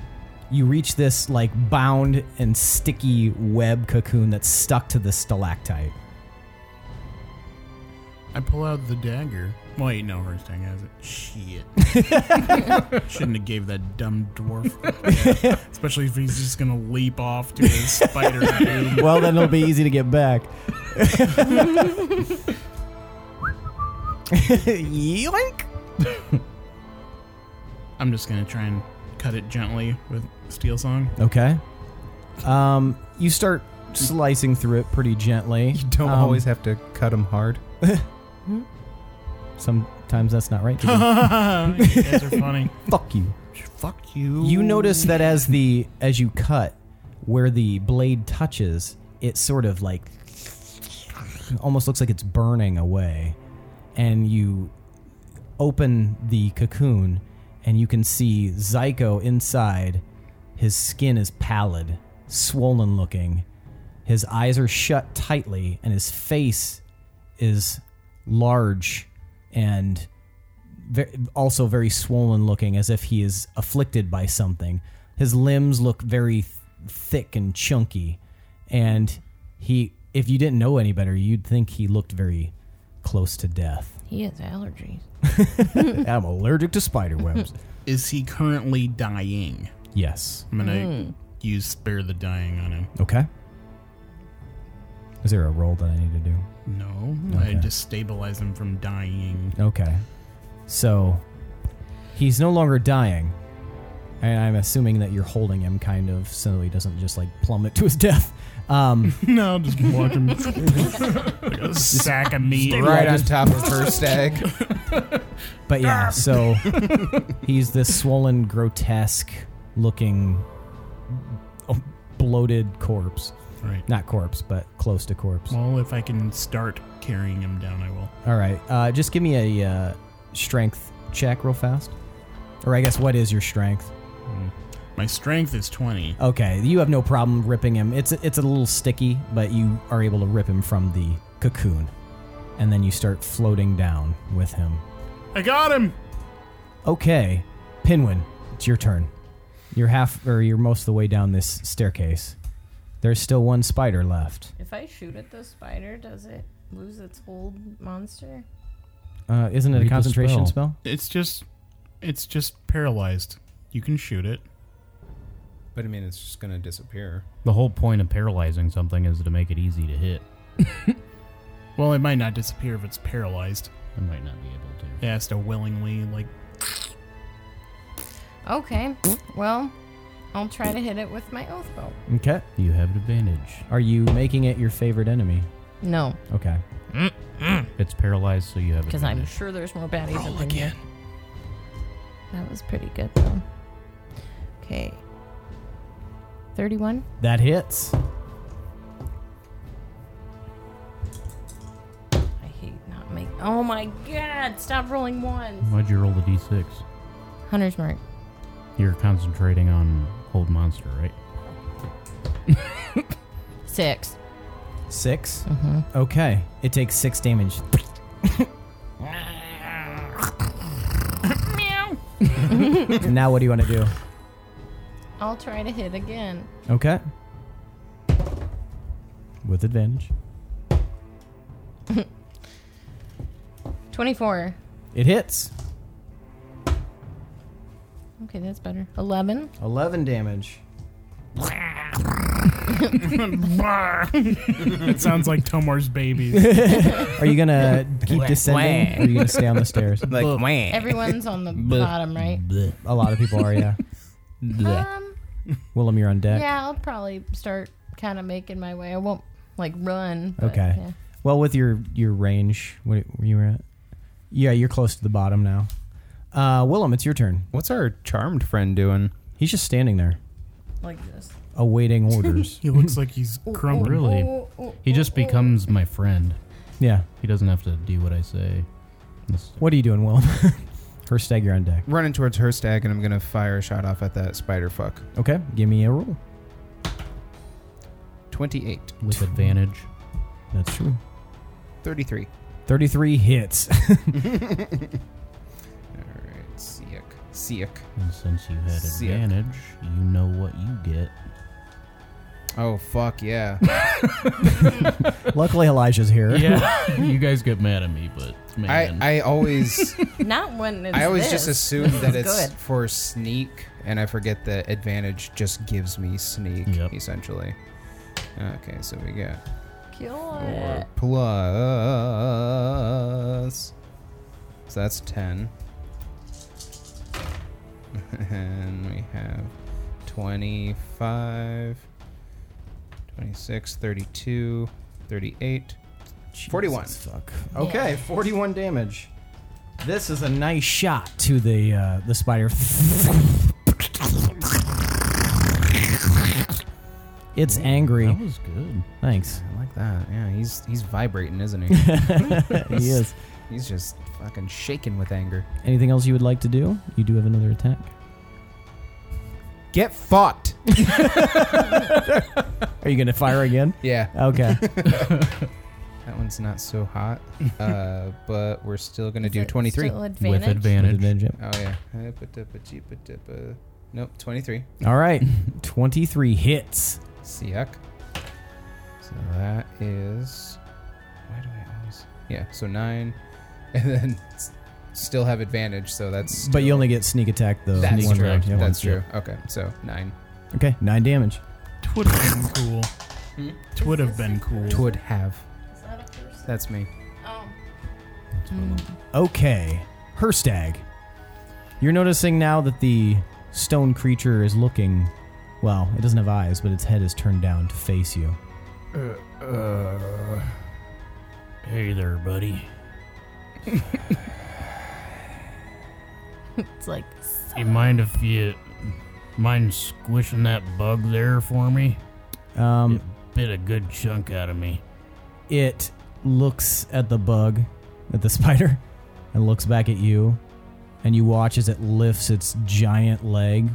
C: You reach this like bound and sticky web cocoon that's stuck to the stalactite.
E: I pull out the dagger. Wait, no, her dagger has it. Shit. Shouldn't have gave that dumb dwarf. Especially if he's just gonna leap off to his spider. dude.
C: well, then it'll be easy to get back. Yoink!
E: I'm just gonna try and cut it gently with steel song.
C: Okay. Um, you start slicing through it pretty gently. Um, You
G: Don't always have to cut them hard.
C: Sometimes that's not right.
E: you guys are funny.
C: Fuck you.
E: Fuck you.
C: You notice that as the as you cut, where the blade touches, it sort of like almost looks like it's burning away, and you open the cocoon, and you can see Zyko inside. His skin is pallid, swollen looking. His eyes are shut tightly, and his face is large and ve- also very swollen looking, as if he is afflicted by something. His limbs look very th- thick and chunky, and he. If you didn't know any better, you'd think he looked very close to death.
A: He has allergies.
C: I'm allergic to spider webs.
E: Is he currently dying?
C: Yes.
E: I'm gonna
A: Mm.
E: use spare the dying on him.
C: Okay. Is there a roll that I need to do?
E: No, I
C: Okay.
E: just stabilize him from dying.
C: Okay. So he's no longer dying. And I'm assuming that you're holding him kind of so he doesn't just like plummet to his death. Um,
E: No, just watch him. like a sack of meat.
G: Right on top of her stag.
C: but yeah, so he's this swollen, grotesque looking, oh, bloated corpse.
E: Right.
C: Not corpse, but close to corpse.
E: Well, if I can start carrying him down, I will.
C: All right. Uh, just give me a uh, strength check real fast. Or I guess what is your strength?
E: My strength is 20.
C: Okay, you have no problem ripping him. It's it's a little sticky, but you are able to rip him from the cocoon, and then you start floating down with him.
E: I got him.
C: Okay, Pinwin, it's your turn. You're half or you're most of the way down this staircase. There's still one spider left.
P: If I shoot at the spider, does it lose its old monster?
C: Uh, isn't it
L: Read
C: a
L: the
C: concentration
L: spell.
C: spell?
E: It's just, it's just paralyzed. You can shoot it.
G: But I mean, it's just gonna disappear.
L: The whole point of paralyzing something is to make it easy to hit.
E: Well, it might not disappear if it's paralyzed.
L: I might not be able to.
E: It has to willingly, like,
P: Okay. Well, I'll try to hit it with my oath bow.
C: Okay.
L: You have an advantage.
C: Are you making it your favorite enemy?
A: No,
L: Okay. It's paralyzed, so you have
A: because I'm
L: advantage.
A: sure there's more baddies
L: Roll
A: up in here. That was pretty good though. Okay, thirty-one.
C: That hits.
A: I hate not make. Oh my god! Stop rolling ones.
L: Why'd you roll the d6?
A: Hunter's mark.
L: You're concentrating on cold monster, right?
A: Six.
C: 6 Okay. It takes six damage. now what do you want to do?
A: I'll try to hit again.
C: Okay. With advantage.
A: Twenty-four.
C: It hits.
A: Okay, that's better. Eleven.
C: 11 damage.
E: it sounds like Tomar's babies.
C: Are you going to keep descending or are you going to stay on the stairs?
E: Like,
L: Eh.
G: wah.
A: Everyone's on the
C: Bleh.
A: bottom, right?
C: A lot of people are, yeah.
A: Um,
C: Willem, you're on deck.
A: yeah, I'll probably start kind of making my way. I won't like run. but,
C: Okay.
A: yeah.
C: Well, with your your range, what where you were at? Yeah, you're close to the bottom now. Uh, Willem, it's your turn.
G: What's our charmed friend doing?
C: He's just standing there,
A: Like this.
C: awaiting orders.
E: he looks like he's
A: Oh,
E: crumbling.
L: Really? He just becomes my friend.
C: Yeah.
L: He doesn't have to do what I say. This-
C: What are you doing, Willem? Herstag, you're on deck.
G: Running towards her stag, and I'm gonna fire a shot off at that spider fuck.
C: Okay, give me a roll.
G: Twenty-eight,
L: With advantage.
C: That's true.
G: thirty-three.
C: 33 hits.
G: All right, sick, sick.
L: And since you had
G: Sick.
L: advantage, you know what you get.
G: Oh fuck yeah!
C: Luckily, Elijah's here.
L: Yeah. you guys get mad at me, but
G: I
L: man.
G: I always
A: Not when it's
G: I always
A: this.
G: just assume that
A: This is
G: it's
A: good.
G: for sneak, and I forget that advantage just gives me sneak
L: Yep.
G: essentially. Okay, so we got
A: Kill
G: four
A: it.
G: plus. So that's ten. And we have 25, 26, 32, 38, 41.
C: Fuck. Okay, 41 damage. This is a nice shot to the uh, the spider. It's angry.
L: That was good.
C: Thanks.
G: I like that. Yeah, he's he's vibrating, isn't he?
C: He is.
G: he's just fucking shaking with anger.
C: Anything else you would like to do? You do have another attack.
G: Get fucked.
C: Are you going to fire again?
G: Yeah,
C: Okay.
G: that one's not so hot. Uh, but we're still gonna
A: Is
G: do
A: it
G: 23.
A: Still advantage?
L: With advantage.
G: Oh yeah. Uh, ba-da-ba-gee-ba-da-ba. Nope, 23.
C: All right. 23 hits.
G: Siak. So that is. Why do I always? Yeah. So nine, and then s- still have advantage. So that's.
C: But you only get sneak attack, though.
G: That's
C: one
G: true.
C: round, yeah.
G: That's true. Okay. So nine.
C: Okay, nine damage.
E: Twould have been cool. Twould have been cool.
G: Would have.
A: Is that a person?
G: That's me.
A: Oh.
C: Okay. Herstag. You're noticing now that the stone creature is looking. Well, it doesn't have eyes, but its head is turned down to face you.
D: Uh, Hey there, buddy.
A: It's like
D: You mind if you mind squishing that bug there for me?
C: Um,
D: Bit a good chunk out of me.
C: It looks at the bug, at the spider, and looks back at you. And you watch as it lifts its giant leg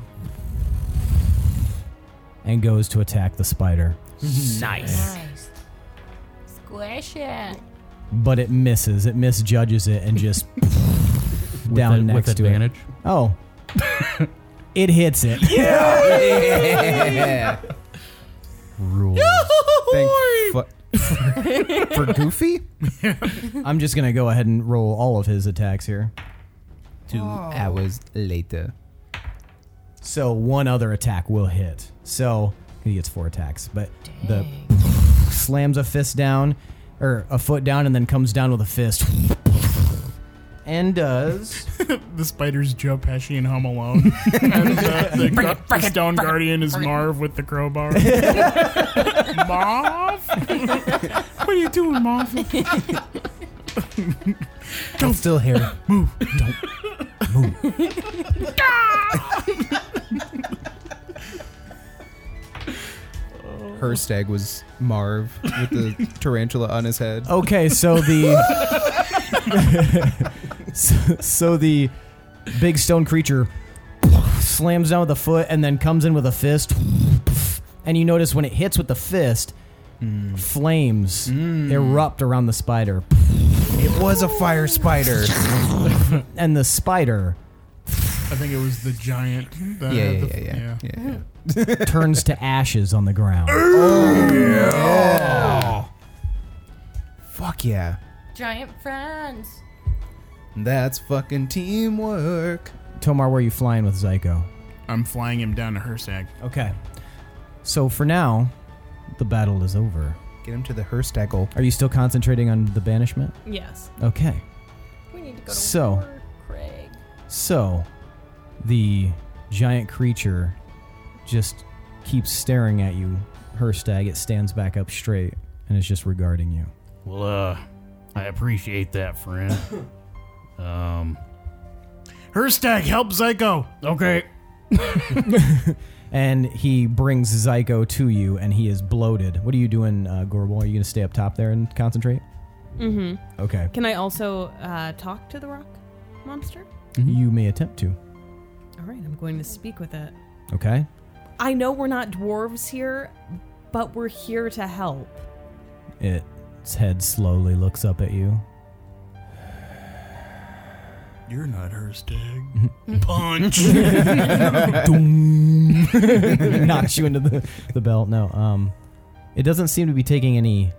C: and goes to attack the spider.
L: Eh.
D: Nice.
A: nice. Squish it.
C: But it misses. It misjudges it and just down
L: with,
C: next
L: with
C: to it.
L: advantage.
C: Oh. it hits it.
G: Yeah.
L: Rules.
G: Thank fu- for Goofy.
C: I'm just going to go ahead and roll all of his attacks here.
G: Two hours later.
C: So one other attack will hit. So he gets four attacks, but the slams a fist down or a foot down and then comes down with a fist and does
E: The spider's Joe Pesci in Home Alone. and the, the, gu- the stone guardian is Marv with the crowbar. Marv? what are you doing, Mom?
G: I'm still here.
E: Move.
G: Don't move. Her stag was Marv with the tarantula on his head.
C: Okay, so the so, so the big stone creature slams down with a foot and then comes in with a fist. And you notice when it hits with the fist, flames erupt around the spider.
G: It was a fire spider.
C: and the spider
E: I think it was the giant. The,
C: Yeah, yeah,
E: the,
C: yeah, yeah. turns to ashes on the ground.
G: yeah. Fuck yeah.
A: Giant friends.
G: That's fucking teamwork.
C: Tomar, where are you flying with Zyko?
E: I'm flying him down to Hersag.
C: Okay. So for now, the battle is over.
G: Get him to the Herstaggle.
C: Are you still concentrating on the banishment?
F: Yes.
C: Okay.
F: We need to go to
C: so,
F: war, Craig.
C: So, the giant creature just keeps staring at you. Her stag, it stands back up straight and is just regarding you.
D: Well, uh, I appreciate that, friend. um,
E: Herstag, help Zyko.
D: Okay.
C: And he brings Zyko to you and he is bloated. What are you doing, uh, Gorbal? Are you going to stay up top there and concentrate?
F: Mm-hmm.
C: Okay.
F: Can I also uh, talk to the rock monster?
C: You may attempt to.
F: All right, I'm going to speak with it.
C: Okay.
F: I know we're not dwarves here, but we're here to help.
C: Its head slowly looks up at you.
E: You're not Herstag. Punch.
C: Doom. knocks you into the, the belt. No, um, it doesn't seem to be taking any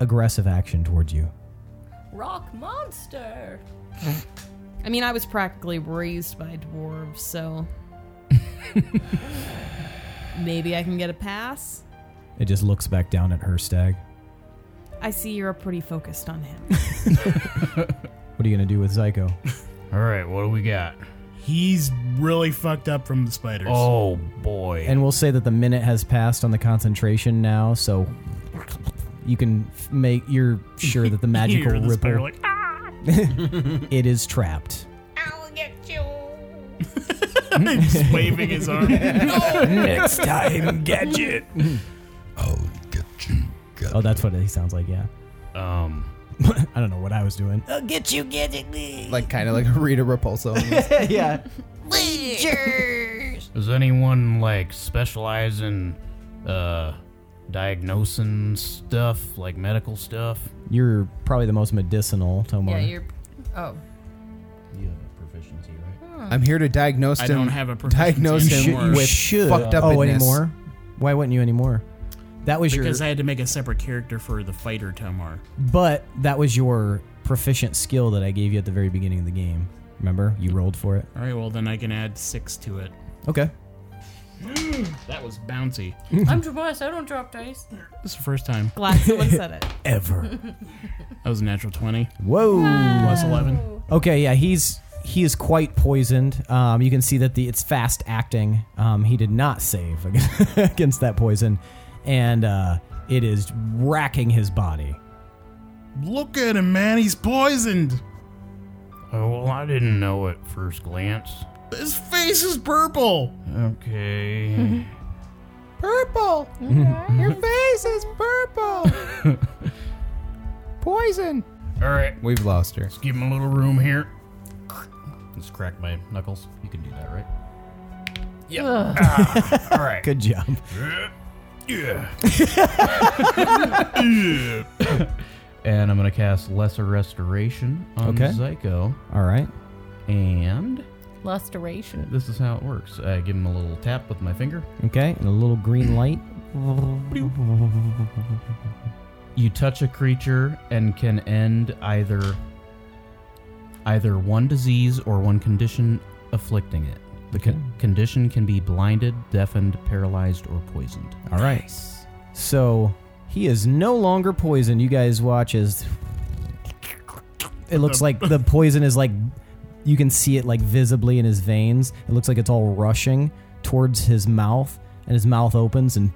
C: aggressive action towards you.
F: Rock monster. I mean, I was practically raised by dwarves, so maybe I can get a pass.
C: It just looks back down at her stag.
F: I see you're pretty focused on him.
C: What are you gonna do with Zyko?
D: All right, what do we got?
E: He's really fucked up from the spiders.
D: Oh boy.
C: And we'll say that the minute has passed on the concentration now, so you can f- make you're sure that the magical
E: You're the spider,
C: ripple.
E: like, "Ah!"
C: it is trapped.
E: Just waving his arm.
C: Next time,
E: get it.
C: Oh, that's what he sounds like. Yeah.
D: Um,
C: I don't know what I was doing.
Q: I'll get you, get it, me.
G: Like kind of like a Rita Repulsa.
C: yeah.
Q: Rangers.
D: Does anyone like specialize in uh diagnosing stuff, like medical stuff?
C: You're probably the most medicinal, Tomar.
P: Yeah, you're. Oh.
D: You have a proficiency, right?
G: I'm here to diagnose him.
E: I don't have a proficiency
G: diagnose him
E: anymore.
C: You
G: with
C: should.
G: fucked up
C: oh, anymore? Why wouldn't you anymore? That was your
E: Because I had to make a separate character for the fighter Tomar.
C: But that was your proficient skill that I gave you at the very beginning of the game. Remember? You rolled for it.
E: All right, well then I can add six to it.
C: Okay.
E: That was bouncy.
P: I'm Tobias. I don't drop dice.
E: This is the first time.
F: Glad someone said it.
C: Ever.
E: That was a natural twenty
C: Whoa.
E: plus eleven.
C: Okay, yeah, he's he is quite poisoned. Um, you can see that the it's fast acting. Um, he did not save ag- against that poison, and uh, it is racking his body.
E: Look at him, man. He's poisoned.
D: Oh, well, I didn't know at first glance.
E: His face is purple.
D: Okay.
G: Purple.
E: Mm-hmm.
G: Your face is purple. Poison.
D: All right,
G: We've lost her.
D: let's give him a little room here. Let's crack my knuckles. You can do that, right?
P: Ugh.
D: All right.
C: Good job.
D: Yeah. and I'm gonna cast Lesser Restoration on
C: Okay.
D: Zyko,
C: All right.
D: and
P: Lusteration.
D: this is how it works. I give him a little tap with my finger.
C: Okay, and a little green light.
D: You touch a creature and can end either either one disease or one condition afflicting it. The con- condition can be blinded, deafened, paralyzed, or poisoned.
C: All right. So he is no longer poisoned. You guys watch as it looks like the poison is like you can see it like visibly in his veins. It looks like it's all rushing towards his mouth, and his mouth opens and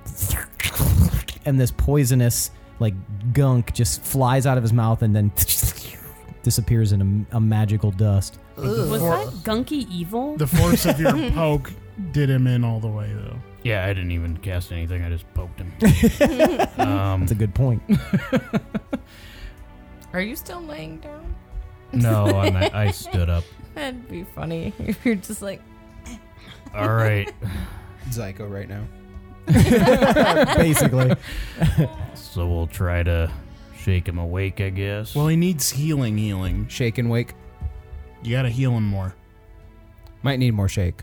C: and this poisonous like gunk just flies out of his mouth and then disappears in a, a magical dust.
F: Was that gunky evil?
E: The force of your poke did him in all the way, though.
D: Yeah, I didn't even cast anything. I just poked him. Um,
C: That's a good point.
P: Are you still laying down?
D: No, I'm- I stood up.
P: That'd be funny. if You're just like,
D: All right.
G: Zyko right now.
C: Basically.
D: so we'll try to shake him awake, I guess.
E: Well, he needs healing, healing.
G: Shake and wake.
E: You gotta heal him more.
G: Might need more shake.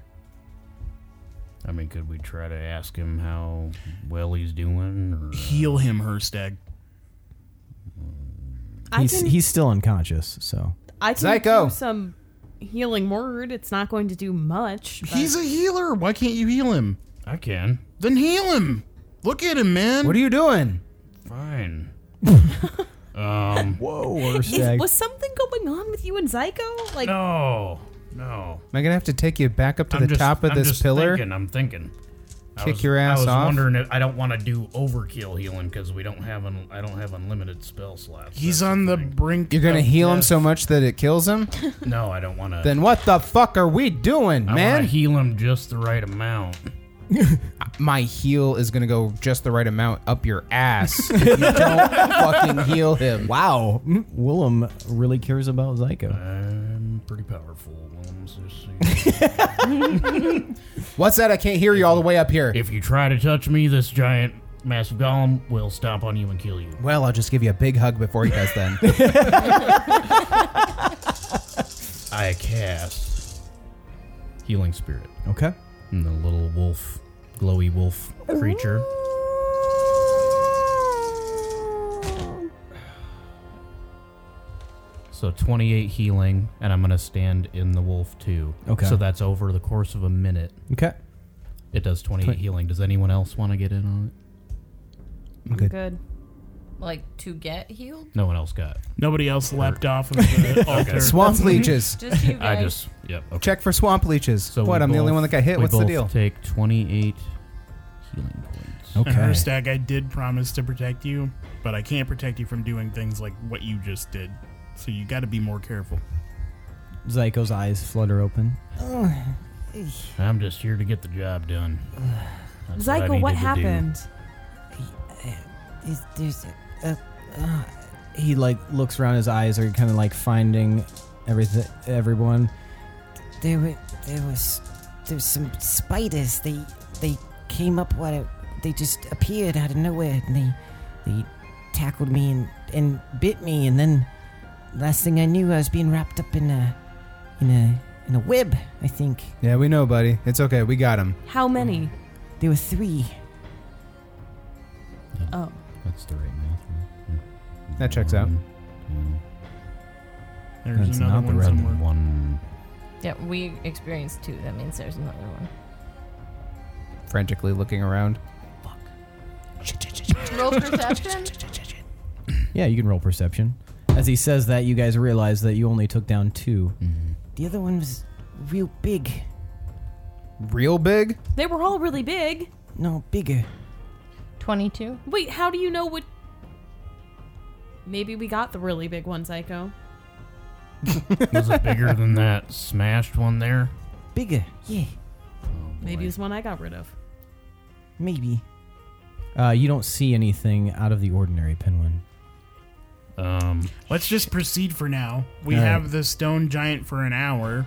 D: I mean, could we try to ask him how well he's doing? Or,
E: Heal him, Herstag.
F: I
C: he's
F: can-
C: he's still unconscious, so
F: I can do some healing word. It's not going to do much. but-
E: He's a healer. Why can't you heal him?
D: I can.
E: Then heal him. Look at him, man.
G: What are you doing?
D: Fine. um.
C: Whoa,
F: Is, was something going on with you and Zyko? Like,
D: No, no.
G: Am I gonna have to take you back up to
D: I'm
G: the
D: just-
G: top of
D: I'm
G: this
D: just
G: pillar?
D: Thinking, I'm thinking. I
G: Kick
D: was-
G: your ass
D: I was
G: off?
D: wondering if I don't want to do overkill healing because we don't have un, I don't have unlimited spell slots.
E: He's on the brink.
G: You're gonna
E: of
G: heal him
E: death.
G: so much that it kills him?
D: no, I don't want to.
G: then what the fuck are we doing,
D: I
G: man?
D: want to heal him just the right amount.
G: My heal is gonna go just the right amount up your ass. if you don't fucking heal him.
C: Wow, Mm, Willem really cares about Zyko.
D: I'm pretty powerful. Wilms, just so you know.
G: What's that? I can't hear you all the way up here.
D: if you try to touch me, this giant massive golem will stomp on you and kill you.
G: Well, I'll just give you a big hug before he does then.
D: I cast healing spirit,
C: Okay.
D: and the little wolf, glowy wolf creature. So 28 healing, and I'm going to stand in the wolf too.
C: Okay.
D: So that's over the course of a minute.
C: Okay.
D: It does 28
C: Twen-
D: healing. Does anyone else want to get in on
F: I'm
C: good.
F: good.
P: like to get healed?
D: it? No one else got.
E: Nobody else leapt off of the altar.
G: swamp leeches.
P: Just you guys.
D: I just, yep. Okay.
G: Check for swamp leeches.
D: So
G: what?
D: we
G: I'm the only
D: both-
G: one that got hit.
D: we
G: What's the
D: both
G: deal?
D: Take 28 healing points.
C: Okay.
E: Herstag, I did promise to protect you, but I can't protect you from doing things like what you just did. So you got to be more careful.
C: Zyko's eyes flutter open.
D: I'm just here to get the job done. That's I
F: Zyko, what,
D: needed to do.
F: happened?
C: Uh, He like looks around. His eyes are kind of like finding everything, everyone.
Q: There were there was there's some spiders. They they came up what they just appeared out of nowhere and they they tackled me and, and bit me and then last thing I knew I was being wrapped up in a in a in a web, I think.
G: Yeah, we know, buddy. It's okay. We got him.
F: How many?
Q: There were three.
F: Oh,
D: That's the right math. right?
G: That checks out.
D: One, two,
E: There's
C: That's
E: another
C: not the
E: one
C: red
E: somewhere.
D: One.
P: Yeah, we experienced two. That means there's another one.
G: Frantically looking around.
P: Roll perception.
C: Yeah, you can roll perception. As he says that, you guys realize that you only took down two.
Q: The other one was real big.
G: Real big?
F: they were all really big.
Q: No, bigger.
P: 22.
F: Wait, how do you know what? Maybe we got the really big one, Zyko.
D: Was it bigger than that smashed one there?
Q: Bigger. Yeah,
F: Maybe it's one I got rid of.
Q: maybe.
C: Uh, you don't see anything out of the ordinary, Pinwin.
D: Um,
E: Let's just proceed for now. We
C: All right.
E: have the stone giant for an hour.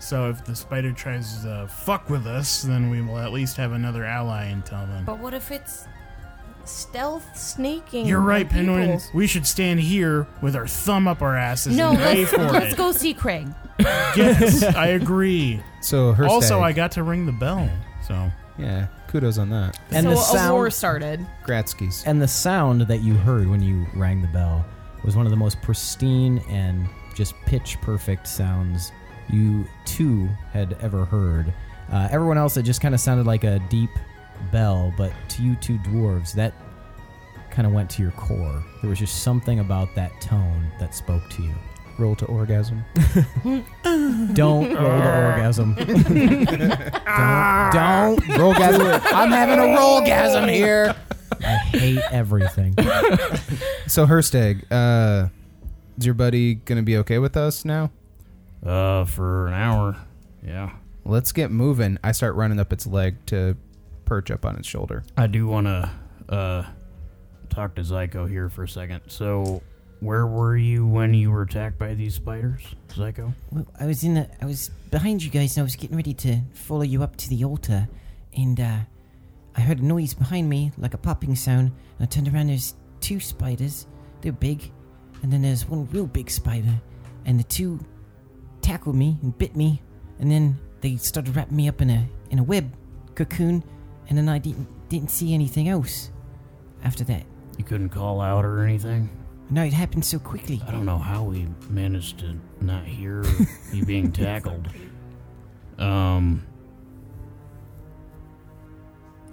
E: So if the spider tries to fuck with us, then we will at least have another ally until then.
P: But what if it's stealth sneaking?
E: You're right,
P: people?
E: Penguin. We should stand here with our thumb up our asses
P: No,
E: and pay
P: let's,
E: for
P: let's
E: it.
P: go see Craig.
E: Yes, I agree.
G: So her
E: Also,
G: stag.
E: I got to ring the bell. So
G: yeah. Kudos on that.
C: And
F: so
C: the
F: a war
C: sound,
F: started.
G: Gratskys.
C: and the sound that you heard when you rang the bell was one of the most pristine and just pitch perfect sounds you two had ever heard. Uh, everyone else, it just kind of sounded like a deep bell, but to you two dwarves, that kind of went to your core. There was just something about that tone that spoke to you.
G: Roll to orgasm.
C: Don't roll the orgasm. don't, don't
G: Rollgasm. I'm having a rollgasm here.
C: I hate everything.
G: So Herstag, uh, is your buddy gonna be okay with us now?
D: Uh, for an hour. Yeah.
G: Let's get moving. I start running up its leg to perch up on its shoulder.
D: I do want to uh, talk to Zyko here for a second. So, where were you when you were attacked by these spiders, Zyko?
Q: Well, I was in the. I was behind you guys, and I was getting ready to follow you up to the altar, and uh, I heard a noise behind me, like a popping sound. And I turned around. There's two spiders. They're big, and then there's one real big spider, and the two tackled me and bit me, and then they started wrapping me up in a in a web cocoon, and then I didn't didn't see anything else after that.
D: You couldn't call out or anything?
Q: No, it happened so quickly.
D: I don't know how we managed to not hear you being tackled. Um,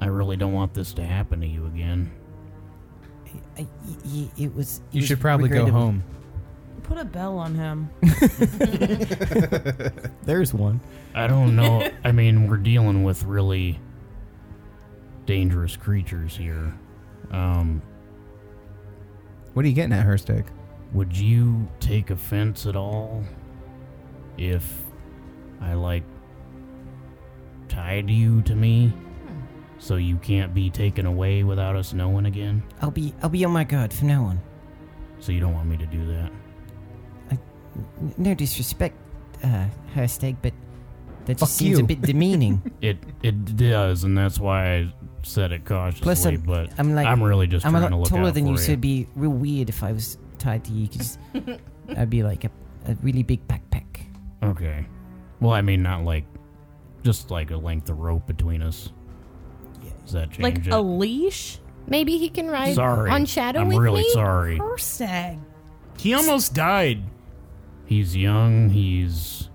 D: I really don't want this to happen to you again.
Q: I, y- y- it was. it
G: You
Q: was
G: should probably go
Q: regrettable.
G: home.
F: Put a bell on him.
C: There's one.
D: I don't know. I mean, we're dealing with really dangerous creatures here. Um,
G: What are you getting at, Herstag?
D: Would you take offense at all if I like tied you to me so you can't be taken away without us knowing again?
Q: I'll be I'll be on my guard from now on.
D: So you don't want me to do that?
Q: N- No disrespect, uh, Herstag, but that
D: Fuck
Q: just seems a
D: you.
Q: bit demeaning.
D: It it does, and that's why I said it cautiously.
Q: Plus, I'm,
D: but
Q: I'm like
D: I'm really just
Q: I'm
D: trying
Q: a
D: to
Q: lot
D: look
Q: taller
D: out
Q: than
D: for
Q: you, so it'd be real weird if I was tied to you because I'd be like a, a really big backpack.
D: Okay. Well, I mean, not like just like a length of rope between us. Does that change
F: like
D: it?
F: a leash?
A: Maybe he can ride
D: Sorry.
A: on Shadow
D: I'm
A: with
D: really
A: me?
D: sorry.
F: Herstag.
E: He almost died.
D: He's young. He's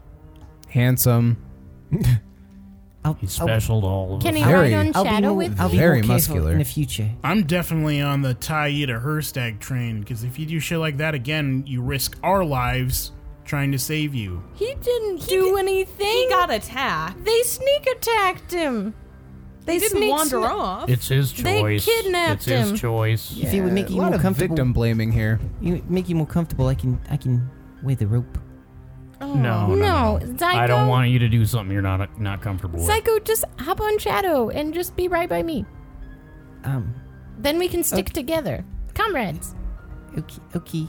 G: handsome.
D: he's
Q: Oh.
D: special to all of
A: Can
D: us.
A: he ride on
Q: I'll be
A: Shadow
Q: more-
A: with
Q: I'll
A: me?
Q: be Very more careful muscular. in the future.
E: I'm definitely on the tie you to Herstag train because if you do shit like that again, you risk our lives trying to save you.
A: He didn't do anything.
F: He got attacked.
A: They sneak attacked him. They,
F: didn't
A: sneak
F: wander
A: sna-
F: off.
D: It's his
A: They
D: choice.
A: kidnapped
D: it's his
A: him.
D: choice.
Q: If it would make
G: a
Q: you
G: lot
Q: more
G: of
Q: comfortable,
G: victim blaming here.
Q: you make you more comfortable. I can I can wear the rope.
D: No, no,
A: No,
D: I don't
A: Zyko-
D: want you to do something you're not not comfortable with.
A: Psycho, just hop on Shadow and just be right by me.
Q: Um,
A: Then we can stick together. Comrades.
Q: okay, okay.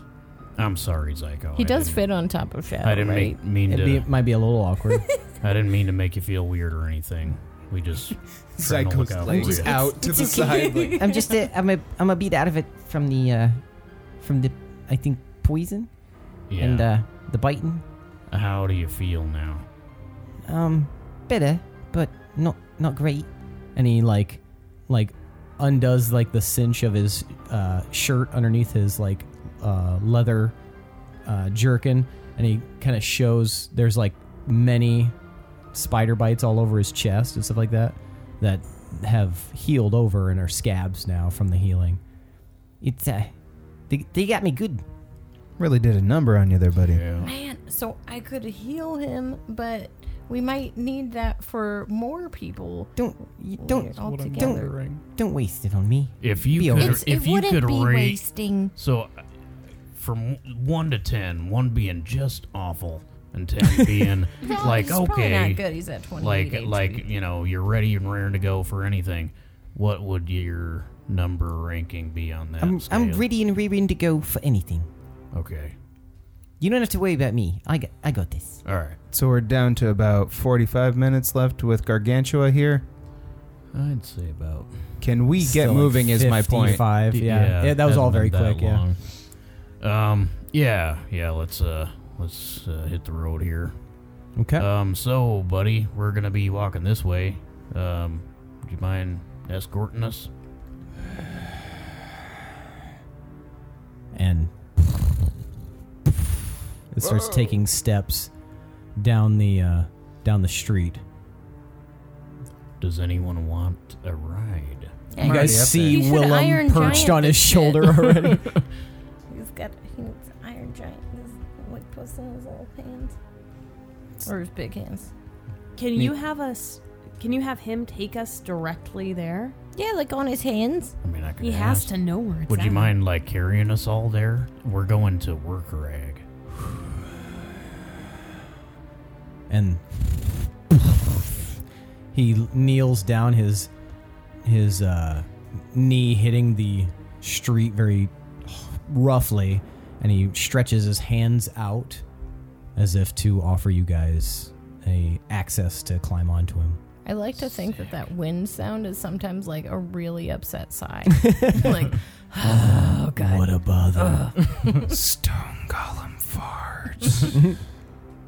D: I'm sorry, Zyko.
A: he
D: I
A: does
D: didn't-
A: fit on top of Shadow.
D: I didn't
A: right?
D: make, mean
C: It'd
D: to.
C: be, it might be a little awkward.
D: I didn't mean to make you feel weird or anything. We just trying to look
G: Zyko's
D: out
G: like
D: for
G: just
D: you.
G: out to the side. Like,
Q: I'm just a, I'm a I'm a beat out of it from the uh from the I think poison
D: Yeah.
Q: and uh the biting.
D: How do you feel now?
Q: Um, better, but not not great.
C: and he like like undoes like the cinch of his uh, shirt underneath his like uh, leather uh, jerkin and he kind of shows there's like many spider bites all over his chest and stuff like that that have healed over and are scabs now from the healing
Q: It's uh they, they got me good.
G: really did a number on you there, buddy.
A: Man, so I could heal him, but we might need that for more people.
Q: Don't you don't
A: all
Q: don't
A: together.
Q: don't waste it on me.
D: If you
Q: Be
D: could,
Q: alright.
A: It's-
D: if
A: it
D: you
A: wouldn't
D: could
A: be
D: rate,
A: wasting.
D: So, uh, from one to ten, one being just awful, and ten being
A: No,
D: like
A: he's probably
D: okay,
A: not good. He's at 28
D: like
A: age
D: like you know, you're ready and raring to go for anything. What would your number ranking be on that?
Q: I'm I'm
D: scale?
Q: ready and rearing to go for anything.
D: Okay,
Q: You don't have to worry about me. I got I got this.
D: all right.
G: So we're down to about 45 minutes left with Gargantua here.
D: I'd say about
G: Can we get
C: Still, like,
G: moving? is my point.
C: 55, yeah. Yeah, that was all very
D: hasn't been that
C: quick, yeah.
D: long. Um. Yeah. Yeah. Let's uh. Let's uh, hit the road here.
C: okay
D: Um, so, buddy, we're gonna be walking this way. Um, do you mind escorting us?
C: and it starts taking steps down the uh, down the street
D: Does anyone want a ride?
A: Yeah,
C: you
A: I'm already
C: guys
A: up
C: see
A: there. You should Iron
C: Willem perched
A: Giant
C: on his
A: this shit.
C: shoulder already.
A: He's got he needs an iron giant. He's like puts in his little hands or his big hands.
F: Can you have us? Can you have him take us directly there?
A: Yeah, like on his hands.
D: I mean, I could
F: He has
D: ask.
F: to know where it's
D: Would you
F: at.
D: mind like carrying us all there? We're going to worker egg.
C: and he kneels down his his uh, knee hitting the street very roughly and he stretches his hands out as if to offer you guys a access to climb onto him
A: I like to think that that wind sound is sometimes like a really upset sigh. like, oh, God.
C: what a bother
A: Ugh.
D: Stone golem farts.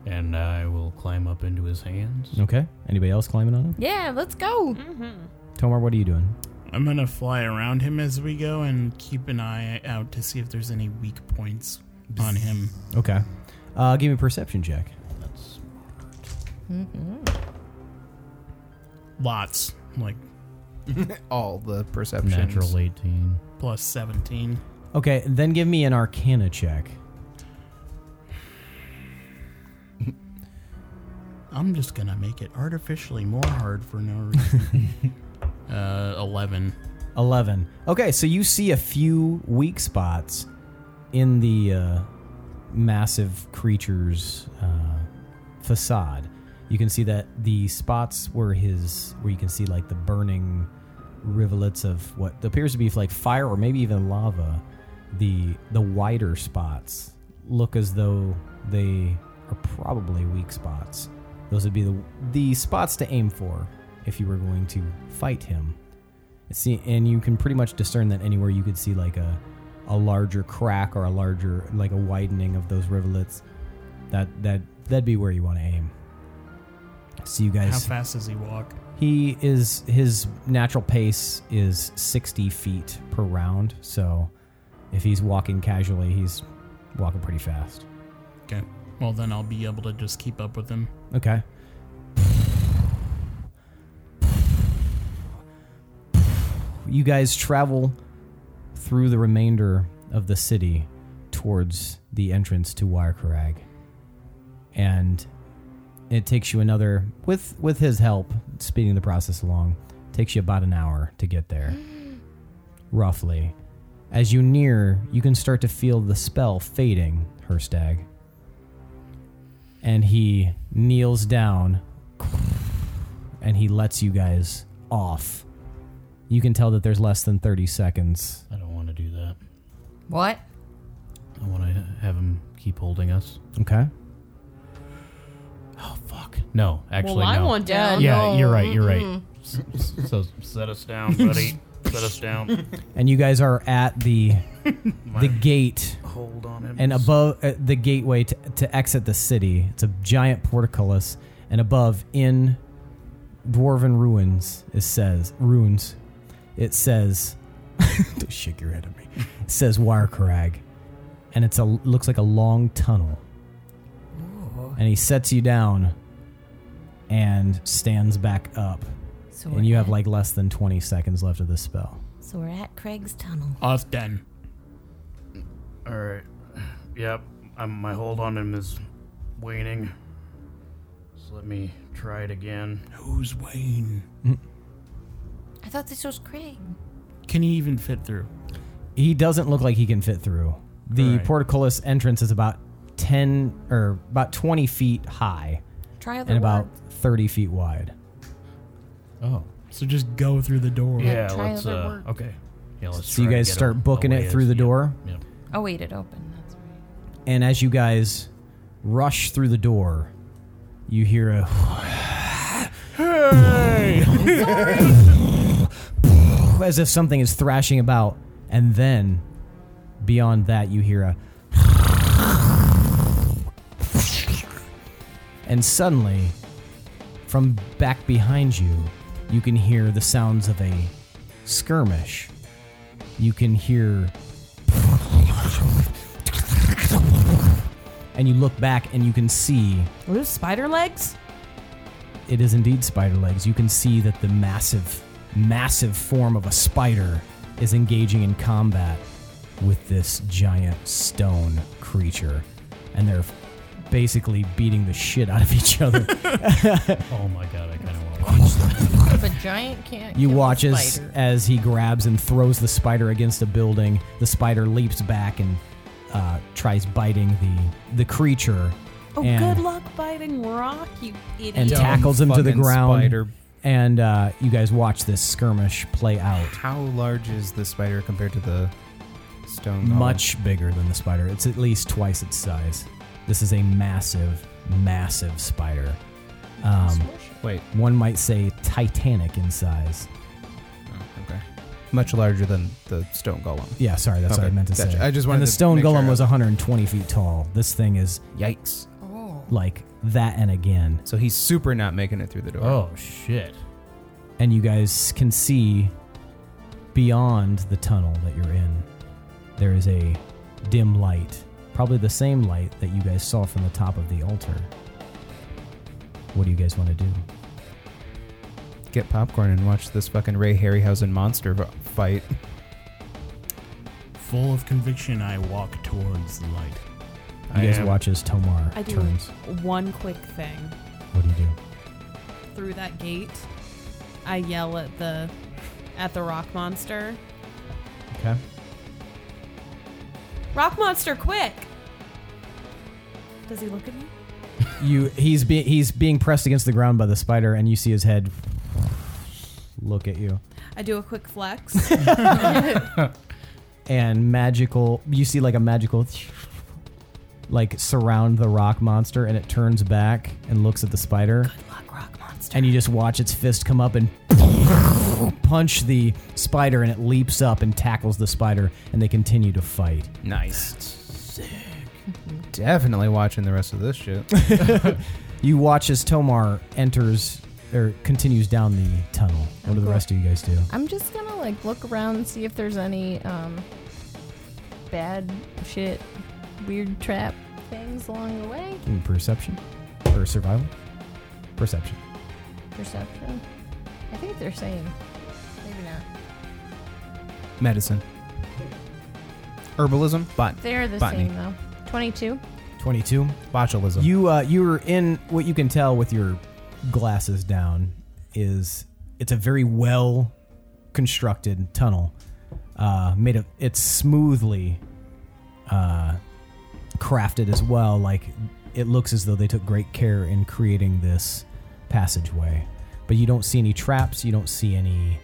D: and I will climb up into his hands.
C: okay anybody else climbing on him
A: Yeah, let's go.
C: tomar what are you doing
E: I'm gonna fly around him as we go and keep an eye out to see if there's any weak points on him.
C: okay uh, give me a perception check
E: Lots, like
G: all the perceptions.
E: Natural
D: 18
E: plus 17.
C: okay then give me an arcana check
E: I'm just gonna make it artificially more hard for no reason. uh, 11.
C: 11 okay so you see a few weak spots in the uh, massive creature's uh, facade you can see that the spots where his where you can see like the burning rivulets of what appears to be like fire or maybe even lava the the wider spots look as though they are probably weak spots those would be the the spots to aim for if you were going to fight him See, and you can pretty much discern that anywhere you could see like a, a larger crack or a larger like a widening of those rivulets, that that that'd be where you want to aim. So you
E: How
C: guys,
E: fast does he walk?
C: he is his natural pace is sixty feet per round. So if he's walking casually, he's walking pretty fast.
E: Okay. Well, then I'll be able to just keep up with him.
C: Okay. You guys travel through the remainder of the city towards the entrance to Wirecarag. And it takes you another with with his help, speeding the process along, takes you about an hour to get there. roughly. As you near, you can start to feel the spell fading, Herstag and he kneels down and he lets you guys off. You can tell that there's less than 30 seconds.
D: I don't want to do that.
A: What?
D: I want to have him keep holding us.
C: Okay.
D: No, actually,
F: Well, I
D: no.
F: want down.
D: Yeah,
F: No.
D: you're right. You're right.
F: Mm-mm.
D: S- s- so set us down, buddy. set us down.
C: And you guys are at the
D: My
C: the gate
D: hold on him.
C: and above uh, the gateway to, to exit the city. It's a giant portcullis and above in dwarven ruins it says runes. It says don't shake your head at me. It says Wirecarag. And it's a looks like a long tunnel. and he sets you down and stands back up.
A: So
C: and
A: we're
C: you have
A: at-
C: like less than 20 seconds left of this spell.
A: So we're at Craig's tunnel.
E: Off then.
D: All right. Yep. I'm, my hold on him is waning. So let me try it again.
E: Who's Wayne?
A: I thought this was Craig.
E: Can he even fit through?
C: He doesn't look like he can fit through. The
E: Alright.
C: portcullis entrance is about 10 or about 20 feet high
A: Try
C: and
A: other
C: about
A: words.
C: 30 feet wide.
D: Oh.
E: So just go through the door.
D: Yeah.
A: try
D: let's.
A: other
D: Uh,
A: work.
D: okay. Yeah. Let's
C: So you
D: try to
C: guys
D: get
C: start
D: a- a
C: booking
D: way
C: it through
D: as-
C: the door.
D: Yep.
A: Oh, wait, it opened. That's right.
C: And as you guys rush through the door, you hear a as if something is thrashing about, and then beyond that, you hear a and suddenly, from back behind you, you can hear the sounds of a skirmish. You can hear and you look back and you can see
F: Were those spider legs?
C: it is indeed spider legs. You can see that the massive, massive form of a spider is engaging in combat with this giant stone creature, and they're basically beating the shit out of each other.
D: Oh my god! I kind of want
A: if a giant can't
C: You
A: kill a
C: watch as,
A: spider-
C: as he grabs and throws the spider against a building. The spider leaps back and uh, tries biting the the creature.
F: Oh,
C: and,
F: good luck biting rock, you idiot.
C: and tackles him to the
G: fucking
C: ground.
G: spider.
C: And uh, you guys watch this skirmish play out.
G: How large is the spider compared to the stone? golem?
C: Much bigger than the spider. It's at least twice its size. This is a massive, massive spider. Um,
G: Wait.
C: one might say titanic in size.
G: Oh, Okay. Much larger than the stone golem.
C: Yeah, sorry, that's what I
G: Okay,
C: meant to
G: gotcha.
C: say.
G: I just wanted
C: and the
G: to
C: stone
G: make
C: golem
G: sure.
C: was 120 feet tall. This thing is
G: yikes,
P: Oh.
C: like that and again.
G: So he's super not making it through the door.
C: Oh,
D: shit.
C: And you guys can see beyond the tunnel that you're in. There is a dim light, probably the same light that you guys saw from the top of the altar. What do you guys want to do?
G: Get popcorn and watch this fucking Ray Harryhausen monster v- fight.
E: Full of conviction, I walk towards the light.
C: You guys watch as Tomar
F: I do
C: turns.
F: one quick thing
C: What do you do?
F: through that gate. I yell at the at the rock monster.
G: Okay.
F: Rock monster, quick! Does he look at me?
C: You he's be, he's being pressed against the ground by the spider, and you see his head look at you.
F: I do a quick flex.
C: and magical you see like a magical like surround the rock monster and it turns back and looks at the spider and you just watch its fist come up and punch the spider and it leaps up and tackles the spider and they continue to fight
G: Nice. Definitely watching the rest of this shit.
C: you watch as tomar enters or continues down the tunnel what do the rest of you guys do
P: I'm just gonna like look around and see if there's any um bad shit, weird trap things along the way.
C: Give me perception or survival perception
P: Perception. I think they're saying maybe not.
G: Medicine. Herbalism. Bot-
P: They're the
G: botany.
P: same though. Twenty-two.
C: 22
G: botulism
C: you uh you were in what you can tell with your glasses down is it's a very well constructed tunnel uh made of it's smoothly uh crafted as well like it looks as though they took great care in creating this passageway but you don't see any traps you don't see any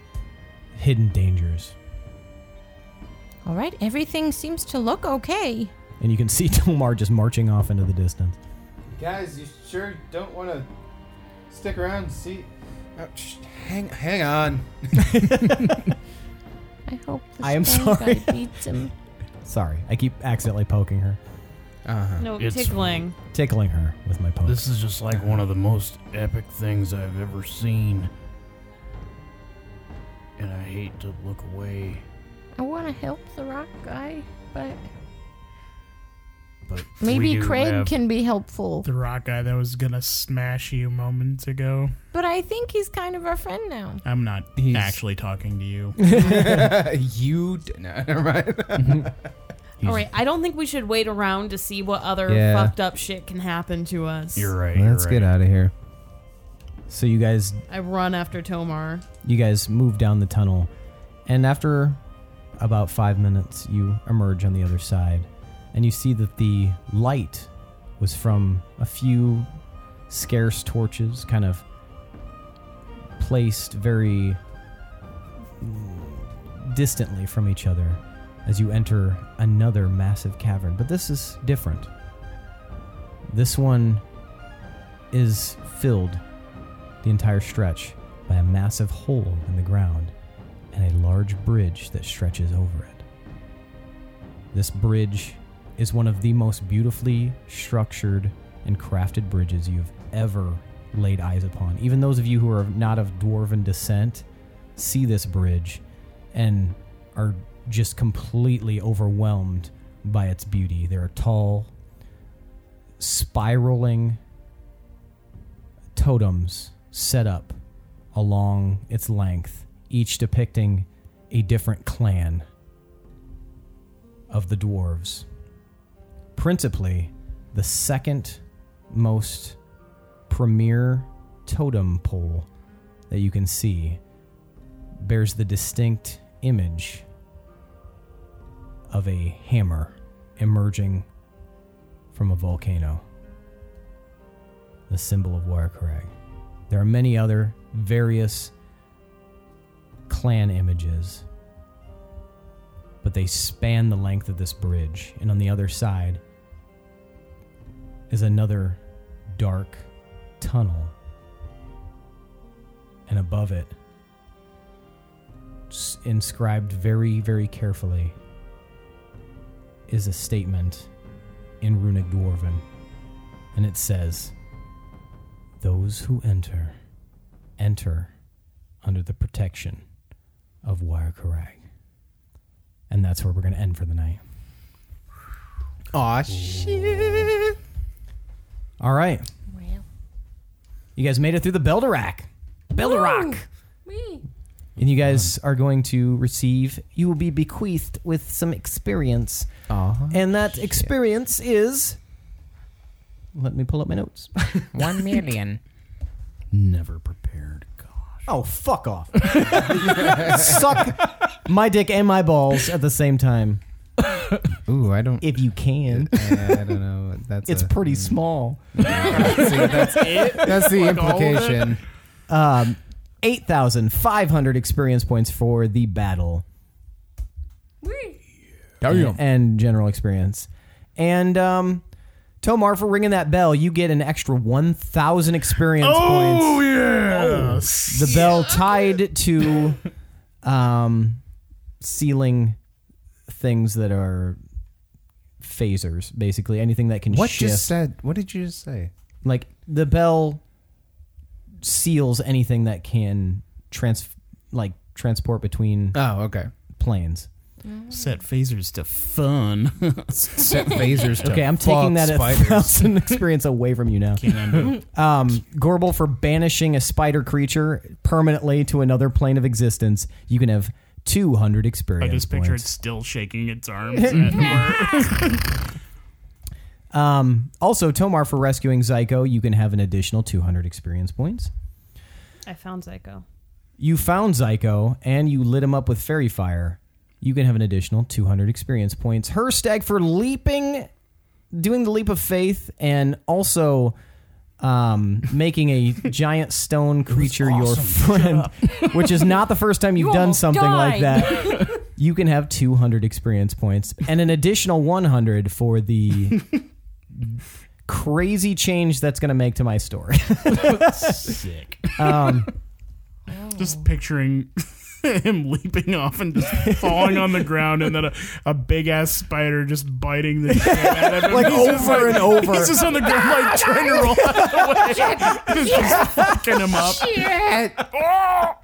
C: hidden dangers
A: All right, everything seems to look okay.
C: and you can see Tomar just marching off into the distance
Y: Guys, you sure don't want to stick around and see? Oh, sh-
G: hang, hang on.
P: I hope. the
C: I am
P: stone
C: sorry.
P: guy beats him.
C: Sorry, I keep accidentally poking her. Uh-huh.
F: No, It's- tickling.
C: Tickling her with my poke.
D: This is just like one of the most epic things I've ever seen. And I hate to look away,
P: I want to help the rock guy, but
D: but we
P: maybe
D: do
P: Craig
D: have-
P: can be helpful.
E: The rock guy that was gonna smash you moments ago.
P: But I think he's kind of our friend now.
E: I'm not actually talking to you.
G: you. D- no, never mind.
F: All right, I don't think we should wait around to see what other
G: Yeah.
F: fucked up shit can happen to us.
G: Let's get out of here.
C: So you guys,
F: I run after Tomar.
C: you guys move down the tunnel, and after about five minutes, you emerge on the other side, and you see that the light was from a few scarce torches, kind of placed very distantly from each other as you enter another massive cavern. But this is different. This one is filled the entire stretch by a massive hole in the ground and a large bridge that stretches over it. This bridge is one of the most beautifully structured and crafted bridges you've ever laid eyes upon. Even those of you who are not of dwarven descent see this bridge and are just completely overwhelmed by its beauty. There are tall, spiraling totems set up along its length, each depicting a different clan of the dwarves. Principally, the second most premier totem pole that you can see bears the distinct image of a hammer emerging from a volcano, the symbol of Warakarag. There are many other various clan images, but they span the length of this bridge, and on the other side is another dark tunnel, and above it, s- inscribed very, very carefully, is a statement in runic dwarven, and it says, "Those who enter, enter under the protection of Wirekarag," and that's where we're going to end for the night.
G: Aw, shit.
C: All right. You guys made it through the Belderac. Belderac. And you guys are going to receive, you will be bequeathed with some experience. And that experience is. Let me pull up my notes.
Z: One million.
C: Never prepared. Gosh. Oh, fuck off. Suck my dick and my balls at the same time.
G: Ooh, I don't.
C: If you can.
G: I don't know. That's
C: it's
G: a- mm.
C: pretty small.
G: that's it? That's the Like all of it? implication.
C: Um, 8,500 experience points for the battle.
E: Oh,
G: Damn.
C: And general experience. And um, Tomar, for ringing that bell, you get an extra 1,000 experience points.
E: Oh, yes.
C: The bell tied to um, sealing things that are phasers, basically. Anything that can
G: What
C: shift.
G: just said? What did you just say?
C: Like the bell seals anything that can trans like transport between
G: oh okay
C: planes.
E: Set phasers to fun. Set
C: okay, I'm taking that at thousand experience away from you now.
E: Cannon.
C: um, Gorbel for banishing a spider creature permanently to another plane of existence. You can have 200
E: I
C: experience
E: just picture it
C: points.
E: still shaking its arms. at
C: Um, also, Tomar for rescuing Zyko, you can have an additional 200 experience points.
F: I found Zyko.
C: You found Zyko and you lit him up with fairy fire. You can have an additional 200 experience points. Her stag for leaping, doing the leap of faith, and also um, making a giant stone creature your friend, which is not the first time you've
Z: You
F: Oh,
C: done
Z: almost
C: something like
Z: died.
C: that. You can have 200 experience points and an additional 100 for the crazy change that's going to make to my story.
E: Sick.
C: Um,
E: Just picturing him leaping off and just falling on the ground, and then a, a big ass spider just biting the shit out of him.
Z: Like,
E: He's just
Z: over
E: like-
Z: and over.
E: He's just on the ground, like trying to roll out of the way. It's just fucking him up.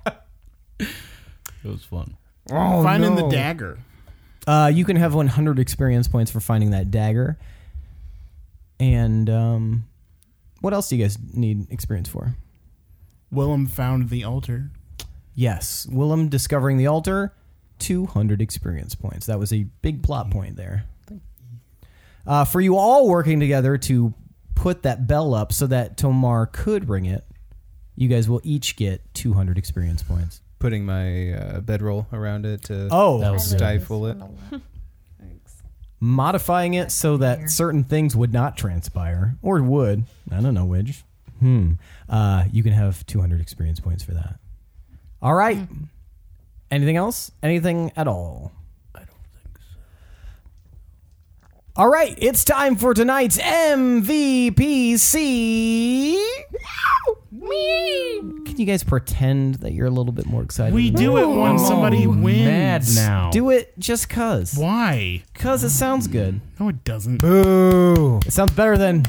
Z: Shit.
L: It was fun.
C: Oh,
E: Finding
C: no.
E: the dagger.
C: Uh, you can have 100 experience points for finding that dagger. And um, what else do you guys need experience for?
E: Willem found the altar.
C: Yes, Willem discovering the altar, 200 experience points. That was a big plot point there. Uh, for you all working together to put that bell up so that Tomar could ring it, you guys will each get 200 experience points.
G: Putting my uh, bedroll around it to
C: Oh. That was it.
G: stifle it.
C: Modifying it so that certain things would not transpire, or would. I don't know which. Hmm. Uh, you can have 200 experience points for that. All right. Anything else? Anything at all? All right, it's time for tonight's MVPC. Can you guys pretend that you're a little bit more excited?
E: We
C: than
E: do
C: I
E: it
C: am?
E: when somebody wins.
C: Do it just cuz.
E: Why?
C: Cuz it sounds good.
E: No, it doesn't.
C: Boo. It sounds better than.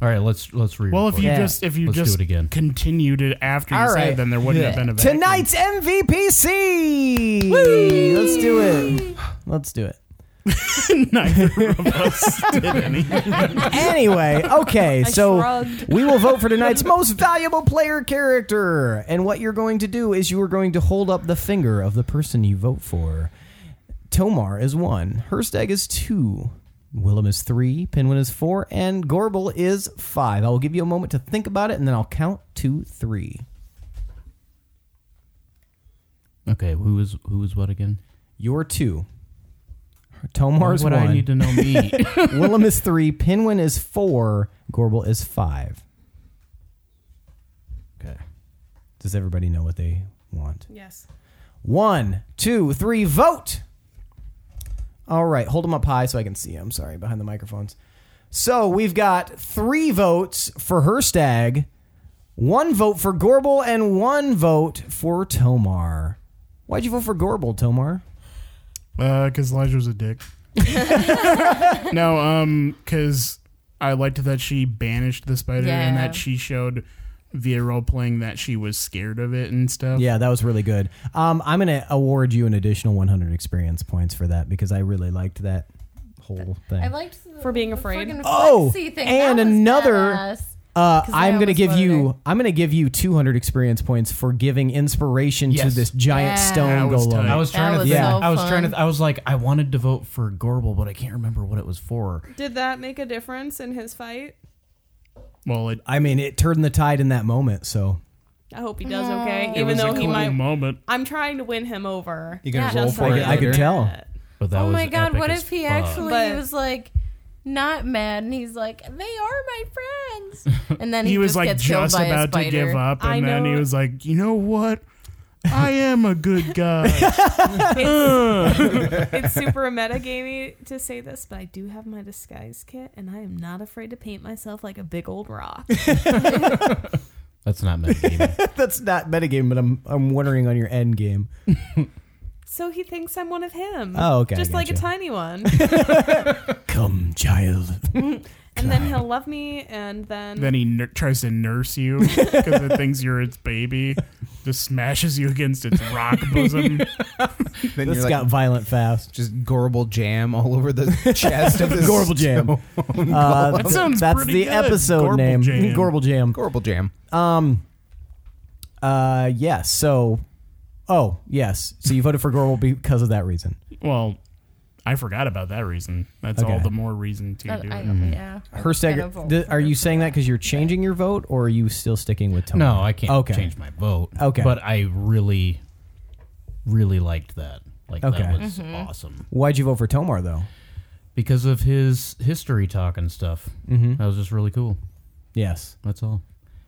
L: All right, let's let's re.
E: Well, if you
L: Yeah.
E: just if you
L: Let's do
E: just
L: it again.
E: continued it after you said, it, then there wouldn't have been a vacuum.
C: Tonight's MVPC. Let's do it. Let's do it.
E: Neither of us did anything.
C: anyway, okay,
E: I
F: Oh.
C: so
E: shrugged.
C: we will vote for tonight's most valuable player character. And what you're going to do is you are going to hold up the finger of the person you vote for. Tomar is one, Herstag is two, Willem is three, Pinwin is four, and Gorbel is five. I will give you a moment to think about it, and then I'll count to three.
L: Okay, who is who is what again?
C: You're two. Tomar's
L: Why would I
C: one.
L: need to know me?
C: Willem is three. Pinwin is four. Gorbel is five. Okay. Does everybody know what they want?
F: Yes.
C: One, two, three, vote. All right, hold them up high so I can see them. Sorry, behind the microphones. So we've got three votes for Herstag, one vote for Gorbel, and one vote for Tomar. Why'd you vote for Gorbel, Tomar?
E: Because Elijah's Uh, a dick. no, um, because I liked that she banished the spider and
C: Yeah.
E: that she showed via role playing that she was scared of it and stuff.
C: Yeah, that was really good. Um, I'm going to award you an additional 100 experience points for that because I really liked that whole thing.
P: I liked
F: for being afraid.
C: Oh, and another. Uh,
P: 'Cause I
C: I'm gonna
P: almost
C: give
P: voted
C: you. I'm gonna give you 200 experience points for giving inspiration
L: Yes.
C: to this giant stone golem.
L: I was trying to. think.
C: yeah.
L: I was trying to. I was like, I wanted to vote for Gorbel, but I can't remember what it was for.
F: Did that make a difference in his fight?
E: Well, it,
C: I mean, it turned the tide in that moment. So
F: I hope he does
P: No.
F: okay.
P: It
F: Even
P: was a
F: though he
C: cool
F: might.
E: moment.
F: I'm trying to win him over.
C: You
P: gonna Yeah. roll
C: for it I could tell.
L: But that
P: oh
L: was
P: my god,
L: epic
P: what
L: as
P: if he
L: fuck.
P: actually
F: But-
P: was like not mad and he's like, they are my friends, and then he,
E: he was
P: just
E: like
P: gets killed
E: just
P: by a
E: about to give
P: spider.
E: up, and then he was like, you know what? I am a good guy.
F: it's, it's super metagamey to say this, but I do have my disguise kit, and I am not afraid to paint myself like a big old rock.
L: That's not metagaming.
C: that's not metagame, but I'm I'm wondering on your end game.
F: so he thinks I'm one of him.
C: Oh, okay, I
F: Just like a
C: gotcha.
F: tiny one.
C: Come, child.
F: and then he'll love me, and then.
E: then he nur- tries to nurse you because it thinks you're its baby. Just smashes you against its rock bosom.
G: Then
C: This got violent fast.
G: Just gorble jam all over the chest of this
C: Gorble jam.
G: stone
C: Uh,
G: golem.
C: That sounds that's pretty the good. episode Gorble name. jam. Gorble jam.
G: Gorble jam.
C: Um. Uh. Yes. So. Oh yes. So you voted for Gorbel because of that reason.
E: Well, I forgot about that reason. That's
C: Okay.
E: all the more reason to
P: That-
E: do
P: Uh, I-
E: it.
P: yeah. I was gonna
C: Herstag,
P: vote
C: th-
P: for
C: are you saying that because you're changing your vote, or are you still sticking with Tony?
L: No, I can't
C: okay.
L: change my vote.
C: Okay.
L: but I really, really liked that. Like
C: Okay.
L: that was
A: Mm-hmm.
C: Mhm.
L: awesome
C: Why'd you vote for Tomar though?
L: because of his history talk and stuff.
C: Mhm.
L: That was just really cool.
C: Yes,
L: that's all.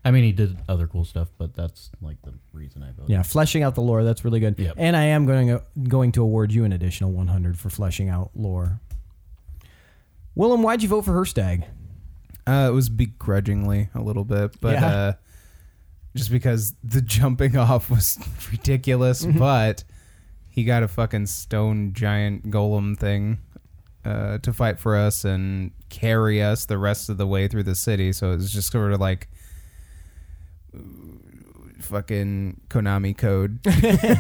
L: I mean, he did other cool stuff, but that's like the reason I voted.
C: Yeah, fleshing out the lore. That's really good.
L: Yep.
C: And I am going to, going to award you an additional 100 for fleshing out lore. Willem, why'd you vote for Herstag?
G: Uh, it was begrudgingly a little bit, but
C: Yeah.
G: uh, just because the jumping off was ridiculous,
C: Mhm.
G: but he got a fucking stone giant golem thing uh, to fight for us and carry us the rest of the way through the city. So it was just sort of like uh, fucking Konami code.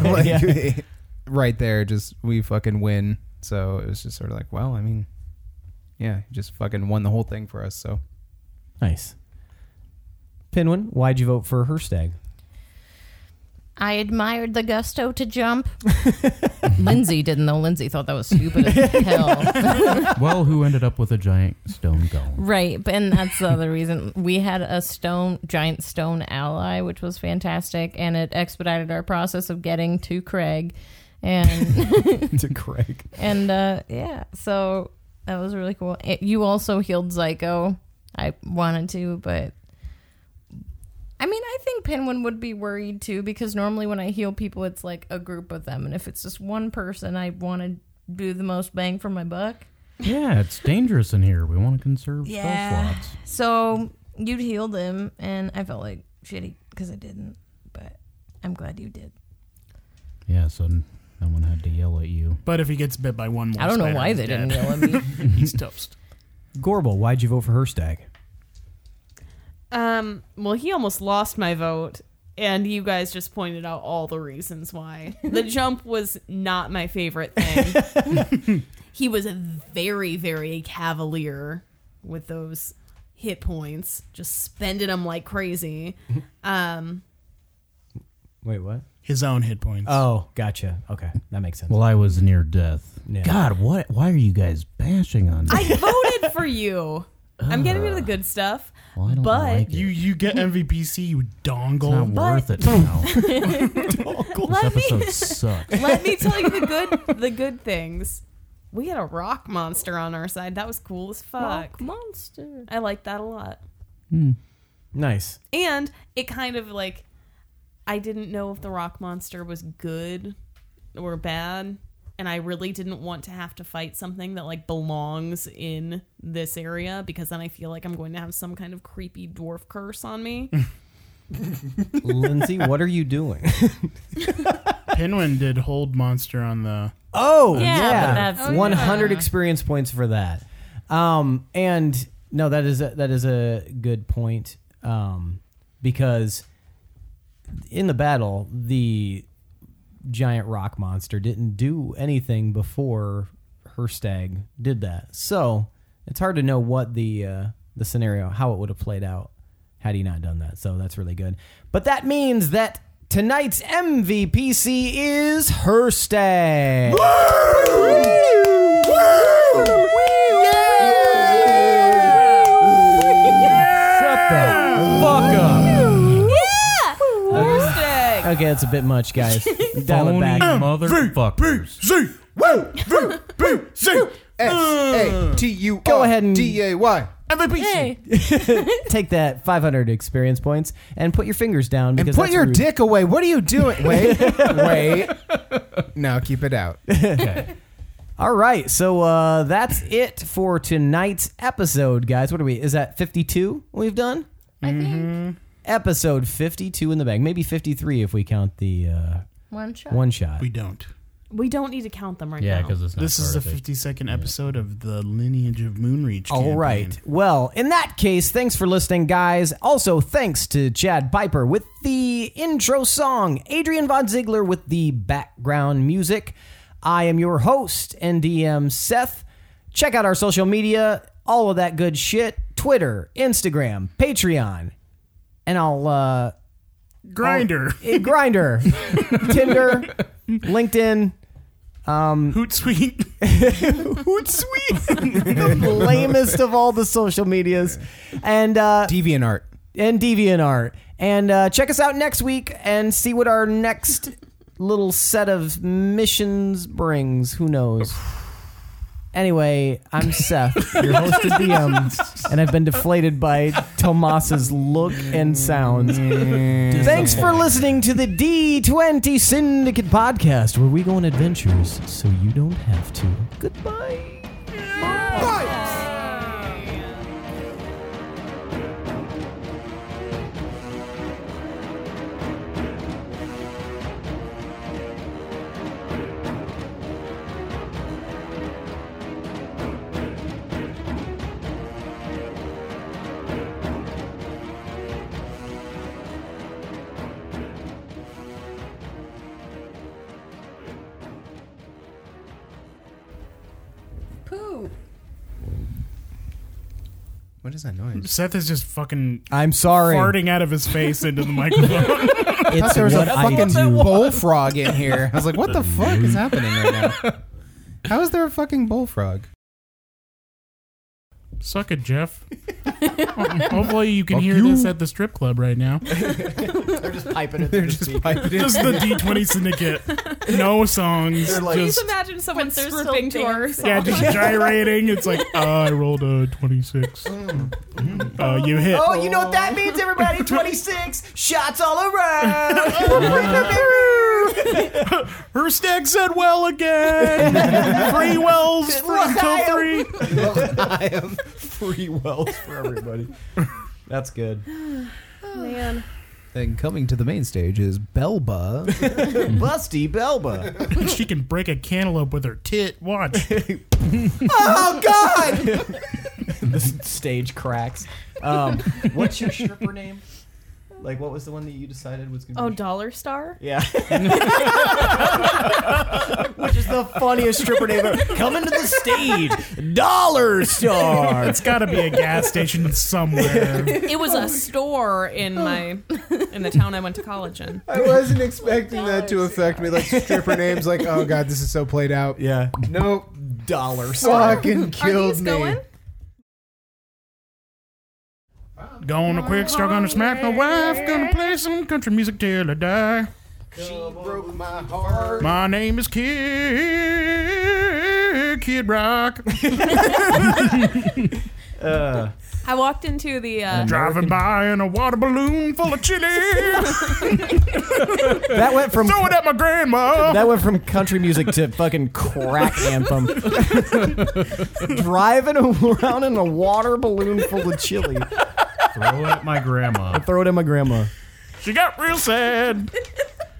G: like,
C: Yeah.
G: Right there, just we fucking win. So it was just sort of like, well, I mean, yeah, he just fucking won the whole thing for us. So
C: Nice. Pinwin, why'd you vote for Herstag?
A: I admired the gusto to jump. Lindsay didn't though. Lindsay thought that was stupid as hell.
L: well, who ended up with a giant stone golem?
A: right, but- and that's the other reason we had a stone giant stone ally, which was fantastic, and it expedited our process of getting to Craig, and
C: to Craig,
A: and uh, yeah, so that was really cool. It, you also healed Psycho. I wanted to, but I mean, I think Penguin would be worried too because normally when I heal people, it's like a group of them, and if it's just one person, I want to do the most bang for my buck.
L: Yeah, it's dangerous in here. We want to conserve spell slots.
A: So you'd healed him, and I felt like shitty because I didn't, but I'm glad you did.
L: Yeah, so n- no one had to yell at you.
E: But if he gets bit by one more,
A: I don't know
E: spider,
A: why
E: he's
A: they
E: dead.
A: didn't yell at me.
E: he's toast.
C: Gorbel, why'd you vote for Herstag?
F: Um, well, he almost lost my vote, and you guys just pointed out all the reasons why. The jump was not my favorite thing. he was very, very cavalier with those hit points, just spending them like crazy. Um,
C: Wait, what?
E: His own hit points.
C: Oh, gotcha. Okay, that makes sense.
L: Well, I was near death.
C: Yeah.
L: God, what? Why are you guys bashing on me?
F: I voted for you. I'm getting to the good stuff.
E: Well, I don't
F: but
E: like it. You- you get MVPC, you dongle.
F: It's not worth it now. let me let me tell you the good the good things. We had a rock monster on our side. That was cool as fuck.
P: Rock
F: monster. I like that a lot.
C: Nice.
F: And it kind of like I didn't know if the rock monster was good or bad, and I really didn't want to have to fight something that like belongs in this area because then I feel like I'm going to have some kind of creepy dwarf curse on me.
C: Lindsay, what are you doing?
E: Pinwin did hold monster on the.
C: Oh
E: on the-
C: yeah,
F: that's- Oh,
C: one hundred
F: yeah.
C: experience points for that. Um, and no, that is a, that is a good point. Um, because in the battle, the giant rock monster didn't do anything before her stag did that. So it's hard to know what the uh, the scenario how it would have played out had he not done that. So that's really good. But that means that tonight's MVPC is her stag. Shut the fuck up.
F: Okay.
C: Okay, that's a bit much, guys. Dial it back.
L: Phony
C: motherfuckers.
Y: S-A-T-U-R-D-A-Y.
C: Go ahead and
F: MVP.
C: take that 500 experience points and put your fingers down because
G: put
C: that's
G: your
C: rude.
G: dick away. What are you doing? Wait, wait. No, keep it out.
C: All right, so uh, that's it for tonight's episode, guys. What are we? Is that 52 we've done? I
P: Mm-hmm.
C: think. Episode 52 in the bag. Maybe 53 if we count the uh,
F: One shot.
C: One shot.
E: We don't.
F: We don't need to count them right now.
E: This is the 52nd episode of the Lineage of Moonreach.
C: All right. Well, in that case, thanks for listening, guys. Also, thanks to Chad Piper with the intro song, Adrian Von Ziegler with the background music. I am your host, NDM Seth. Check out our social media, all of that good shit Twitter, Instagram, Patreon, and I'll. Uh,
E: Grinder.
C: Oh, eh, Grinder. Tinder. LinkedIn. Um,
E: Hootsuite.
C: Hootsuite. the lamest of all the social medias. And uh,
G: DeviantArt.
C: And DeviantArt. And uh, check us out next week and see what our next little set of missions brings. Who knows? Anyway, I'm Seth, your host and DM, and I've been deflated by Tomas's look and sounds. Thanks for listening to the D20 Syndicate podcast, where we go on adventures so you don't have to. Goodbye.
P: Poo.
G: What is that noise?
E: Seth is just fucking.
C: I'm sorry.
E: Farting out of his face into the microphone.
G: I thought there was a fucking bullfrog in here. I was like, what the fuck is happening right now? How is there a fucking bullfrog?
E: Suck it, Jeff. Hopefully, you can hear this at the strip club right now.
C: They're just piping it.
G: They're just piping it.
E: Just the D20 Syndicate. No songs.
F: Please
E: just,
F: imagine someone stripping to our
E: yeah,
F: song.
E: just gyrating. It's like, uh, I rolled a 26.
Y: Mm.
E: uh, you hit.
C: Oh, you know what that means, everybody? 26 shots all
Y: Oh,
C: around.
E: Her stag said well again. Free wells free until three.
C: I am free wells for everybody. That's good.
F: Man.
G: Then coming to the main stage is Belba.
C: Busty Belba.
E: she can break a cantaloupe with her tit. Watch.
C: oh God! the s- stage cracks. Um, what's your stripper name? Like, what was the one that you decided was gonna?
F: Oh, Dollar Star?
C: be? Yeah. Which is the funniest stripper name ever. Coming to the stage, Dollar Star.
E: It's got to be a gas station somewhere.
F: It was a store in my in the town I went to college in.
Y: I wasn't expecting that to affect me. Like stripper names, like oh god, this is so played out.
C: Yeah.
Y: Nope.
C: Dollar
Y: Fucking killed
F: these
Y: me.
F: going?
E: Gonna quick start, gonna smack my wife, gonna play some country music till I die.
Y: broke my heart.
E: My name is Kid Kid Rock.
F: I walked into the uh,
E: Driving by in a water balloon full of chili. that
C: went from
E: throw it at my grandma.
C: That went from country music to fucking crack anthem. Driving around in a water balloon full of chili.
D: Throw at my grandma.
C: I throw it at my grandma.
E: she got real sad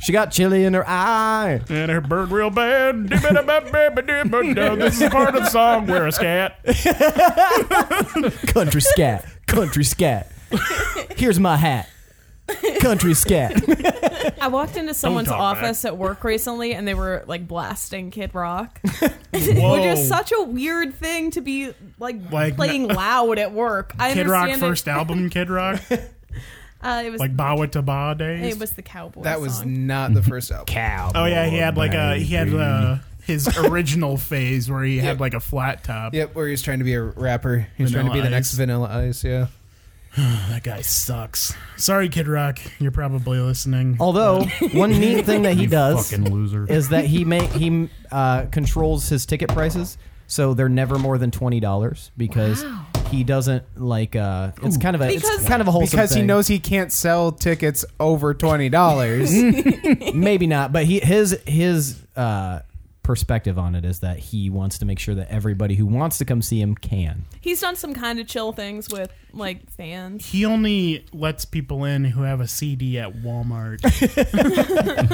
C: She got chili in her eye.
E: and her bird real bad. This is part of the song where a scat.
C: Country scat. Country scat. Here's my hat. Country scat.
F: I walked into someone's
C: talk back.
F: office at work recently, and they were like blasting Kid Rock,
E: Whoa.
F: which is such a weird thing to be like,
E: Like,
F: playing loud at work. I
E: Kid Rock
F: understand it-
E: first album, Kid Rock,
F: Uh, it was
E: like Bawa to Ba days.
F: it was the cowboy.
G: That was
F: song.
G: not the first album.
C: Cow.
E: Oh yeah, he had like a he had uh, his original phase where he had like a flat top.
G: Yep, where he was trying to be a rapper. He was trying to be
E: Vanilla
G: the next
E: Ice.
G: Vanilla Ice. Yeah.
E: that guy sucks. Sorry, Kid Rock, you're probably listening.
C: Although one neat thing that he
E: You
C: does
E: fucking loser.
C: is that he may he uh, controls his ticket prices, so they're never more than twenty dollars because he doesn't like. Uh, it's kind of a it's kind of a wholesome
G: because he
C: thing.
G: knows he can't sell tickets over twenty dollars.
C: maybe not, but he his his uh, perspective on it is that he wants to make sure that everybody who wants to come see him can.
F: He's done some kind of chill things with like fans.
E: he only lets people in who have a CD at Walmart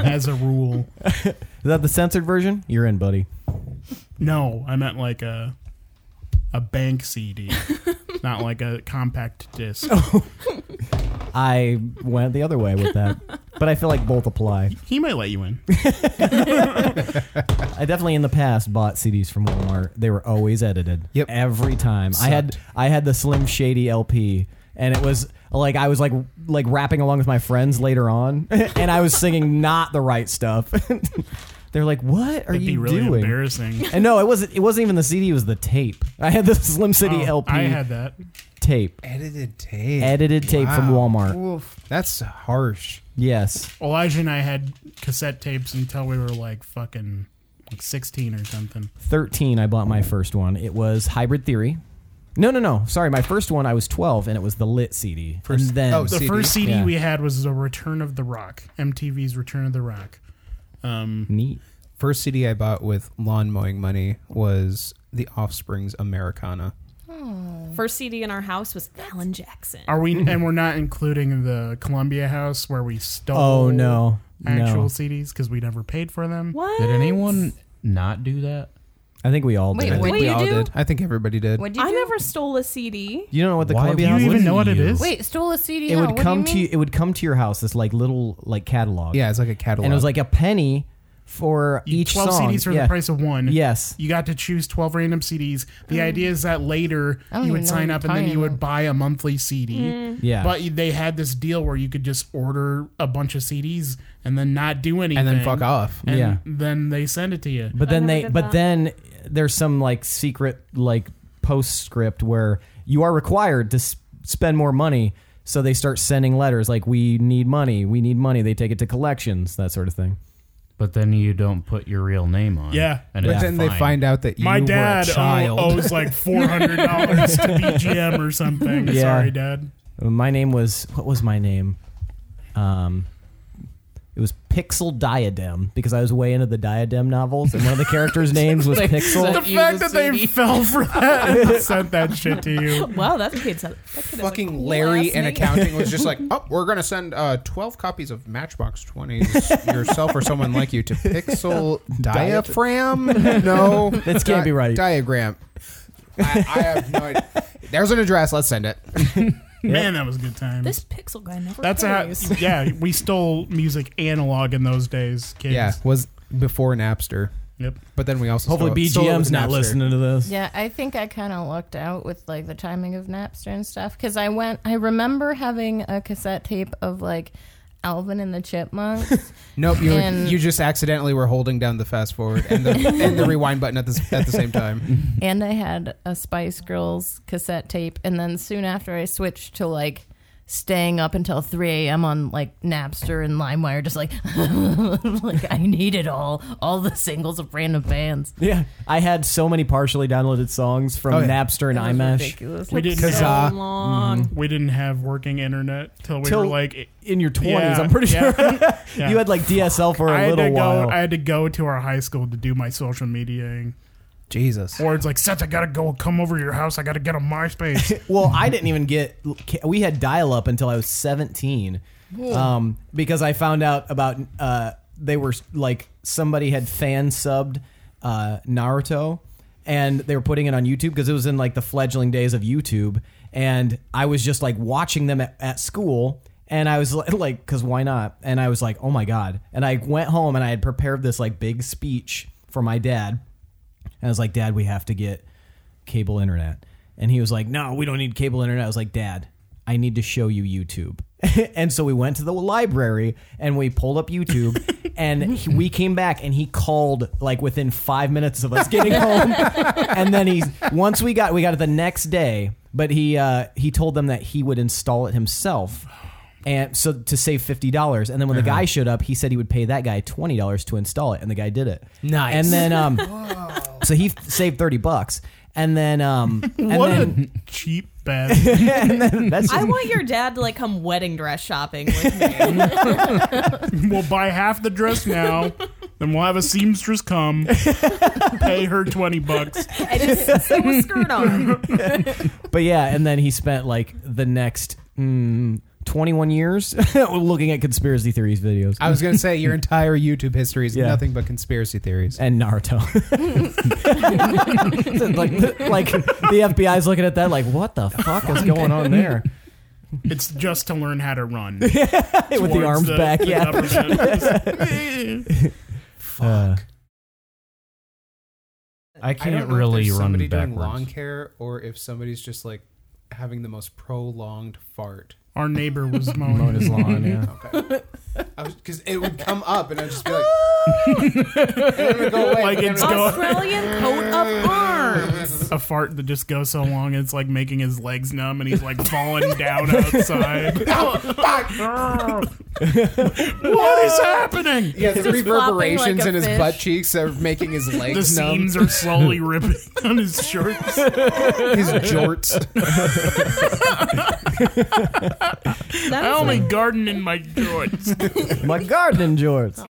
E: as a rule.
C: Is that the censored version? You're in, buddy.
E: No, I meant like a a bank CD, not like a compact disc.
C: Oh. I went the other way with that, but I feel like both apply.
E: He might let you in.
C: I definitely in the past bought CDs from Walmart. They were always edited. Yep. Every time. I had I had the Slim Shady LP and it was like I was like like rapping along with my friends later on and I was singing not the right stuff. They're like, "What are
E: That'd
C: you
E: be really
C: doing?"
E: embarrassing.
C: And no, it wasn't it wasn't even the CD, it was the tape. I had the Slim City
E: Oh,
C: LP.
E: I had that.
C: tape.
G: Edited tape.
C: Edited tape from
G: Wow.
C: Walmart.
G: Oof, that's harsh.
C: Yes.
E: Elijah and I had cassette tapes until we were like fucking like sixteen or something.
C: 13 i bought my first one it was hybrid theory no no no sorry my first one i was 12 and it was the lit cd and then
G: oh,
E: the first CD
C: Yeah.
E: we had was the Return of the Rock, MTV's Return of the Rock. Um,
C: Neat.
G: First CD I bought with lawn mowing money was The Offspring's Americana.
F: First CD in our house was Alan Jackson.
E: Are we? And we're not including the Columbia House where we stole.
C: Oh, no. No.
E: Actual CDs because we never paid for them.
F: What?
D: Did anyone not do that?
C: i think we all
F: Wait,
C: did
F: what
G: I think
F: do
G: we
F: you
G: all
F: do?
G: did. I think everybody did.
F: I never stole a CD.
C: you don't know what the
G: Why
C: columbia
G: would
C: house
G: you even
C: was?
G: know what it is?
A: Wait, stole a CD.
C: it
A: no,
C: would
A: what do
C: come
A: you
C: to
A: mean?
C: you, it would come to your house this like little like catalog
G: Yeah, it's like a catalog.
C: and it was like a penny for
E: You-
C: each
E: 12
C: song
E: CDs for
C: yeah.
E: the price of one.
C: Yes.
E: You got to choose 12 random CDs. The idea is that later
A: Mm. I don't
E: you
A: even
E: would
A: know
E: sign
A: what
E: up
A: you're
E: and then
A: talking Mm.
E: you would buy a monthly CD.
C: Yeah.
E: But you- they had this deal where you could just order a bunch of CDs and then not do anything.
G: and then fuck off.
E: And
C: Yeah.
E: then they send it to you.
C: But then
F: never
C: they,
F: did
C: but
F: that.
C: then there's some like secret like postscript where you are required to s- spend more money. So they start sending letters like, "We need money. We need money." They take it to collections, that sort of thing.
D: But then you don't put your real name on.
E: Yeah.
D: and
G: But
D: it's
G: then they
D: fine.
G: find out that you
E: My dad oh, o-
G: were a child.
E: owes like $400 to BGM or something.
C: Yeah.
E: Sorry, Dad.
C: My name was what was my name? Um, it was Pixel Diadem because I was way into the Diadem novels, and one of the characters' names was Pixel.
E: The fact that they fell for that and sent that shit to you.
F: Wow, that kid's a, that kid has a
G: Fucking
F: cool
G: Larry
F: ass
G: in
F: name.
G: accounting was just like, oh, we're gonna send uh, twelve copies of Matchbox Twenties yourself or someone like you to Pixel diaphragm. no,
C: This can't be right.
G: Diagram. I, I have no idea. There's an address. Let's send it.
E: Man, that was a good time.
F: This pixel guy never.
E: That's how,
F: pays.
E: yeah, we stole music analog in those days, kids.
G: Yeah, was before Napster,
E: Yep.
G: but then we also
C: Hopefully,
G: stole- stole it
C: BGM's
G: with
C: not
G: Napster.
C: listening to this.
P: Yeah, I think I kind of lucked out with like the timing of Napster and stuff because I went. I remember having a cassette tape of like Alvin and the Chipmunks.
G: Nope, you
P: And-
G: you just accidentally were holding down the fast forward and the, and the rewind button at the s- at the same time.
P: and I had a Spice Girls cassette tape, and then soon after I switched to like
A: staying up until 3 a.m. on like Napster and LimeWire, just like, like I need it all, all the singles of random bands.
C: Yeah, I had so many partially downloaded songs from
A: Oh, yeah.
C: Napster and
A: That was
C: iMesh.
A: ridiculous.
E: We didn't Mm-hmm.
C: Kazaa.
E: have,
C: Mhm.
E: we didn't have working internet till we
C: Till
E: were like e-,
C: in your 20s, I'm pretty sure. You had, like, DSL for a
E: a
C: little while.
E: Go, I had to go to our high school to do my social mediaing.
G: Jesus.
E: Or it's like Seth, I gotta go come over to your house. I gotta get on MySpace.
C: well, I didn't even get. We had dial up until I was 17,
E: Whoa.
C: um, because I found out about uh, they were like somebody had fan subbed uh, Naruto, and they were putting it on YouTube because it was in like the fledgling days of YouTube, and I was just like watching them at, at school. And I was li- like, because why not? And I was like, oh my God. And I went home and I had prepared this like big speech for my dad. And I was like, Dad, we have to get cable internet. And he was like, No, we don't need cable internet. I was like, Dad, I need to show you YouTube. and so we went to the library and we pulled up YouTube and he- we came back and he called like within five minutes of us getting home. and then he, once we got, we got it the next day, but he, uh, he told them that he would install it himself. And so to save fifty dollars, and then when the guy showed up, he said he would pay that guy twenty dollars to install it, and the guy did it.
G: Nice.
C: And then um, so he f- saved thirty bucks, and then um, and
E: What
C: then,
E: a cheap bad.
C: and then that's
F: I
C: just-
F: want your dad to like come wedding dress shopping with me.
E: we'll buy half the dress now. Then we'll have a seamstress come, pay her twenty bucks.
F: and just sew a skirt on.
C: but yeah, and then he spent like the next mm, twenty-one years looking at conspiracy theories videos.
G: I was gonna say your entire YouTube history is
C: Yeah.
G: nothing but conspiracy theories
C: and Naruto. like, like the FBI's looking at that, like, what the fuck is going on there?
E: It's just to learn how to run
C: With the arms back, yeah. Fuck.
D: I
G: I don't
D: can't
G: know if
D: really
G: there's
D: run
G: somebody
D: backwards.
G: doing lawn care or if somebody's just like having the most prolonged fart.
E: Our neighbor was
C: Uh,
E: mowing,
G: Mowing his lawn, yeah.
E: Okay.
G: Because it would come up and I'd just be like,
A: Ah!
G: and it would go away.
E: Like
G: and
E: it's
G: I'd be like,
F: Australian coat of arms.
E: A fart that just goes so long, it's like making his legs numb, and he's like falling down outside. what is happening?
G: Yeah, the
E: Just flopping
G: reverberations
E: like a
G: in his
E: fish.
G: butt cheeks are making his legs
E: the
G: numb.
E: seams are slowly ripping on his shorts.
G: His jorts.
E: I
D: Oh
E: only garden in my jorts.
C: My gardening jorts.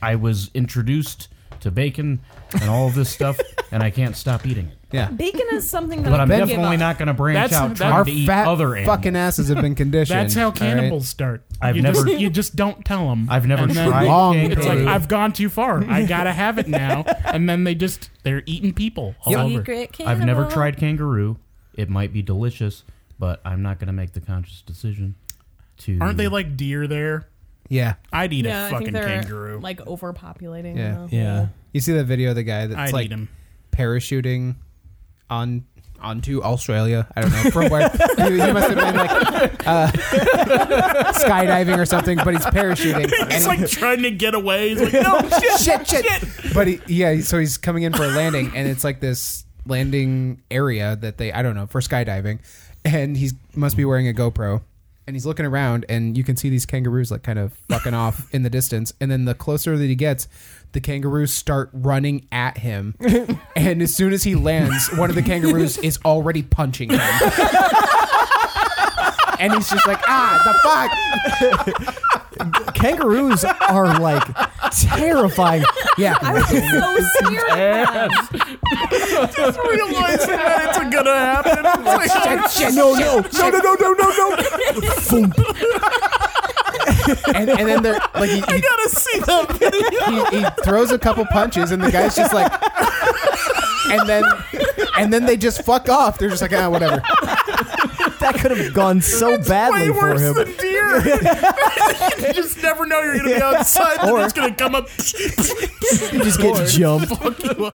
D: I was introduced to bacon and all of this stuff, and I can't stop eating it.
G: Yeah.
F: Bacon is something that
D: But
F: I
D: I'm
F: give
D: definitely
F: up.
D: not going to branch
E: That's-
D: out
E: that-
D: trying
E: Our
D: to eat
E: fat
D: other animals.
G: fucking asses have been conditioned.
E: That's how
G: all right?
E: cannibals start.
D: I've
E: you
D: never-
E: just, you just don't tell them.
D: I've never
E: And then
D: tried Long cake.
E: It's like
D: poo.
E: I've gone too far. I gotta have it now. And then they just they're eating people all over.
D: I've never tried kangaroo. It might be delicious, but I'm not going to make the conscious decision to.
E: Aren't they like deer there?
G: Yeah.
E: I'd eat
F: Yeah, I
E: a
F: think
E: fucking
F: they're,
E: kangaroo.
F: Like overpopulating.
G: Yeah.
F: the whole-
G: You see that video of the guy that's
E: I'd
G: like
E: eat 'em.
G: parachuting on onto Australia. I don't know from where. he, he must have been like uh, skydiving or something, but he's parachuting.
E: He's
G: And-
E: like trying to get away. He's like, no shit,
G: shit, shit. but he, yeah, so he's coming in for a landing, and it's like this landing area that they I don't know for skydiving, and he must be wearing a GoPro, and he's looking around, and you can see these kangaroos like kind of fucking off in the distance, and then the closer that he gets. The kangaroos start running at him, and as soon as he lands, one of the kangaroos is already punching him, and he's just like, "Ah, the fuck!"
C: Kangaroos are like terrifying.
G: Yeah,
F: I was so scared. of them.
E: Just realizing that it's gonna happen. It's like,
C: no, no, no, no, no, no, no, no.
G: and, and then they're like, he,
E: I
G: he
E: gotta see that video.
G: he, he throws a couple punches and the guy's just like and then and then they just fuck off they're just like ah whatever
C: That could have gone so badly
E: Way
C: for
E: worse
C: him.
E: than deer. you just never know you're gonna be outside, and
C: Or-
E: it's gonna come up.
C: He just gets jumped.
E: Fuck you.